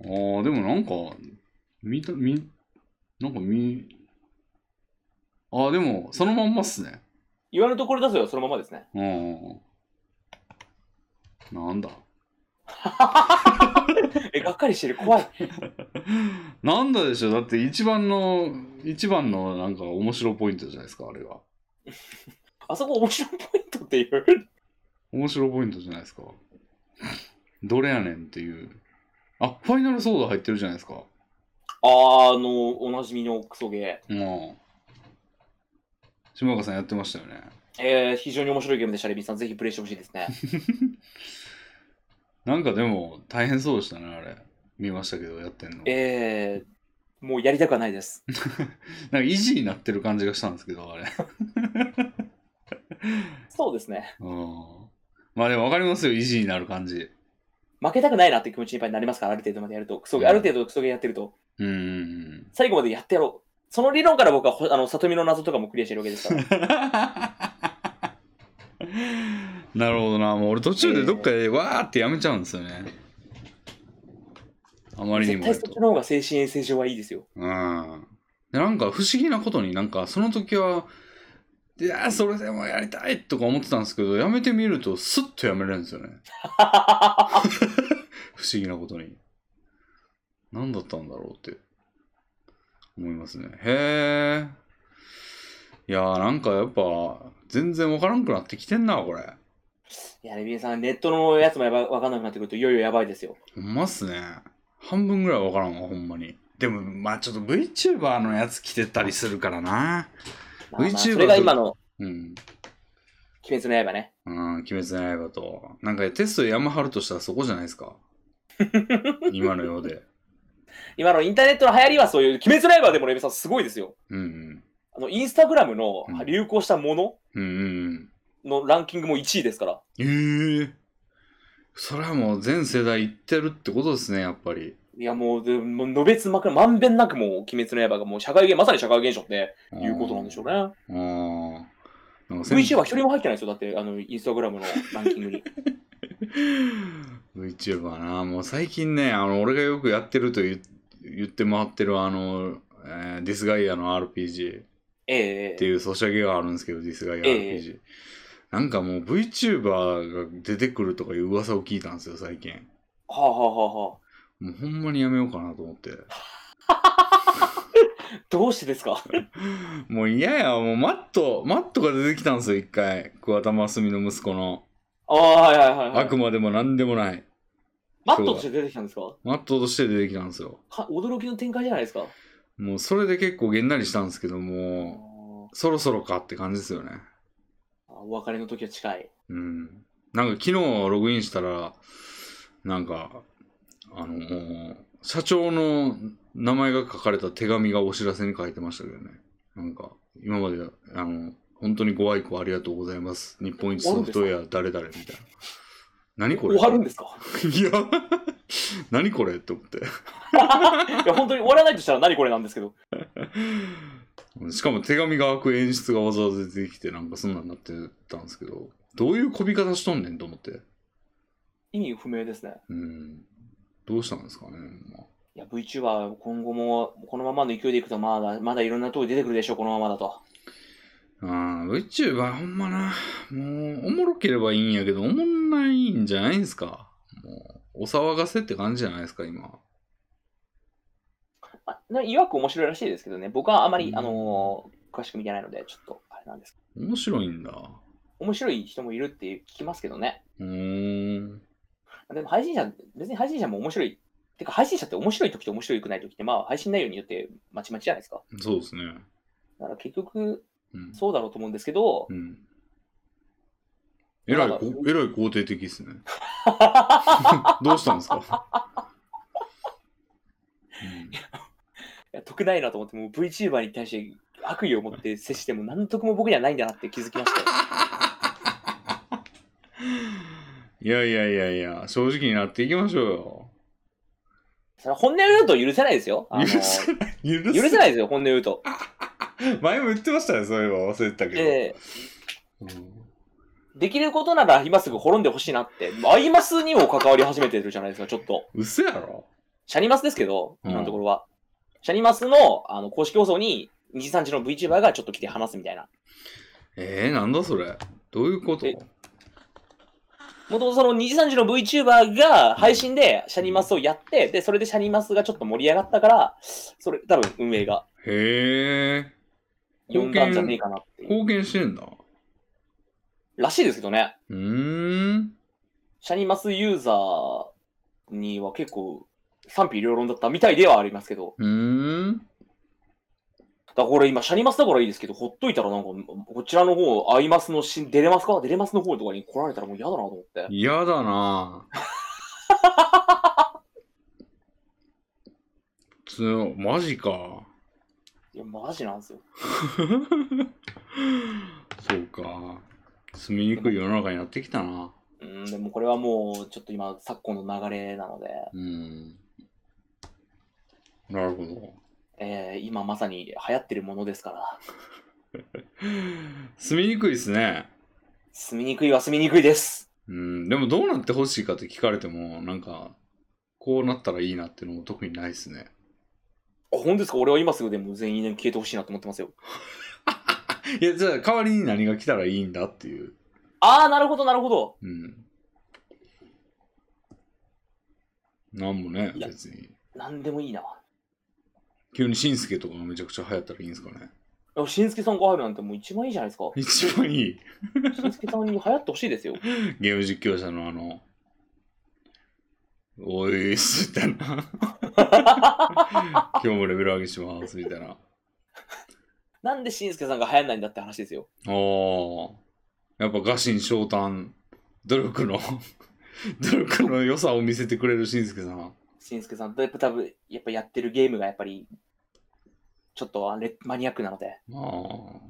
S1: あー、でもなんか、見た、見、なんか見、あー、でも、そのまんまっすね。
S2: 言わぬとこれだぞはそのままですね。
S1: うん。なんだ。
S2: え、がっかりしてる、怖い。
S1: なんだでしょうだって一番の、一番のなんか面白ポイントじゃないですか、あれが。
S2: あそこ面白いポイントっていう。
S1: 面白ポイントじゃないですか。どれやねんっていう。あ、ファイナルソード入ってるじゃないですか。
S2: <laughs> あーあの、おなじみのクソゲー。
S1: まあ。島岡さんやってましたよね。
S2: えー、非常に面白いゲームでした、レビンさん。ぜひプレイしてほしいですね。
S1: なんかでも大変そうでしたね、あれ。見ましたけど、やってんの。
S2: えー、もうやりたくはないです。
S1: なんか維持になってる感じがしたんですけど、あれ。
S2: そうですね。
S1: うん。まあでも分かりますよ、維持になる感じ。
S2: 負けたくないなっていう気持ちにいっぱいになりますから、ある程度までやると。クソゲー、
S1: うん
S2: ある程度クソゲーやってると、
S1: うんうんうん。 <laughs>
S2: 最後までやってやろう。その理論から僕はほ、あの、里見の謎とかもクリアしてるわけですから。
S1: なるほどな。もう俺途中でどっかでわーってやめちゃうんですよね。あまりに
S2: 絶
S1: もや
S2: 対
S1: る
S2: そっ
S1: と
S2: ち。の方が精神衛生上はいいですよ。
S1: うん。でなんか不思議なことになんかその時は、いやーそれでもやりたいとか思ってたんですけど、やめてみるとスッとやめれるんですよね。 <laughs> 不思議なことに。何だったんだろうって思いますね。へえ。いやーなんかやっぱ全然わからんくなってきてんな、これ。
S2: いや、レビンさん、ネットのやつもやばわかんなくなってくると、いよいよやばいですよ。
S1: ほんまっすね。半分ぐらいわからんわ、ほんまに。でも、まあちょっと VTuber のやつ来てたりするからな。
S2: まあまあ
S1: VTuber
S2: それが今の
S1: うん。
S2: 鬼滅の刃ね。 <laughs>
S1: うん、鬼滅の刃と。なんかテスト山張るとしたらそこじゃないですか。今の世で。
S2: 今のインターネットの流行りはそういう、鬼滅ライバーでもレベさんすごいですよ。
S1: うん
S2: あの、インスタグラムの
S1: うん
S2: 流行したも
S1: うん。うんうん
S2: ののランキングも1位ですから。
S1: うん。ええそれはもう全世代行ってるってことですね、やっぱり。
S2: いやもう、でもうのべつまくまんべんなくもう、鬼滅の刃がもう社会現、まさに社会現象っていうことなんでしょうね。
S1: あーなんか
S2: VTuber 一人も入ってないですよ。だって、あの、インスタグラムのランキングに。
S1: <laughs> VTuber な、もう最近ね、あの俺がよくやってると言言って回ってるあの、えーディスガイアの RPG っ
S2: ええ
S1: ていうソシャゲがあるんですけど、ディスガイア RPG。なんかもう VTuber が出てくるとかいう噂を聞いたんですよ、最近。
S2: はあはあはあは
S1: もうほんまにやめようかなと思って。 <laughs>
S2: あ。どうしてですか
S1: もう嫌や、もうマット、マットが出てきたんですよ、一回。桑田真澄の息子の。
S2: ああ、はいはいはい、は
S1: あ
S2: い。
S1: くまでも何でもない。
S2: マットとして出てきたんですか
S1: マットとして出てきたんですよ。
S2: か驚きの展開じゃないですか。
S1: もうそれで結構げんなりしたんですけども、そろそろかって感じですよね。
S2: あーお別れの時は近い。
S1: うん。なんか昨日ログインしたら、なんか、あの社長の名前が書かれた手紙がお知らせに書いてましたけどね。なんか、今まで、あの、本当にご愛顧ありがとうございます。日本一ソフトウェア誰々みたいな。何これ
S2: 終わるんですか <laughs>
S1: いや、 <laughs> 何これって思って。
S2: いや、本当に終わらないとしたら何これなんですけど。
S1: しかも手紙が開く演出がわざわざ出てきてなんかそんなんなってたんですけどどういうこび方しとんねんと思って
S2: 意味不明ですね。
S1: うんどうしたんですかね、まあ
S2: いや、VTuber、今後もこのままの勢いでいくと、まだ、まだいろんなとこ出てくるでしょう、このままだと。
S1: あー VTuber ほんまなもうおもろければいいんやけどおもんないんじゃないんすかもうお騒がせって感じじゃないですか今
S2: あないわく面白いらしいですけどね、僕はあまり、
S1: うん
S2: あのー詳しく見てないので、ちょっと、あれなんですけど
S1: 面白いんだ
S2: 面白い人もいるって聞きますけどね。
S1: うーん
S2: でも配信者、別に配信者も面白い。てか、配信者って面白い時と面白くない時って、まあ、配信内容によってまちまちじゃないですか。
S1: そうですね
S2: だから結局、
S1: うん
S2: そうだろうと思うんですけど、
S1: うんえらい
S2: まあ
S1: こえらい肯定的
S2: <laughs>
S1: ですねどうしたんですか、うん
S2: いや得ないなと思って、もう VTuber に対して悪意を持って接しても、何得も僕にはないんだなって気づきましたよ。
S1: いやいやいやいや、正直になっていきましょうよ。
S2: それは本音を言うと許せないですよ。あの
S1: 許せない。許
S2: 許せ
S1: い。
S2: ないですよ、本音を言うと。
S1: <laughs> 前も言ってましたね、そういえば忘れてたけど。
S2: え
S1: うん
S2: ーできることなら今すぐ滅んでほしいなって、アイマスにも関わり始めてるじゃないですか、ちょっと。
S1: 嘘やろ
S2: シャニマスですけど、
S1: うん
S2: 今のところは。シャニマスのあの公式放送に、2時3時の VTuber がちょっと来て話すみたいな。
S1: えー、なんだそれ。どういうこと
S2: えもともとその2時3時の VTuber が配信でシャニマスをやって、で、それでシャニマスがちょっと盛り上がったから、それ、多分運営が
S1: へえ。
S2: 呼んだんじゃねえかなっていう。
S1: 貢献してんだ。
S2: らしいですけどね。
S1: うーん。
S2: シャニマスユーザーには結構賛否両論だったみたいではありますけど、
S1: うーん。
S2: だからこれ今、シャニマスだからいいですけど、ほっといたらなんか、こちらの方、アイマスのし、出れますか出れますの方とかに来られたらもう嫌だなと思って。
S1: 嫌だな <laughs> ぁつマジか。
S2: いや、マジなんですよ。
S1: そうか。住みにくい世の中になってきたな。
S2: うん、でもこれはもう、ちょっと今、昨今の流れなので、
S1: うん。なるほど。
S2: えー、今まさに流行ってるものですから、
S1: 住みにくいですね。
S2: 住みにくいは住みにくいです。
S1: うん。でもどうなってほしいかって聞かれても、なんか、こうなったらいいなっていうのも特にないですね。
S2: あ、本当ですか俺は今すぐでも全員消えてほしいなと思ってますよ。
S1: いや、じゃあ代わりに何が来たらいいんだっていう。
S2: あー、なるほど、なるほど。
S1: うん。なんもね、
S2: いや
S1: 別に。
S2: なんでもいいな。
S1: 急にしんすけとかがめちゃくちゃ流行ったらいいんですかね。
S2: いや、しんすけさんが入るなんてもう一番いいじゃないですか。
S1: 一番いい
S2: しんすけさんに流行ってほしいですよ。
S1: ゲーム実況者のあの、おいっす、みたい
S2: <laughs>
S1: な。今日もレベル上げします、みたいな。あ
S2: なんでしんすけさんが流行んないんだって話ですよ。
S1: あ。やっぱ、ガシン、ショウタン、努力の努力の良さを見せてくれるしんすけさん。
S2: しんすけさん、だいぶ多分、やっぱやってるゲームがやっぱり、ちょっとあれマニアックなので、
S1: まあ。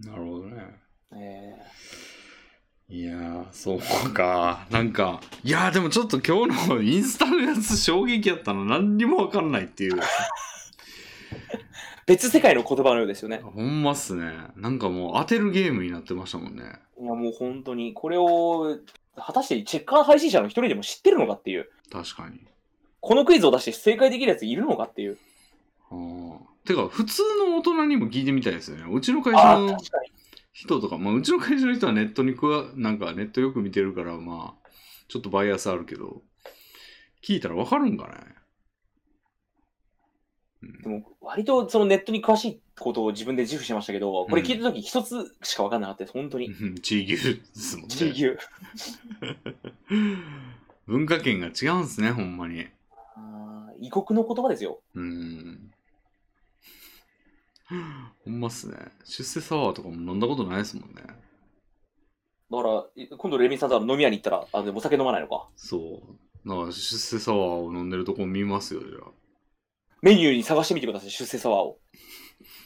S1: なるほどね。
S2: え
S1: いやー、そうか。なんか、いやー、でもちょっと今日のインスタのやつ衝撃やったの。何にもわかんないっていう。
S2: ー別世界の言葉のようですよね。
S1: ほんまっすね。なんかもう当てるゲームになってましたもんね。
S2: いや、もう本当に、これを、果たしてチェッカー配信者の一人でも知ってるのかっていう、
S1: 確かに。
S2: このクイズを出して正解できるやついるのかっていう。
S1: あーてか、普通の大人にも聞いてみたいですよね。うちの会社
S2: ああ、
S1: の
S2: 確かに。
S1: 人とか、まあ、うちの会社の人はネットにくわ、なんかネットよく見てるから、まあ、ちょっとバイアスあるけど、聞いたらわかるんかね。
S2: でも、割とそのネットに詳しいことを自分で自負してましたけど、これ聞いたとき一つしか分かんなかったです、本当に。
S1: うん地域ですもんね。
S2: 地牛。
S1: <laughs> 文化圏が違うんすね、ほんまに。
S2: あー異国の言葉ですよ。
S1: うん。ほんまっすね。出世サワーとかも飲んだことないですもんね。
S2: だから、い今度レミさんとあの飲み屋に行ったら、あでもお酒飲まないのか。
S1: そう。だから出世サワーを飲んでるとこ見ますよ、じゃあ。
S2: メニューに探してみてください、出世サワーを。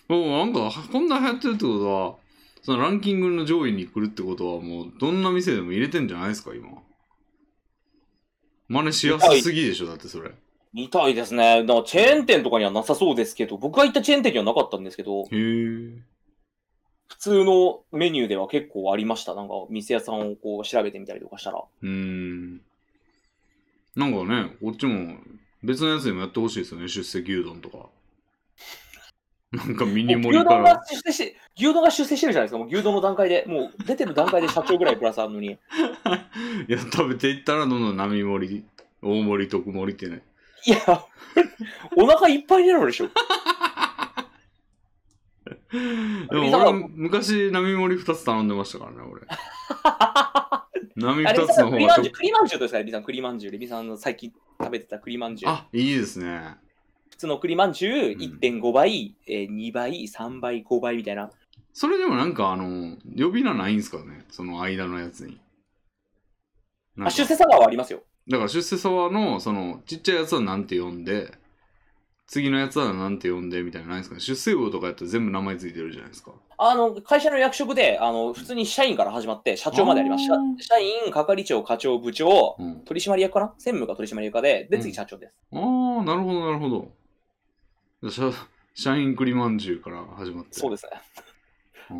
S1: もうなんか、こんな流行ってるってことは、そのランキングの上位に来るってことは、もうどんな店でも入れてんじゃないですか、今。真似しやすすぎでしょ、だってそれ。へ
S2: みたいですね。だからチェーン店とかにはなさそうですけど、僕が行ったチェーン店にはなかったんですけど、
S1: え。
S2: 普通のメニューでは結構ありました。なんか、店屋さんをこう調べてみたりとかしたら。
S1: うーん。なんかね、こっちも別のやつでもやってほしいですよね、出世牛丼とか。なんかミニ
S2: もう
S1: 盛
S2: 牛
S1: りか
S2: 丼
S1: ら
S2: が。出世し、牛丼が出世してるじゃないですか。もう牛丼の段階で、もう出てる段階で社長ぐらいプラスあるのに。
S1: いや、食べていったらどんどん並盛り、大盛り、特盛りってね。
S2: いや、 <laughs> お腹いっぱいになる
S1: <laughs>
S2: でしょ。
S1: でも俺昔並盛り2つ頼んでましたからね、俺。並
S2: あれ、
S1: 2つの
S2: 栗
S1: 方
S2: ま
S1: が
S2: んじゅ
S1: と
S2: う、。栗まんじゅうどうですか、レビさん、栗まんじゅう。レビさんの最近食べてた栗まんじゅう。
S1: あ、いいですね。
S2: 普通の栗まんじゅう、
S1: うん
S2: 1.5倍、えー2倍、3倍、5倍みたいな。
S1: それでもなんか、あの、呼び名ないんすかね、その間のやつに。なん
S2: あ、
S1: か
S2: 出世サワーはありますよ。
S1: だから出世沢のそのちっちゃいやつはなんて呼んで次のやつはなんて呼んでみたいなのないですかね出世魚とかやったら全部名前ついてるじゃないですか
S2: あの、会社の役職で、あの、普通に社員から始まって、社長まであります。
S1: あ
S2: 社
S1: ー
S2: 社員、係長、課長、部長、
S1: うん
S2: 取締役かな専務が取締役かで、で、次社長です。
S1: ああなるほどなるほど社社員栗まんじゅうから始まって
S2: そう
S1: で
S2: ですね。
S1: すい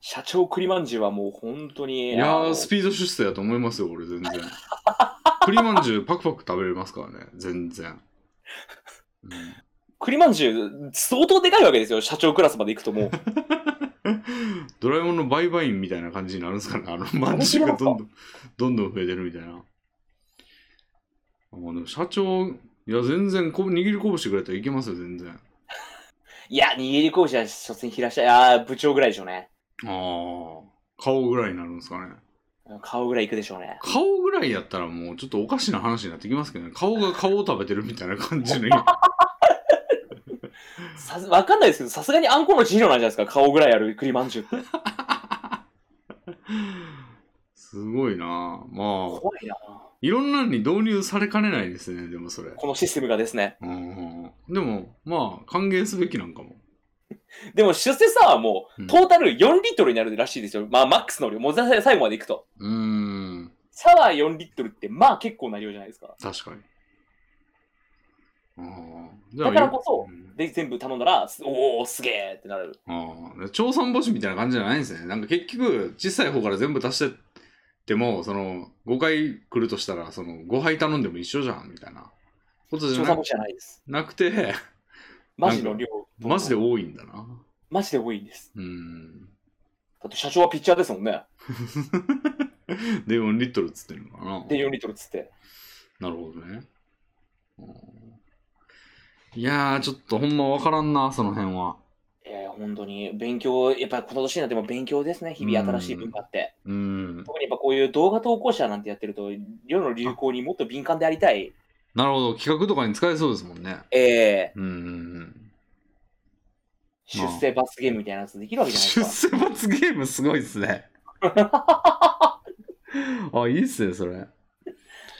S2: 社長栗まんじゅうはもう本当に。
S1: や
S2: あ
S1: ー
S2: の
S1: スピード出世やと思いますよ俺全然栗まんじゅうパクパク食べれますからね全然、うん
S2: 栗まんじゅう、相当でかいわけですよ。社長クラスまで行くとも
S1: <laughs>
S2: う。
S1: ドラえもんのバイバインみたいな感じになるんですかねあのマンシュがどんどん、どんどん増えてるみたいな。あまあでも社長、いや全然こ、握り拳ぐらいだったらいけますよ、全然。
S2: いや、握り拳は所詮平社、あー部長ぐらいでしょうね。
S1: ああ、顔ぐらいになるんですかね。
S2: 顔ぐらい行くでしょうね。
S1: 顔ぐらいやったらもうちょっとおかしな話になってきますけどね。顔が顔を食べてるみたいな感じの。
S2: さすわかんないですけど、さすがにあんこの千尋なんじゃないですか。顔ぐらいある栗まんじゅうって。
S1: すごいなまあ、
S2: 怖いな。
S1: いろんなのに導入されかねないですね、でもそれ。
S2: このシステムがですね。
S1: うんうん、でも、まあ、歓迎すべきなんかも。
S2: でも出世サワーも
S1: うん
S2: トータル4リットルになるらしいですよ。まあマックスの量。もうざ最後まで行くと。
S1: うーん。
S2: サワー4リットルってまあ結構な量じゃないですか。
S1: 確かに。ああ。
S2: だからこそ
S1: うん
S2: で、全部頼んだら、すおお、すげえってなる。
S1: ああ。調査募集みたいな感じじゃないんですね。なんか結局、小さい方から全部足してっても、その、5回来るとしたら、その、5杯頼んでも一緒じゃん、みたいなことじゃ
S2: 調査
S1: な
S2: もじゃないです。
S1: なくて、
S2: マジの量。
S1: マジで多いんだな。
S2: マジで多いんです。
S1: うん。 <laughs>
S2: だって社長はピッチャーですもんね。
S1: で、4リットルっつってるのかな。
S2: で、4リットルっつって。
S1: なるほどね。うんいやー、ちょっとほんまわからんな、その辺は。
S2: えー、本当に勉強、やっぱりこの年になっても勉強ですね、日々新しい文化って。
S1: うん。
S2: 特にやっぱこういう動画投稿者なんてやってると、世の流行にもっと敏感でありたい。
S1: なるほど。企画とかに使えそうですもんね。
S2: えー、
S1: うんうんうん。
S2: 出世罰ゲームみたいなやつできるわけじゃないです
S1: 出
S2: か。
S1: 世罰ゲームすごいですね。あ、いいっすね、それ。あ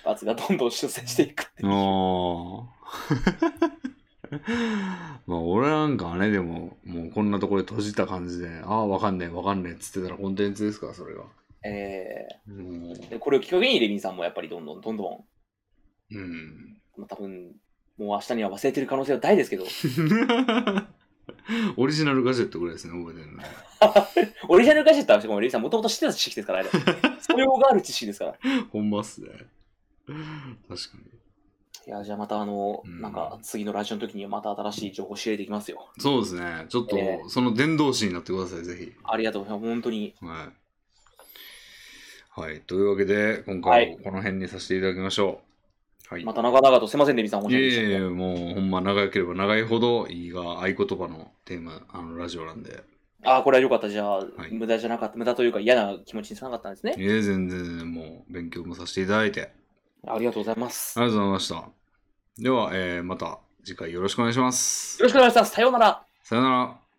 S2: 罰がどんどん出世していくって
S1: あ。 <laughs> まあ、俺なんかはね、でも、もうこんなところで閉じた感じで、ああ、わかんねえ、わかんねえっつってたらコンテンツですから、それが。
S2: え
S1: うん
S2: ーでこれをきっかけにレミンさんもやっぱりどんどんどんどん、
S1: うん。 <laughs>
S2: まあ、多分もう明日には忘れてる可能性は大ですけど
S1: オリジナルガジェットぐらいですね、覚えてるの。
S2: オリジナルガジェットはしかもレミンさんもともと知ってた知識で
S1: <laughs>
S2: すからあれそれがある知識ですから
S1: ほんまっすね。確かに。
S2: いやじゃあまたあの、
S1: うん
S2: なんか次のラジオの時にまた新しい情報を仕入れていきますよ
S1: そうですね。ちょっと、
S2: え
S1: その伝道師になってください、ぜひ。
S2: ありがとうございます本当に
S1: はい。はい。というわけで、今回もこの辺にさせていただきましょう。はい。
S2: また長々とすいませんレミンさん申
S1: い
S2: し
S1: えい
S2: 訳ない
S1: え
S2: です
S1: もうほんま長ければ長いほどいいが合言葉のテーマ、あのラジオなんで。
S2: ああこれは良かったじゃあ、
S1: い
S2: 無駄じゃなかった無駄というか嫌な気持ちにさなかったんですね
S1: いえ、全然全然もう勉強もさせていただいて。あ
S2: ありがとうございます
S1: りがとうございました。では、えーまた次回よろしくお願いします
S2: よ。ろしくお願いしますさようなら
S1: さよなら。